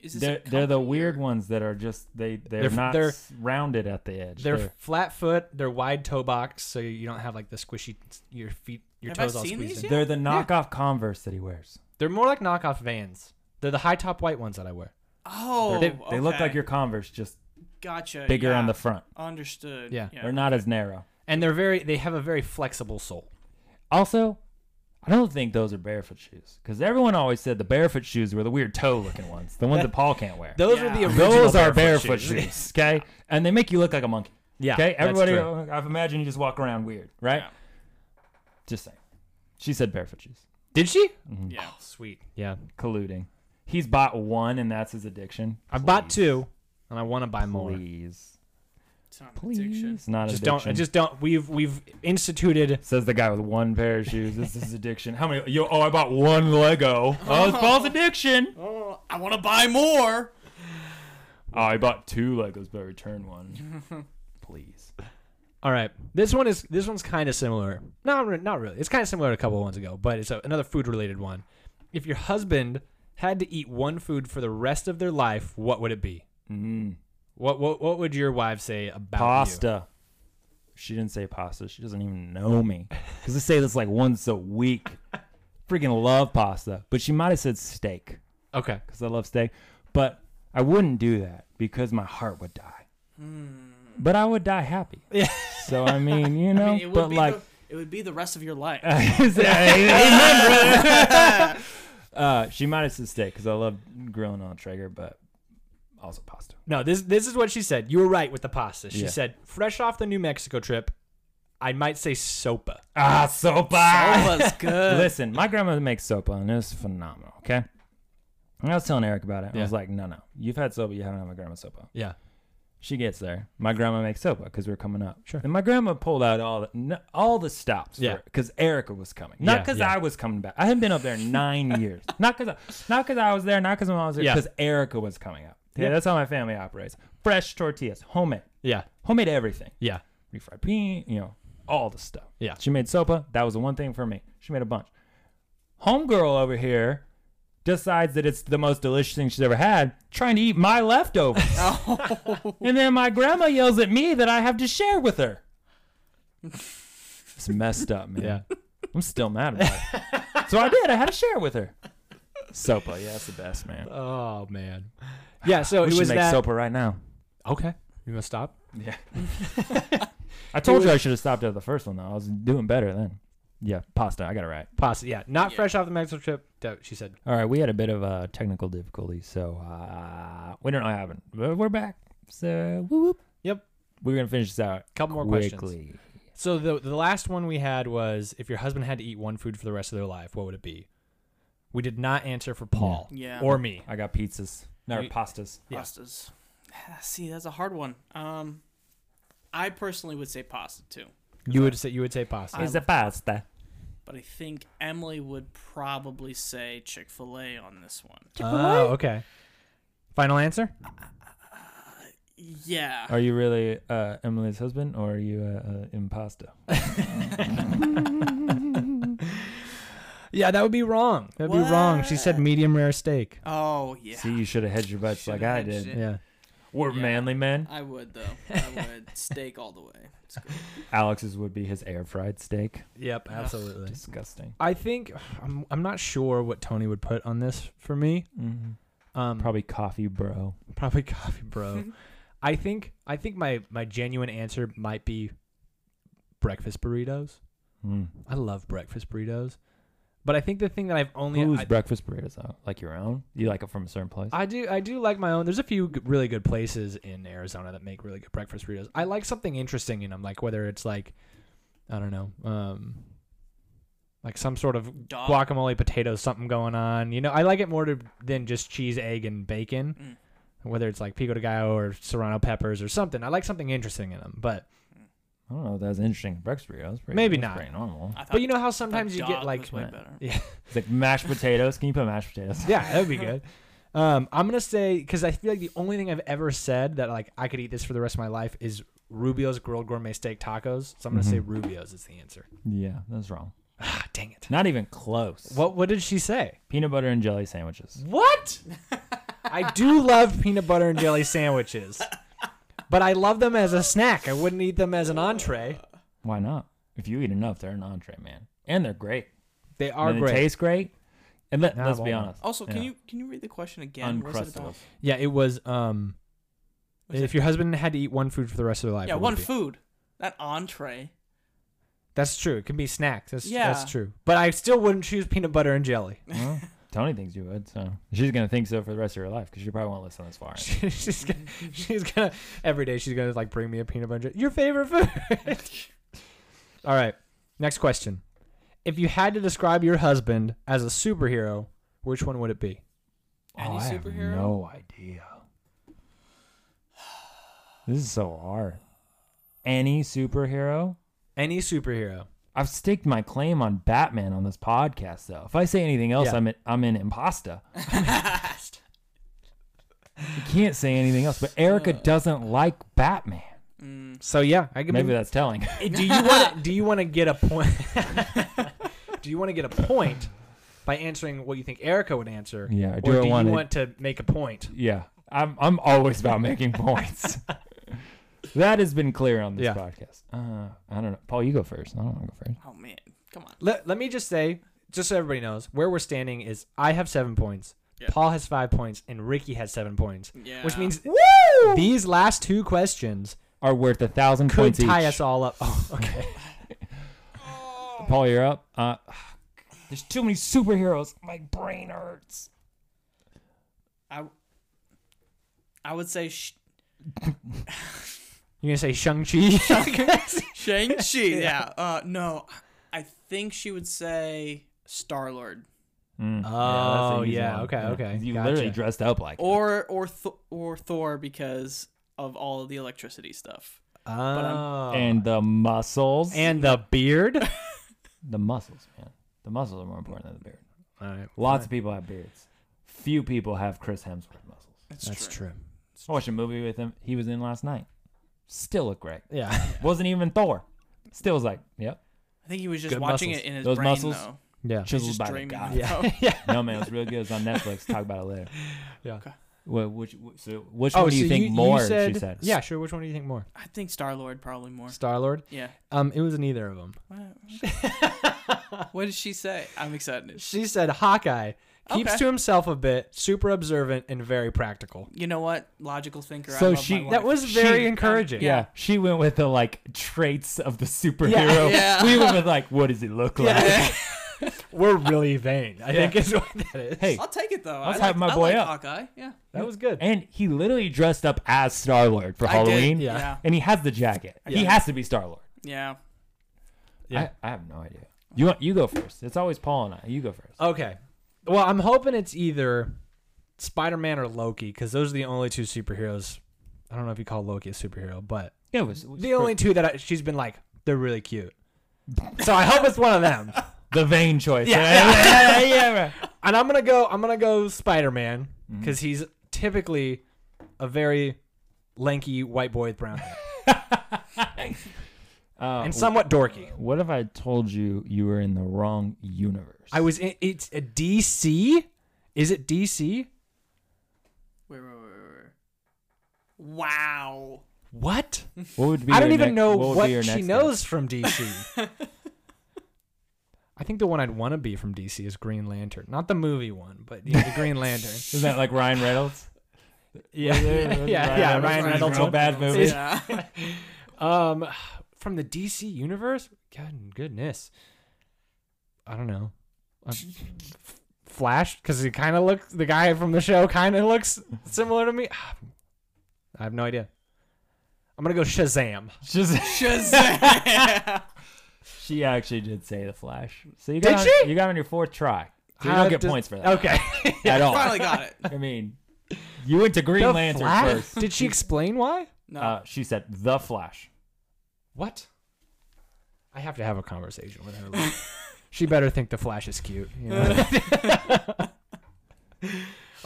Speaker 3: Is this a
Speaker 2: They're they're the
Speaker 3: company
Speaker 2: weird
Speaker 3: or-
Speaker 2: ones that are just they they're,
Speaker 1: They're f-
Speaker 2: not
Speaker 1: they're-
Speaker 2: s- rounded at the edge.
Speaker 1: They're flat foot. They're wide toe box, so you don't have like the squishy your feet your
Speaker 3: Have I
Speaker 1: toes all
Speaker 3: seen
Speaker 1: squeezed
Speaker 3: these
Speaker 1: in.
Speaker 3: yet?
Speaker 2: They're the knockoff Converse that he wears.
Speaker 1: They're more like knockoff Vans. They're the high top white ones that I wear.
Speaker 3: Oh,
Speaker 2: they, they look like
Speaker 3: okay.
Speaker 2: your Converse, just
Speaker 3: gotcha.
Speaker 2: bigger on
Speaker 3: yeah.
Speaker 2: the front.
Speaker 3: Understood.
Speaker 1: Yeah.
Speaker 2: They're not as narrow.
Speaker 1: And they're very they have a very flexible sole.
Speaker 2: Also, I don't think those are barefoot shoes because everyone always said the barefoot shoes were the weird toe looking ones, the ones that Paul can't wear.
Speaker 1: Those are
Speaker 3: Yeah.
Speaker 1: the original
Speaker 2: Those are barefoot shoes, okay? And they make you look like a monkey.
Speaker 1: yeah.
Speaker 2: Okay,
Speaker 1: that's
Speaker 2: everybody, uh,
Speaker 1: true.
Speaker 2: I've imagined you just walk around weird, right?
Speaker 3: Yeah.
Speaker 2: Just saying. She said barefoot shoes.
Speaker 1: Did she?
Speaker 3: Yeah.
Speaker 1: Sweet. Yeah.
Speaker 2: Colluding. He's bought one, and that's his addiction.
Speaker 1: I bought
Speaker 2: Please.
Speaker 1: two and I want to buy more.
Speaker 2: Please,
Speaker 3: It's not an addiction.
Speaker 2: please, not
Speaker 1: Just
Speaker 2: addiction.
Speaker 1: don't just don't we've we've instituted
Speaker 2: says the guy with one pair of shoes. This is addiction. How many? Yo, oh, I bought one Lego. Oh, it's Paul's addiction.
Speaker 3: Oh, I want to buy more.
Speaker 2: Oh, I bought two Legos, but I returned one. Please.
Speaker 1: All right, this one is this one's kind of similar. Not re- not really. It's kind of similar to a couple of ones ago, but it's a, another food related one. If your husband had to eat one food for the rest of their life, what would it be?
Speaker 2: Mm.
Speaker 1: What what what would your wife say about you?
Speaker 2: Pasta. She didn't say pasta. She doesn't even know me. Because I say this like once a week. Freaking love pasta. But she might have said steak.
Speaker 1: Okay,
Speaker 2: because I love steak. But I wouldn't do that because my heart would die. But I would die happy. Yeah. So I mean, you know,
Speaker 3: Hmm. I mean, it would
Speaker 2: but
Speaker 3: be
Speaker 2: like,
Speaker 3: the, it would be the rest of your life.
Speaker 2: amen, brother. uh, she might have said steak because I love grilling on Traeger, but also pasta.
Speaker 1: no this this is what she said. You were right with the pasta. She
Speaker 2: Yeah.
Speaker 1: said, fresh off the New Mexico trip, I might say sopa.
Speaker 2: Ah, sopa.
Speaker 3: Sopa's good.
Speaker 2: Listen, my grandmother makes sopa, and it's phenomenal. Okay. And I was telling Eric about it. and I was
Speaker 1: Yeah.
Speaker 2: like, no, no, you've had sopa, you haven't had my grandma's sopa.
Speaker 1: Yeah,
Speaker 2: She gets there. My grandma makes sopa because we're coming up.
Speaker 1: Sure.
Speaker 2: And my grandma pulled out all the n- all the stops.
Speaker 1: Yeah.
Speaker 2: Because Erica was coming, not
Speaker 1: Yeah,
Speaker 2: because
Speaker 1: yeah.
Speaker 2: I was coming back. I hadn't been up there in nine years. Not because not because I was there. Not because my mom was there.
Speaker 1: Yeah.
Speaker 2: Because Erica was coming up. Yeah,
Speaker 1: Yeah.
Speaker 2: That's how my family operates. Fresh tortillas, homemade,
Speaker 1: yeah,
Speaker 2: homemade everything.
Speaker 1: yeah.
Speaker 2: Refried bean, you know, all the stuff.
Speaker 1: Yeah.
Speaker 2: She made sopa. That was the one thing for me. She made a bunch. Homegirl over here decides that it's the most delicious thing she's ever had, trying to eat my leftovers.
Speaker 3: Oh.
Speaker 2: And then my grandma yells at me that I have to share with her. It's messed up, man.
Speaker 1: Yeah.
Speaker 2: I'm still mad about it. So I did. I had to share with her. Sopa, yeah, that's the best, man.
Speaker 1: Oh man. Yeah. So
Speaker 2: we
Speaker 1: it
Speaker 2: should
Speaker 1: was
Speaker 2: make
Speaker 1: that.
Speaker 2: sopa right now.
Speaker 1: Okay, you want to stop?
Speaker 2: Yeah. I told
Speaker 1: It
Speaker 2: you
Speaker 1: was-
Speaker 2: I should have stopped at the first one though. I was doing better then. Yeah, pasta. I got it right.
Speaker 1: Pasta. Yeah, not
Speaker 3: Yeah.
Speaker 1: fresh off the Mexico trip. that- She said.
Speaker 2: All right, we had a bit of uh, technical difficulty, so uh, we don't know what happened, but we're back. So whoop, whoop.
Speaker 1: Yep.
Speaker 2: we're gonna finish this out
Speaker 1: Couple more
Speaker 2: quickly.
Speaker 1: questions. So the the last one we had was if your husband had to eat one food for the rest of their life, what would it be? We did not answer for Paul
Speaker 3: Yeah.
Speaker 1: or me.
Speaker 2: I got pizzas, no
Speaker 1: You-
Speaker 2: pastas.
Speaker 1: Yeah.
Speaker 3: Pastas. Ah, See, that's a hard one. Um, I personally would say pasta too,
Speaker 1: You would say you would say pasta.
Speaker 3: I-
Speaker 2: It's a pasta.
Speaker 3: but I think Emily would probably say Chick Fil A on this one.
Speaker 1: oh, okay. Final answer?
Speaker 3: Yeah.
Speaker 2: Are you really uh, Emily's husband, or are you an uh, impasta?
Speaker 1: Yeah, that would be wrong. That would be wrong. She said
Speaker 3: What?
Speaker 1: medium rare steak.
Speaker 3: Oh yeah.
Speaker 2: See, you should have hedged your bets
Speaker 3: Shoulda
Speaker 2: like I
Speaker 3: hedged
Speaker 2: did.
Speaker 3: it.
Speaker 1: Yeah.
Speaker 2: We're
Speaker 3: Yeah.
Speaker 2: manly men.
Speaker 3: I would though. I would steak all the way. It's good.
Speaker 2: Alex's would be his air fried steak.
Speaker 1: Yep,
Speaker 3: Ugh.
Speaker 1: absolutely.
Speaker 2: Disgusting.
Speaker 1: I think I'm, I'm not sure what Tony would put on this for me.
Speaker 2: hmm
Speaker 1: Um
Speaker 2: Probably coffee, bro.
Speaker 1: probably coffee, bro. I think I think my my genuine answer might be breakfast burritos.
Speaker 2: Mm.
Speaker 1: I love breakfast burritos, but I think the thing that I've only
Speaker 2: Whose
Speaker 1: I,
Speaker 2: breakfast burritos though? Like your own? You like it from a certain place?
Speaker 1: I do I do like my own. There's a few g- really good places in Arizona that make really good breakfast burritos. I like something interesting in them, like whether it's like I don't know, um, like some sort of
Speaker 3: Dog.
Speaker 1: guacamole potato something going on. You know, I like it more to, than just cheese, egg, and bacon.
Speaker 3: Mm.
Speaker 1: Whether it's like pico de gallo or serrano peppers or something, I like something interesting in them. But
Speaker 2: I don't know. if That's interesting. Breakfast burritos. Pretty,
Speaker 1: Maybe
Speaker 2: that's
Speaker 1: not.
Speaker 2: Pretty normal.
Speaker 3: I thought,
Speaker 1: but you know how
Speaker 3: thought
Speaker 1: sometimes you get
Speaker 3: dog
Speaker 1: like
Speaker 3: was way
Speaker 2: Right.
Speaker 3: better.
Speaker 2: It's like mashed potatoes. Can you put mashed potatoes?
Speaker 1: yeah, that would be good. Um, I'm gonna say because I feel like the only thing I've ever said that like I could eat this for the rest of my life is Rubio's grilled gourmet steak tacos. So I'm gonna say
Speaker 2: Mhm.
Speaker 1: Rubio's is the answer.
Speaker 2: Yeah, that's wrong.
Speaker 1: Ah, dang it.
Speaker 2: Not even close.
Speaker 1: What what did she say?
Speaker 2: Peanut butter and jelly sandwiches.
Speaker 1: What? I do love peanut butter and jelly sandwiches, but I love them as a snack. I wouldn't eat them as an entree.
Speaker 2: Why not? If you eat enough, they're an entree, man, and they're great.
Speaker 1: They are
Speaker 2: and
Speaker 1: great.
Speaker 2: They taste great. And let,
Speaker 1: Nah,
Speaker 2: us
Speaker 1: I
Speaker 2: be
Speaker 1: won't.
Speaker 2: honest.
Speaker 3: Also, can
Speaker 2: Yeah.
Speaker 3: you can you read the question again? What was it about?
Speaker 2: Uncrustables.
Speaker 1: yeah, it was. Um,
Speaker 3: Was
Speaker 1: if your husband had to eat one food for the rest of their life,
Speaker 3: yeah,
Speaker 1: what would
Speaker 3: one
Speaker 1: it be?
Speaker 3: food. That entree.
Speaker 1: That's true. It can be snacks. That's
Speaker 3: Yeah.
Speaker 1: that's true. But I still wouldn't choose peanut butter and jelly.
Speaker 2: Well, Tony thinks you would, so she's gonna think so for the rest of her life because she probably won't listen this far.
Speaker 1: She- she's gonna, she's gonna every day she's gonna like bring me a peanut butter. Your favorite food. All right. Next question. If you had to describe your husband as a superhero, which one would it be?
Speaker 3: Any
Speaker 2: Oh, I have
Speaker 3: superhero?
Speaker 2: no idea. This is so hard. Any superhero?
Speaker 1: Any superhero.
Speaker 2: I've staked my claim on Batman on this podcast, though. If I say anything else,
Speaker 1: Yeah.
Speaker 2: I'm in, I'm in imposta. You can't say anything else. But Erica doesn't like Batman.
Speaker 3: Mm.
Speaker 1: So yeah, I can
Speaker 2: Maybe that's telling.
Speaker 1: Do you want do you want to get a point? do you want to get a point by answering what you think Erica would answer?
Speaker 2: Yeah,
Speaker 1: Or
Speaker 2: do
Speaker 1: do
Speaker 2: I
Speaker 1: you
Speaker 2: wanna-
Speaker 1: want to make a point?
Speaker 2: yeah, I'm I'm always about making points. that has been clear on this
Speaker 1: Yeah.
Speaker 2: podcast. Uh, I don't know, Paul. You go first. I don't want to go first.
Speaker 3: Oh man, come on.
Speaker 1: Let, let me just say, just so everybody knows, where we're standing is I have seven points,
Speaker 3: Yeah.
Speaker 1: Paul has five points, and Ricky has seven points.
Speaker 3: Yeah.
Speaker 1: Which means these last two questions
Speaker 2: Are worth a thousand
Speaker 1: could
Speaker 2: points
Speaker 1: tie
Speaker 2: each.
Speaker 1: us all up. Oh, okay.
Speaker 2: Paul, you're up. Uh, there's too many superheroes. My brain hurts.
Speaker 3: I I would say sh-
Speaker 1: You're gonna say Shang-Chi?
Speaker 3: Shang Chi. yeah. Uh, no, I think she would say Star Lord
Speaker 2: Mm, yeah, that's
Speaker 1: Oh,
Speaker 2: an easy
Speaker 1: yeah, okay, okay,
Speaker 2: You
Speaker 1: gotcha.
Speaker 2: literally dressed up like. it.
Speaker 3: or or Th- or Thor because of all of the electricity stuff.
Speaker 1: oh.
Speaker 2: and the muscles.
Speaker 1: and the beard?
Speaker 2: the muscles, man. The muscles are more important than the beard.
Speaker 1: All right.
Speaker 2: Lots of people have beards. Few people have Chris Hemsworth muscles.
Speaker 1: That's true.
Speaker 2: I watched a movie with him. He was in last night. Still look great.
Speaker 1: Yeah.
Speaker 2: Wasn't even Thor. Still was like, yep.
Speaker 3: I think he was just
Speaker 1: Good
Speaker 3: watching
Speaker 1: muscles.
Speaker 3: it in his
Speaker 2: Those
Speaker 3: brain
Speaker 2: muscles?
Speaker 3: though.
Speaker 1: Yeah.
Speaker 3: He's
Speaker 2: Chiseled
Speaker 3: just
Speaker 2: by the
Speaker 3: dreaming.
Speaker 2: god.
Speaker 1: Yeah.
Speaker 3: Oh.
Speaker 1: yeah.
Speaker 2: No man, it's real good. It's on Netflix. Talk about it later.
Speaker 1: Yeah.
Speaker 3: Okay.
Speaker 2: Well, which wh- so which
Speaker 1: Oh, so
Speaker 2: one do you think
Speaker 1: you
Speaker 2: more?
Speaker 1: said,
Speaker 2: she said.
Speaker 1: Yeah, sure. Which one do you think more?
Speaker 3: I think Star Lord probably more.
Speaker 1: Star Lord.
Speaker 3: Yeah.
Speaker 1: Um, it was neither of them.
Speaker 3: What- what did she say? I'm excited.
Speaker 1: She said Hawkeye keeps
Speaker 3: Okay.
Speaker 1: to himself a bit, super observant and very practical.
Speaker 3: You know what? Logical thinker. I
Speaker 2: So
Speaker 3: love
Speaker 2: she-
Speaker 3: my
Speaker 1: That
Speaker 3: wife.
Speaker 1: was very
Speaker 2: She-
Speaker 1: encouraging.
Speaker 2: Yeah, she went with the like traits of the superhero.
Speaker 3: Yeah.
Speaker 2: We went with like, what does he look like?
Speaker 1: We're really vain. I
Speaker 2: Yeah.
Speaker 1: think is what that is.
Speaker 2: Hey,
Speaker 3: I'll take it though.
Speaker 2: Let's
Speaker 3: I like,
Speaker 2: hype my
Speaker 3: I
Speaker 2: boy
Speaker 3: like
Speaker 2: up.
Speaker 3: Hawkeye. Yeah.
Speaker 1: that was good.
Speaker 2: and he literally dressed up as Star Lord for
Speaker 3: I did,
Speaker 2: Halloween.
Speaker 1: Yeah.
Speaker 3: yeah.
Speaker 2: and he has the jacket. He
Speaker 1: Yeah.
Speaker 2: has to be Star Lord.
Speaker 3: Yeah.
Speaker 1: Yeah.
Speaker 2: I, I have no idea. You want you go first. It's always Paul and I. You go first.
Speaker 1: Okay. Well, I'm hoping it's either Spider-Man or Loki because those are the only two superheroes. I don't know if you call Loki a superhero, but
Speaker 2: Yeah, it was,
Speaker 1: the only two that I, she's been like they're really cute. So I hope it's one of them.
Speaker 2: the vain choice.
Speaker 1: Yeah.
Speaker 2: yeah, yeah, yeah, right.
Speaker 1: And I'm gonna go. I'm gonna go Spider-Man
Speaker 2: Mm-hmm.
Speaker 1: because he's typically a very lanky white boy with brown hair
Speaker 2: Uh,
Speaker 1: and somewhat dorky.
Speaker 2: What if I told you you were in the wrong universe?
Speaker 1: I was in. It's a DC. Is it DC?
Speaker 3: Wait, wait, wait, wait, wait. Wow.
Speaker 1: What?
Speaker 2: What would be?
Speaker 1: I don't
Speaker 2: your
Speaker 1: even
Speaker 2: next-
Speaker 1: know
Speaker 2: what, would
Speaker 1: what,
Speaker 2: be your
Speaker 1: she
Speaker 2: next
Speaker 1: knows from DC. I think the one I'd want to be from DC is Green Lantern, not the movie one, but yeah, the Green Lantern.
Speaker 2: guess? Isn't that like Ryan Reynolds?
Speaker 1: Yeah, yeah, yeah. Ryan Reynolds,
Speaker 2: real bad movie.
Speaker 3: Yeah.
Speaker 1: Um, from the DC universe, God goodness, I don't know. Um, Flash, because he kind of looks the guy from the show kind of looks similar to me. I have no idea. I'm gonna go Shazam.
Speaker 2: Just
Speaker 3: Shazam.
Speaker 2: she actually did say the Flash. So you
Speaker 1: Did
Speaker 2: got
Speaker 1: she?
Speaker 2: on, you got on your fourth try. So you don't
Speaker 1: I Oh,
Speaker 2: get
Speaker 1: just-
Speaker 2: points for that
Speaker 1: Okay.
Speaker 2: at all.
Speaker 3: Finally got it.
Speaker 2: I mean, you went to Green
Speaker 1: The
Speaker 2: Lantern
Speaker 1: Flash?
Speaker 2: first.
Speaker 1: Did she explain why?
Speaker 3: No.
Speaker 2: Uh, she said the Flash.
Speaker 1: What? I have to have a conversation with her. Like, she better think the Flash is cute. you know? All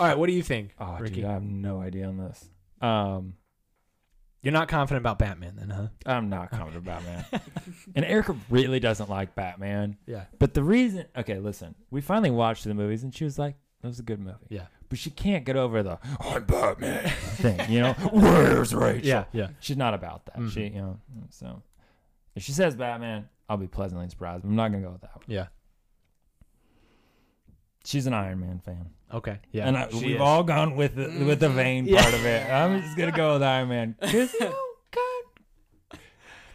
Speaker 1: right, what do you think,
Speaker 2: Oh,
Speaker 1: Ricky?
Speaker 2: dude, I have no idea on this. Um,
Speaker 1: You're not confident about Batman, then, huh?
Speaker 2: I'm not confident about Batman. and Erica really doesn't like Batman.
Speaker 1: Yeah.
Speaker 2: But the reason, okay, listen, we finally watched the movies, and she was like, "That was a good movie."
Speaker 1: Yeah.
Speaker 2: But she can't get over the "I'm Batman" thing, you know. Where's Rachel?
Speaker 1: Yeah. Mm-hmm. Yeah.
Speaker 2: She's not about that. She, you know, so if she says Batman, I'll be pleasantly surprised. But I'm not gonna go with that one.
Speaker 1: Yeah.
Speaker 2: She's an Iron Man fan,
Speaker 1: Okay. Yeah.
Speaker 2: and I,
Speaker 1: she
Speaker 2: we've
Speaker 1: is. Mm-hmm.
Speaker 2: all gone with the, with the vein
Speaker 1: Yeah.
Speaker 2: part of it. I'm just gonna go with Iron Man because you know, God,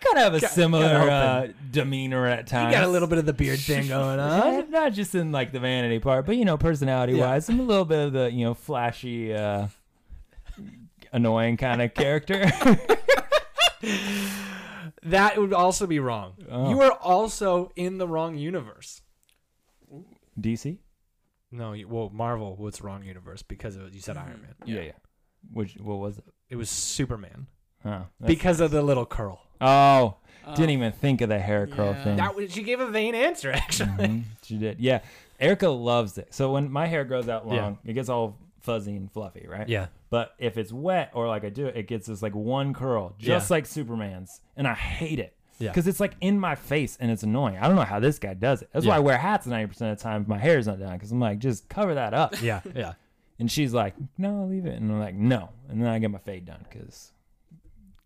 Speaker 2: gotta have a
Speaker 1: Got-
Speaker 2: similar
Speaker 1: gotta
Speaker 2: uh,
Speaker 1: open.
Speaker 2: demeanor at
Speaker 1: You
Speaker 2: times.
Speaker 1: got a little bit of the beard thing going
Speaker 2: Uh,
Speaker 1: on.
Speaker 2: not just in like the vanity part, but you know, personality wise, I'm a little bit of the you know flashy, uh, annoying kind of character.
Speaker 1: That would also be wrong.
Speaker 2: Oh.
Speaker 1: You are also in the wrong universe.
Speaker 2: DC.
Speaker 1: No, you, well, Marvel was wrong universe because of, you said Iron Man.
Speaker 2: Yeah, yeah. Which what was it?
Speaker 1: It was Superman
Speaker 2: Huh. that's-
Speaker 1: because of the little curl.
Speaker 2: oh,
Speaker 3: Oh.
Speaker 2: didn't even think of the hair curl
Speaker 3: Yeah.
Speaker 2: thing.
Speaker 1: That was, she gave a vain answer, actually.
Speaker 2: Mhm, she did. Yeah, Erica loves it. So when my hair grows out
Speaker 1: Yeah.
Speaker 2: long, it gets all fuzzy and fluffy, right?
Speaker 1: Yeah.
Speaker 2: But if it's wet or like I do it, it gets this like one curl, just
Speaker 1: Yeah.
Speaker 2: like Superman's, and I hate it.
Speaker 1: Yeah.
Speaker 2: Because it's like in my face and it's annoying. I don't know how this guy does it. That's why
Speaker 1: Yeah.
Speaker 2: I wear hats 90% of the time if my hair is not done. Because I'm like, just cover that up.
Speaker 1: Yeah. Yeah.
Speaker 2: And she's like, no, leave it. And I'm like, no. And then I get my fade done because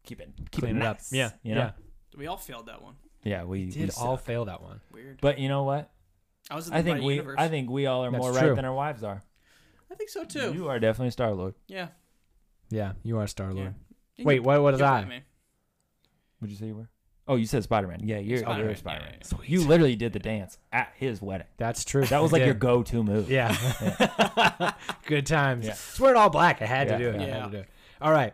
Speaker 2: keep it, keep
Speaker 1: Clean
Speaker 2: it,
Speaker 1: it up.
Speaker 2: nice,
Speaker 1: Yeah.
Speaker 2: You know?
Speaker 1: Yeah.
Speaker 3: we all failed that one.
Speaker 2: Yeah. We, we
Speaker 1: Did
Speaker 2: suck.
Speaker 1: all fail that one.
Speaker 3: Weird.
Speaker 2: But you know what?
Speaker 3: I was in the
Speaker 2: I think
Speaker 3: right
Speaker 2: we
Speaker 3: universe.
Speaker 2: I think we all are
Speaker 1: That's
Speaker 2: more
Speaker 1: true.
Speaker 2: right than our wives are.
Speaker 3: I think so too.
Speaker 2: You are definitely Star Lord.
Speaker 3: yeah.
Speaker 1: Yeah. You are Star
Speaker 3: yeah.
Speaker 1: Lord. Wait, what was I?
Speaker 3: Man.
Speaker 2: Would you say you were? Oh, you said Spider Man. Yeah, you're Spider-Man. You're
Speaker 3: Spider-Man, yeah,
Speaker 2: Spider Man.
Speaker 3: yeah, yeah.
Speaker 2: You literally did the dance at his wedding.
Speaker 1: That's true.
Speaker 2: That was like
Speaker 1: Yeah.
Speaker 2: your go to move.
Speaker 1: Yeah. Good times.
Speaker 2: Yeah.
Speaker 1: It's wearing all black. I had
Speaker 2: Yeah.
Speaker 1: to do it. I had
Speaker 3: Yeah.
Speaker 1: to do it. All right.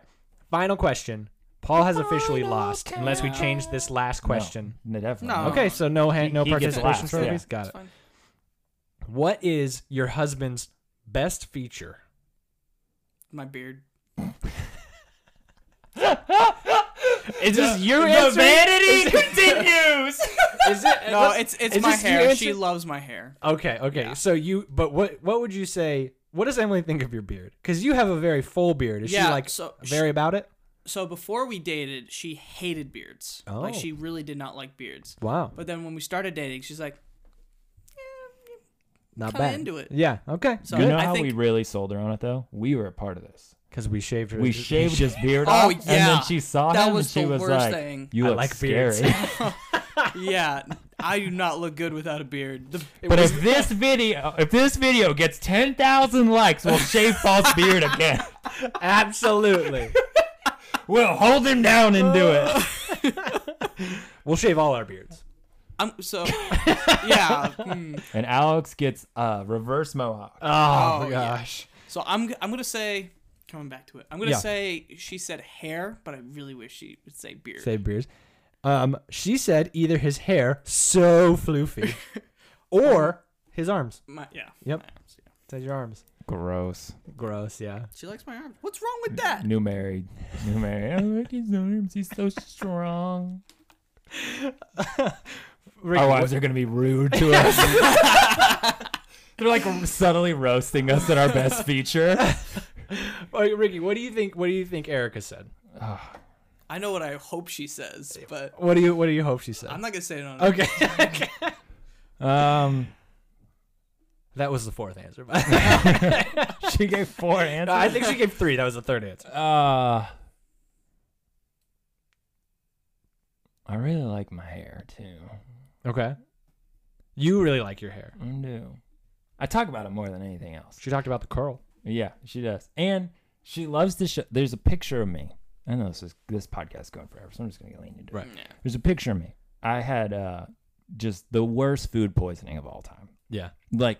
Speaker 1: Final question. Paul has officially
Speaker 2: Final
Speaker 1: lost unless we change this last question.
Speaker 2: No, definitely.
Speaker 3: No.
Speaker 2: not.
Speaker 1: Okay, so no hand, no
Speaker 2: He- he gets
Speaker 1: participation
Speaker 2: last, yeah.
Speaker 1: trophies. Got
Speaker 3: It's
Speaker 1: it.
Speaker 3: fine.
Speaker 1: What is your husband's best feature?
Speaker 3: My beard.
Speaker 1: Is this you
Speaker 2: the
Speaker 1: answering?
Speaker 2: vanity
Speaker 1: Is it-
Speaker 2: continues.
Speaker 1: Is it
Speaker 3: No, it's it's
Speaker 1: is
Speaker 3: my
Speaker 1: this you
Speaker 3: hair. She
Speaker 1: answer-
Speaker 3: loves my hair.
Speaker 1: Okay, okay.
Speaker 3: Yeah.
Speaker 1: So you, but what what would you say? What does Emily think of your beard? Because you have a very full beard. Is
Speaker 3: Yeah,
Speaker 1: she like
Speaker 3: so
Speaker 1: very about it?
Speaker 3: So before we dated, she hated beards. Like
Speaker 1: Oh.
Speaker 3: she really did not like beards.
Speaker 1: Wow,
Speaker 3: But then when we started dating, she's like,
Speaker 1: not
Speaker 3: kinda
Speaker 1: bad.
Speaker 3: into it.
Speaker 1: Yeah. Okay.
Speaker 3: So
Speaker 2: you know
Speaker 3: I
Speaker 2: how
Speaker 3: think
Speaker 2: we really sold her on it though? We were a part of this.
Speaker 1: Because we shaved. her-
Speaker 2: We shaved his beard
Speaker 3: Oh,
Speaker 2: off, and then
Speaker 3: yeah.
Speaker 2: she saw
Speaker 3: That
Speaker 2: him,
Speaker 3: was
Speaker 2: and she
Speaker 3: the
Speaker 2: was
Speaker 3: worst
Speaker 2: like,
Speaker 3: thing.
Speaker 2: "You
Speaker 1: I
Speaker 2: look
Speaker 1: like beards."
Speaker 2: scary."
Speaker 3: yeah, I do not look good without a beard. The, it
Speaker 2: but
Speaker 3: was,
Speaker 2: if this video, if this video gets ten thousand likes, we'll shave Paul's beard again.
Speaker 1: Absolutely.
Speaker 2: We'll hold him down and do it.
Speaker 1: we'll shave all our beards.
Speaker 3: I'm so yeah. hmm.
Speaker 2: And Alex gets uh, reverse mohawk.
Speaker 1: Oh,
Speaker 3: Oh,
Speaker 1: my
Speaker 3: yeah.
Speaker 1: gosh.
Speaker 3: So I'm I'm gonna say coming back to it. I'm gonna
Speaker 1: Yeah.
Speaker 3: say she said hair, but I really wish she would say beard.
Speaker 1: Shaved beards. Um, she said either his hair so floofy, or his arms.
Speaker 3: My, yeah.
Speaker 1: Yep.
Speaker 3: my arms, yeah.
Speaker 1: Said your arms.
Speaker 2: Gross.
Speaker 1: Gross. Yeah.
Speaker 3: She likes my arms. What's wrong with that?
Speaker 2: New married. New married. Oh, look at his arms. He's so strong.
Speaker 1: Ricky,
Speaker 2: Our
Speaker 1: what-
Speaker 2: wives are gonna be rude to us. They're like subtly roasting us at our best feature.
Speaker 1: all right, oh, Ricky, what do you think? What do you think Erica said?
Speaker 3: I know what I hope she says, but
Speaker 1: What do you What do you hope she said?
Speaker 3: I'm not gonna say it on.
Speaker 1: Okay.
Speaker 2: Um,
Speaker 1: that was the fourth answer. But
Speaker 2: she gave four answers.
Speaker 1: I think she gave three. That was the third answer.
Speaker 2: Uh, I really like my hair too.
Speaker 1: Okay. You really like your hair.
Speaker 2: I do. I talk about it more than anything else.
Speaker 1: She talked about the curl.
Speaker 2: Yeah, she does. And She loves to show. There's a picture of me. I know this is this podcast is going forever, so I'm just gonna lean into it.
Speaker 1: Right.
Speaker 3: Yeah.
Speaker 2: There's a picture of me. I had uh, just the worst food poisoning of all time.
Speaker 1: Yeah.
Speaker 2: Like,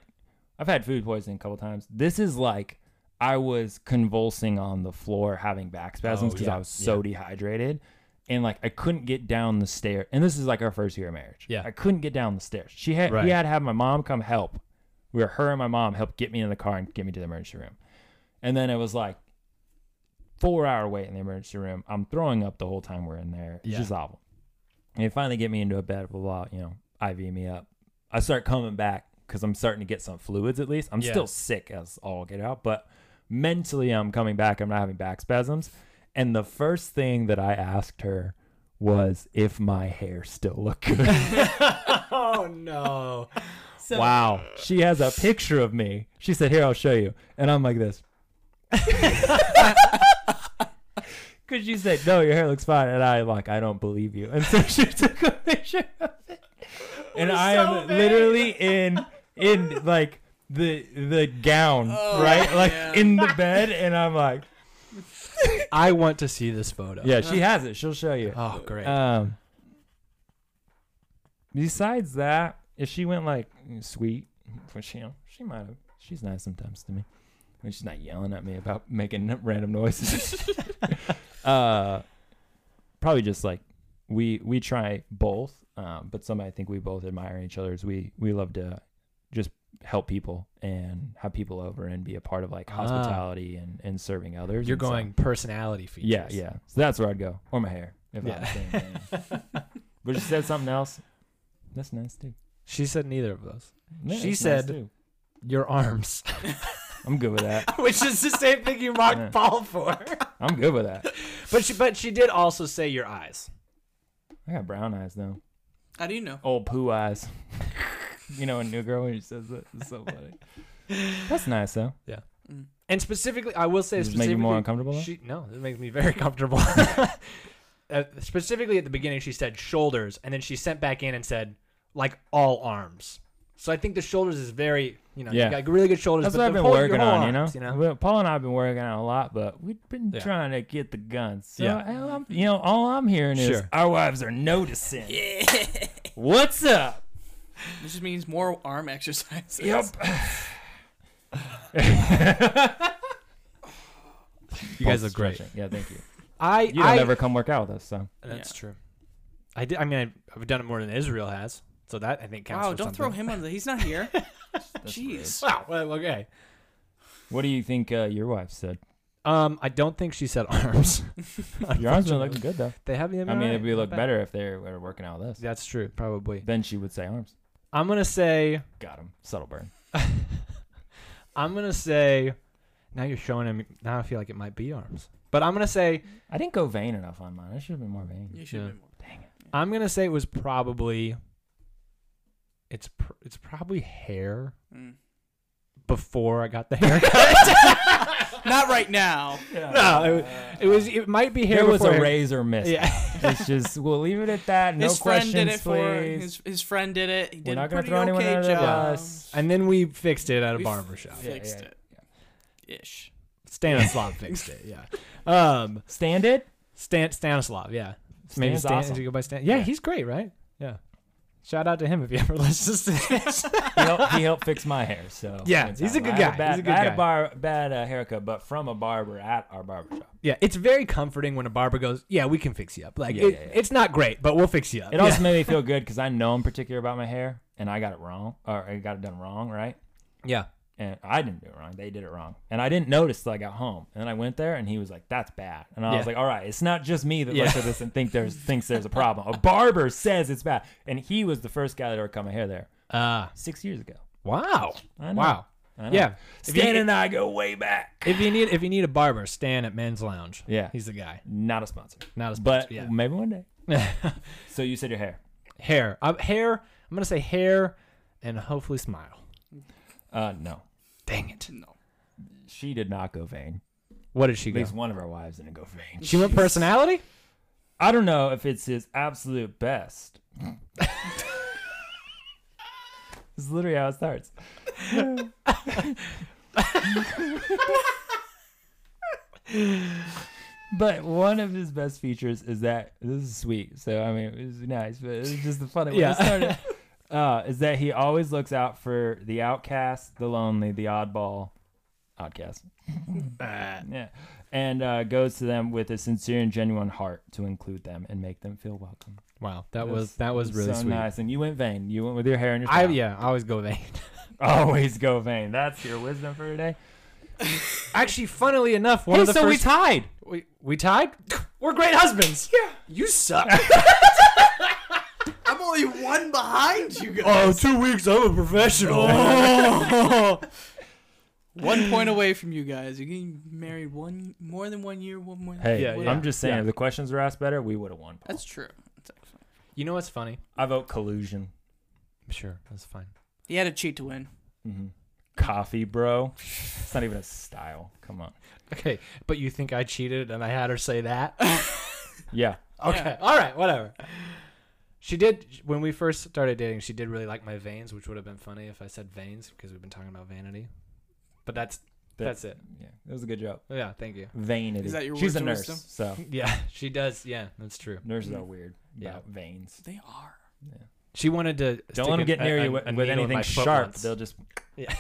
Speaker 2: I've had food poisoning a couple times. This is like I was convulsing on the floor, having back
Speaker 1: Oh,
Speaker 2: spasms because
Speaker 1: yeah,
Speaker 2: I was so dehydrated, and like I couldn't get down the stair. And this is like our first year of marriage.
Speaker 1: Yeah.
Speaker 2: I couldn't get down the stairs. She had
Speaker 1: Right.
Speaker 2: we had to have my mom come help. We were her and my mom helped get me in the car and get me to the emergency room. And then it was like four hour wait in the emergency room. I'm throwing up the whole time we're in there. It's
Speaker 1: Yeah.
Speaker 2: just awful. And they finally get me into a bed, blah, blah, blah, you know, IV me up. I start coming back because I'm starting to get some fluids at least. I'm
Speaker 1: Yeah.
Speaker 2: still sick as all get out, but mentally I'm coming back. I'm not having back spasms. And the first thing that I asked her was if my hair still looked good.
Speaker 1: Oh no.
Speaker 2: Wow. She has a picture of me. She said, Here, I'll show you. And I'm like this. Because she said, No, your hair looks fine. And I, like, I don't believe you. And so she took a picture of it. And I am literally in, in, like, the the gown right like
Speaker 3: man.
Speaker 2: in the bed and i'm like
Speaker 1: I want to see this photo.
Speaker 2: yeah she has it she'll show you
Speaker 1: Oh great.
Speaker 2: um besides that if she went like sweet which you know she might have she's nice sometimes to me I mean, she's not yelling at me about making random noises uh probably just like we we try both um but something i think we both admire in each other is we we love to just help people and have people over and be a part of like
Speaker 1: Ah.
Speaker 2: hospitality and and serving others
Speaker 1: You're
Speaker 2: and so-
Speaker 1: going personality features.
Speaker 2: uh, yeah, yeah. So that's where I'd go, or my hair, if
Speaker 1: Yeah.
Speaker 2: I was saying. anything. but she said something else. That's nice too.
Speaker 1: She said neither of those. She
Speaker 2: Yeah, that's nice,
Speaker 1: said-
Speaker 2: too.
Speaker 1: Your arms,
Speaker 2: "I'm good with that.
Speaker 1: which is the same thing you mocked
Speaker 2: Yeah.
Speaker 1: Paul for.
Speaker 2: I'm good with that.
Speaker 1: But she, but she did also say your eyes.
Speaker 2: I got brown eyes though.
Speaker 3: How do you know?
Speaker 2: Old poo eyes. you know, a new girl when she says that. It's so funny. That's nice though.
Speaker 1: And specifically, I will say
Speaker 2: Does it make
Speaker 1: specifically,
Speaker 2: you more uncomfortable? though?
Speaker 1: She no, this makes me very comfortable. uh, specifically at the beginning, she said shoulders, and then she sent back in and said like all arms. So I think the shoulders is very you know
Speaker 2: Yeah.
Speaker 1: you got really good shoulders.
Speaker 2: That's
Speaker 1: but
Speaker 2: what I've
Speaker 1: the
Speaker 2: been
Speaker 1: whole- your
Speaker 2: working
Speaker 1: whole
Speaker 2: on, you know?
Speaker 1: arms,
Speaker 2: Well, Paul and I have been working on it a lot, but we've been
Speaker 1: Yeah.
Speaker 2: trying to get the guns. So,
Speaker 1: Yeah.
Speaker 2: hell, I'm, you know, all I'm hearing is
Speaker 1: Sure.
Speaker 2: our wives are noticing. What's up?
Speaker 3: This just means more arm exercises.
Speaker 1: You guys look great.
Speaker 2: Stretching. Yeah, thank you.
Speaker 1: I
Speaker 2: You don't
Speaker 1: I,
Speaker 2: ever come work out with us, so
Speaker 1: That's
Speaker 3: Yeah.
Speaker 1: true. I did. I mean, I- I've done it more than Israel has, so that I think counts.
Speaker 3: Wow,
Speaker 1: for
Speaker 3: don't throw
Speaker 1: something.
Speaker 3: him on the. He's not here. Jeez.
Speaker 1: Wow. Well, okay.
Speaker 2: What do you think uh, your wife said?
Speaker 1: Um, I don't think she said arms.
Speaker 2: Your arms are looking good though.
Speaker 1: They have the.
Speaker 2: I mean, it'd be look better if they were working out with us.
Speaker 1: That's true, probably.
Speaker 2: Then she would say arms.
Speaker 1: I'm gonna say.
Speaker 2: Got him. Subtle burn.
Speaker 1: I'm gonna say. Now you're showing him. Now I feel like it might be arms, but I'm gonna say.
Speaker 2: I didn't go vain enough on mine. I should have been more vain.
Speaker 3: You should
Speaker 1: Yeah.
Speaker 3: have been more.
Speaker 1: I'm gonna say it was probably. It's pr- it's probably hair
Speaker 3: Mm.
Speaker 1: before I got the haircut.
Speaker 3: Hmm. Not right now.
Speaker 1: no, it, it was. It might be hair.
Speaker 2: There was
Speaker 1: before
Speaker 2: a
Speaker 1: hair-
Speaker 2: razor miss.
Speaker 1: Yeah.
Speaker 2: It's just we'll leave it at that. No
Speaker 3: his friend
Speaker 2: questions,
Speaker 3: did it for
Speaker 2: please.
Speaker 3: his, his friend did it. He did
Speaker 2: not
Speaker 3: a
Speaker 2: gonna
Speaker 3: pretty
Speaker 2: throw anyone
Speaker 3: okay
Speaker 2: under the
Speaker 3: job.
Speaker 2: bus.
Speaker 1: And then we fixed it at a
Speaker 3: We
Speaker 1: barber shop.
Speaker 2: Yeah,
Speaker 3: Fixed
Speaker 2: yeah,
Speaker 3: it. Ish.
Speaker 1: Stanislav fixed it. Yeah. Um,
Speaker 2: Stand it.
Speaker 1: Stan Stanislav. Yeah. Maybe
Speaker 2: Stan's
Speaker 1: Stan.
Speaker 2: awesome.
Speaker 1: Did you go by Stan? Yeah,
Speaker 2: Yeah.
Speaker 1: he's great, right? Yeah. Shout out to him if you ever listens to this.
Speaker 2: he, helped, he helped fix my hair. So
Speaker 1: Yeah,
Speaker 2: it's
Speaker 1: he's a
Speaker 2: not-
Speaker 1: good
Speaker 2: I had
Speaker 1: guy.
Speaker 2: Bad,
Speaker 1: He's a good
Speaker 2: I had
Speaker 1: guy.
Speaker 2: a bar, bad uh, haircut, but from a barber at our barber shop.
Speaker 1: yeah, it's very comforting when a barber goes, "Yeah, we can fix you up." Like
Speaker 2: Yeah,
Speaker 1: it,
Speaker 2: yeah, yeah.
Speaker 1: it's not great, but we'll fix you up.
Speaker 2: It
Speaker 1: Yeah.
Speaker 2: also made me feel good because I know I'm particular about my hair, and I got it wrong, or I got it done wrong, right?
Speaker 1: yeah.
Speaker 2: And I didn't do it wrong; they did it wrong, and I didn't notice till I got home. And then I went there, and he was like, "That's bad," and I was
Speaker 1: Yeah.
Speaker 2: like, "All right, it's not just me that looks
Speaker 1: Yeah.
Speaker 2: at this and think there's thinks there's a problem. A barber says it's bad, and he was the first guy that ever cut my hair there
Speaker 1: Ah.
Speaker 2: six years ago.
Speaker 1: wow.
Speaker 2: I know.
Speaker 1: Wow.
Speaker 2: I know.
Speaker 1: Yeah. If you-
Speaker 2: Stan and I go way back.
Speaker 1: If you need if you need a barber, Stan at Men's Lounge.
Speaker 2: Yeah.
Speaker 1: He's the guy.
Speaker 2: Not a sponsor,
Speaker 1: Not as
Speaker 2: but
Speaker 1: yeah.
Speaker 2: maybe one day. So you said your hair.
Speaker 1: hair. Uh, hair. I'm gonna say hair, and hopefully smile.
Speaker 2: Uh, no,
Speaker 1: Dang it.
Speaker 3: No.
Speaker 2: she did not go vain.
Speaker 1: What did she
Speaker 2: At
Speaker 1: go?
Speaker 2: least one of our wives didn't go vain.
Speaker 1: She went personality.
Speaker 2: I don't know if it's his absolute best. this is literally how it starts. But one of his best features is that this is sweet. So I mean, it was nice, but it's just the funny.
Speaker 1: Yeah.
Speaker 2: When it started, uh, is that he always looks out for the outcast, the lonely, the oddball, outcast. yeah, and uh, goes to them with a sincere and genuine heart to include them and make them feel welcome.
Speaker 1: Wow, that was that was really
Speaker 2: so
Speaker 1: sweet.
Speaker 2: nice. And you went vain. You went with your hair in your.
Speaker 1: I
Speaker 2: smile.
Speaker 1: yeah, I always go vain.
Speaker 2: Always go vain. That's your wisdom for today.
Speaker 1: Actually, funnily enough, one
Speaker 2: Hey,
Speaker 1: of the
Speaker 2: so we
Speaker 1: first tied. We, we tied. We're great husbands. Yeah, you suck.
Speaker 3: I'm only one behind you guys.
Speaker 1: Oh, two weeks. I'm a professional. Oh.
Speaker 3: One point away from you guys. You're getting married one more than one year, one more.
Speaker 2: Hey,
Speaker 1: Yeah,
Speaker 3: one-
Speaker 1: yeah.
Speaker 2: I'm just saying,
Speaker 1: Yeah.
Speaker 2: if the questions were asked better, we would have won. Paul.
Speaker 3: That's true. That's excellent.
Speaker 1: you know what's funny?
Speaker 2: I vote collusion.
Speaker 1: Sure, that's fine.
Speaker 3: He had to cheat to win.
Speaker 2: hmm Coffee, bro. It's not even a style. Come on.
Speaker 1: Okay, but you think I cheated and I had her say that?
Speaker 2: Yeah.
Speaker 1: Okay,
Speaker 3: Yeah.
Speaker 1: all right, whatever. She did when we first started dating. She did really like my veins, which would have been funny if I said veins because we've been talking about vanity. But that's
Speaker 2: That-
Speaker 1: that's it.
Speaker 2: Yeah. That was a good joke.
Speaker 1: Yeah, thank you.
Speaker 2: Vainity.
Speaker 3: Is that your
Speaker 2: She's a nurse,
Speaker 3: words of wisdom?
Speaker 2: so
Speaker 1: Yeah, she does. Yeah, that's true.
Speaker 2: nurses are weird.
Speaker 1: Mm-hmm. Yeah.
Speaker 2: about veins.
Speaker 3: They are.
Speaker 1: She wanted to
Speaker 2: Don't
Speaker 1: stick
Speaker 2: let them
Speaker 1: an-
Speaker 2: get near
Speaker 1: a-
Speaker 2: you
Speaker 1: a-
Speaker 2: with,
Speaker 1: a
Speaker 2: with
Speaker 1: needle in
Speaker 2: anything
Speaker 1: my foot
Speaker 2: sharp.
Speaker 1: once.
Speaker 2: They'll just.
Speaker 1: Yeah.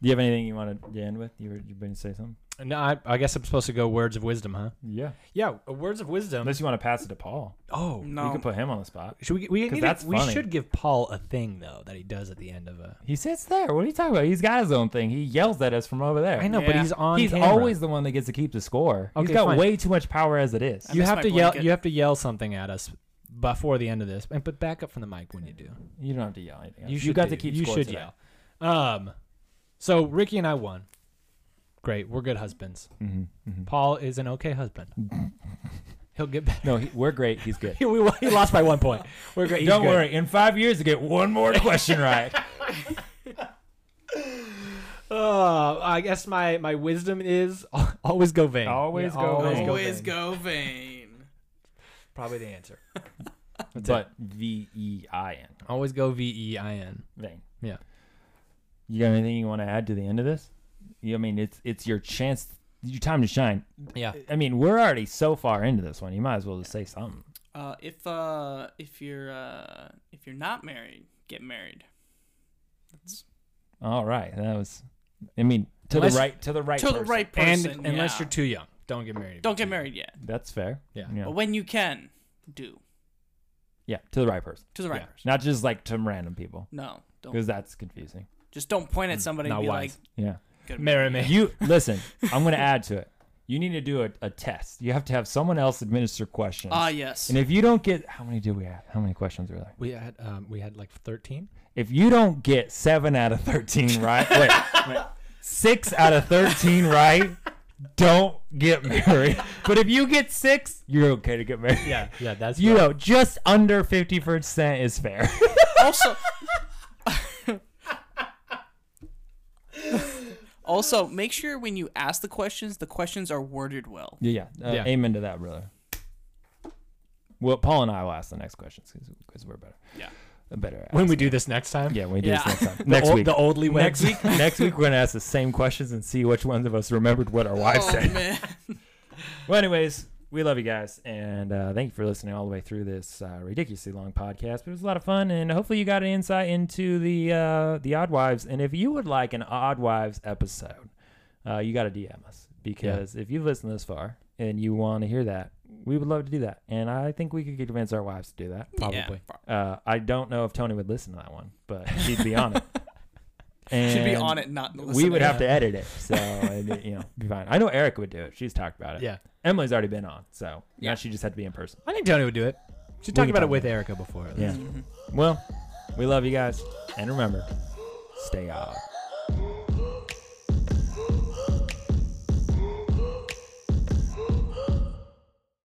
Speaker 2: Do you have anything you want to end with? You were you going to say something?
Speaker 1: No, I, I guess I'm supposed to go words of wisdom, huh?
Speaker 2: Yeah.
Speaker 1: Yeah, uh, words of wisdom.
Speaker 2: Unless you want to pass it to Paul,
Speaker 1: oh,
Speaker 2: you
Speaker 3: No.
Speaker 2: can put him on the spot.
Speaker 1: should we? We,
Speaker 2: 'Cause
Speaker 1: need
Speaker 2: that's
Speaker 1: to, we
Speaker 2: funny.
Speaker 1: should give Paul a thing though that he does at the end of a.
Speaker 2: He sits there. What are you talking about? He's got his own thing. He yells at us from over there.
Speaker 1: I know, but
Speaker 3: Yeah.
Speaker 1: he's on.
Speaker 2: He's
Speaker 1: camera.
Speaker 2: always the one that gets to keep the score.
Speaker 1: Okay,
Speaker 2: He's got
Speaker 1: fine.
Speaker 2: way too much power as it is.
Speaker 3: I
Speaker 1: You
Speaker 3: miss
Speaker 1: have
Speaker 3: my
Speaker 1: to yell.
Speaker 3: blanket.
Speaker 1: You have to yell something at us before the end of this, and but back up from the mic when you do.
Speaker 2: You don't have to yell anything.
Speaker 1: You,
Speaker 2: else.
Speaker 1: should
Speaker 2: got
Speaker 1: do-
Speaker 2: to keep.
Speaker 1: You
Speaker 2: score
Speaker 1: should
Speaker 2: today.
Speaker 1: yell. Um, so Ricky and I won. Great, we're good husbands.
Speaker 2: Mhm, mhm.
Speaker 1: Paul is an okay husband. He'll get better.
Speaker 2: No, he, we're great. He's good.
Speaker 1: He, we, he lost by one point. We're great. he's
Speaker 2: Don't
Speaker 1: good.
Speaker 2: worry. In five years, you get one more question right.
Speaker 1: Uh, I guess my my wisdom is al- always go vain.
Speaker 2: Always go vain.
Speaker 3: Always go vain.
Speaker 1: Probably the answer. That's it.
Speaker 2: but V E I N.
Speaker 1: always go V E I N.
Speaker 2: Vein.
Speaker 1: Yeah.
Speaker 2: You got anything you want to add to the end of this? You- I mean, it's it's your chance, your time to shine.
Speaker 1: Yeah.
Speaker 2: I mean, we're already so far into this one. You might as well just say something.
Speaker 3: Uh, if uh, if you're uh, if you're not married, get married. That's
Speaker 2: All right. That was. I mean, to
Speaker 1: Unless-
Speaker 2: the right, to the right,
Speaker 3: to the
Speaker 2: person.
Speaker 3: right
Speaker 1: And
Speaker 3: person.
Speaker 1: unless
Speaker 3: yeah.
Speaker 1: you're too young, don't get married. if
Speaker 3: don't
Speaker 1: you're
Speaker 3: get
Speaker 1: too
Speaker 3: married yet.
Speaker 2: That's fair.
Speaker 1: Yeah.
Speaker 2: Yeah.
Speaker 3: But when you can, do
Speaker 2: Yeah, to the right person,
Speaker 3: to the right
Speaker 1: Yeah.
Speaker 3: person.
Speaker 2: not just like to random people,
Speaker 3: No, don't.
Speaker 2: because that's confusing.
Speaker 3: Just don't point
Speaker 2: Mm,
Speaker 3: at somebody
Speaker 1: not
Speaker 3: and be
Speaker 1: wise.
Speaker 2: Yeah.
Speaker 3: like, "Good
Speaker 1: young. Marry me.
Speaker 2: You listen. I'm going to add to it. You need to do a, a test. You have to have someone else administer questions.
Speaker 3: Ah, yes.
Speaker 2: and if you don't get, how many did we have? How many questions were there?
Speaker 1: We had um, we had like thirteen.
Speaker 2: If you don't get seven out of thirteen right, wait, wait, six out of thirteen right, don't get married. But if you get six, you're okay to get married.
Speaker 1: Yeah, yeah, that's
Speaker 2: You
Speaker 1: right.
Speaker 2: know, just under fifty percent is fair.
Speaker 3: also also make sure when you ask the questions the questions are worded well
Speaker 2: Yeah, yeah. Uh,
Speaker 1: Yeah.
Speaker 2: Amen to that, brother. Well, Paul and I will ask the next questions because we're better.
Speaker 3: Yeah.
Speaker 2: Better.
Speaker 1: when
Speaker 2: ask-
Speaker 1: we do this next time.
Speaker 2: yeah, when we do
Speaker 3: Yeah.
Speaker 2: this next time.
Speaker 1: The
Speaker 2: next
Speaker 1: ol-
Speaker 2: week.
Speaker 1: the oldly wed.
Speaker 2: next week. next week we're gonna ask the same questions and see which ones of us remembered what our wives said.
Speaker 3: Oh, man
Speaker 2: Well, anyways, we love you guys, and uh, thank you for listening all the way through this uh, ridiculously long podcast. But it was a lot of fun, and hopefully you got an insight into the uh, the Odd Wives. And if you would like an Odd Wives episode, uh, you got to DM us because if you've listened this far and you want to hear that, we would love to do that. And I think we could convince our wives to do that.
Speaker 1: Probably.
Speaker 2: Uh, I don't know if Tony would listen to that one, but she'd be on it. And
Speaker 3: should be on it not
Speaker 2: We would
Speaker 3: listening.
Speaker 2: have to edit it, so it'd be, you know, be fine. I know Eric would do it. She's talked about it.
Speaker 1: Yeah.
Speaker 2: Emily's already been on, so now
Speaker 3: Yeah.
Speaker 2: she just had to be in person.
Speaker 1: I think Tony would do it. She
Speaker 2: We can
Speaker 1: talked about
Speaker 2: talk
Speaker 1: it with
Speaker 3: Mm-hmm.
Speaker 1: Erica before.
Speaker 2: Yeah. Well, we love you guys, and remember, stay odd.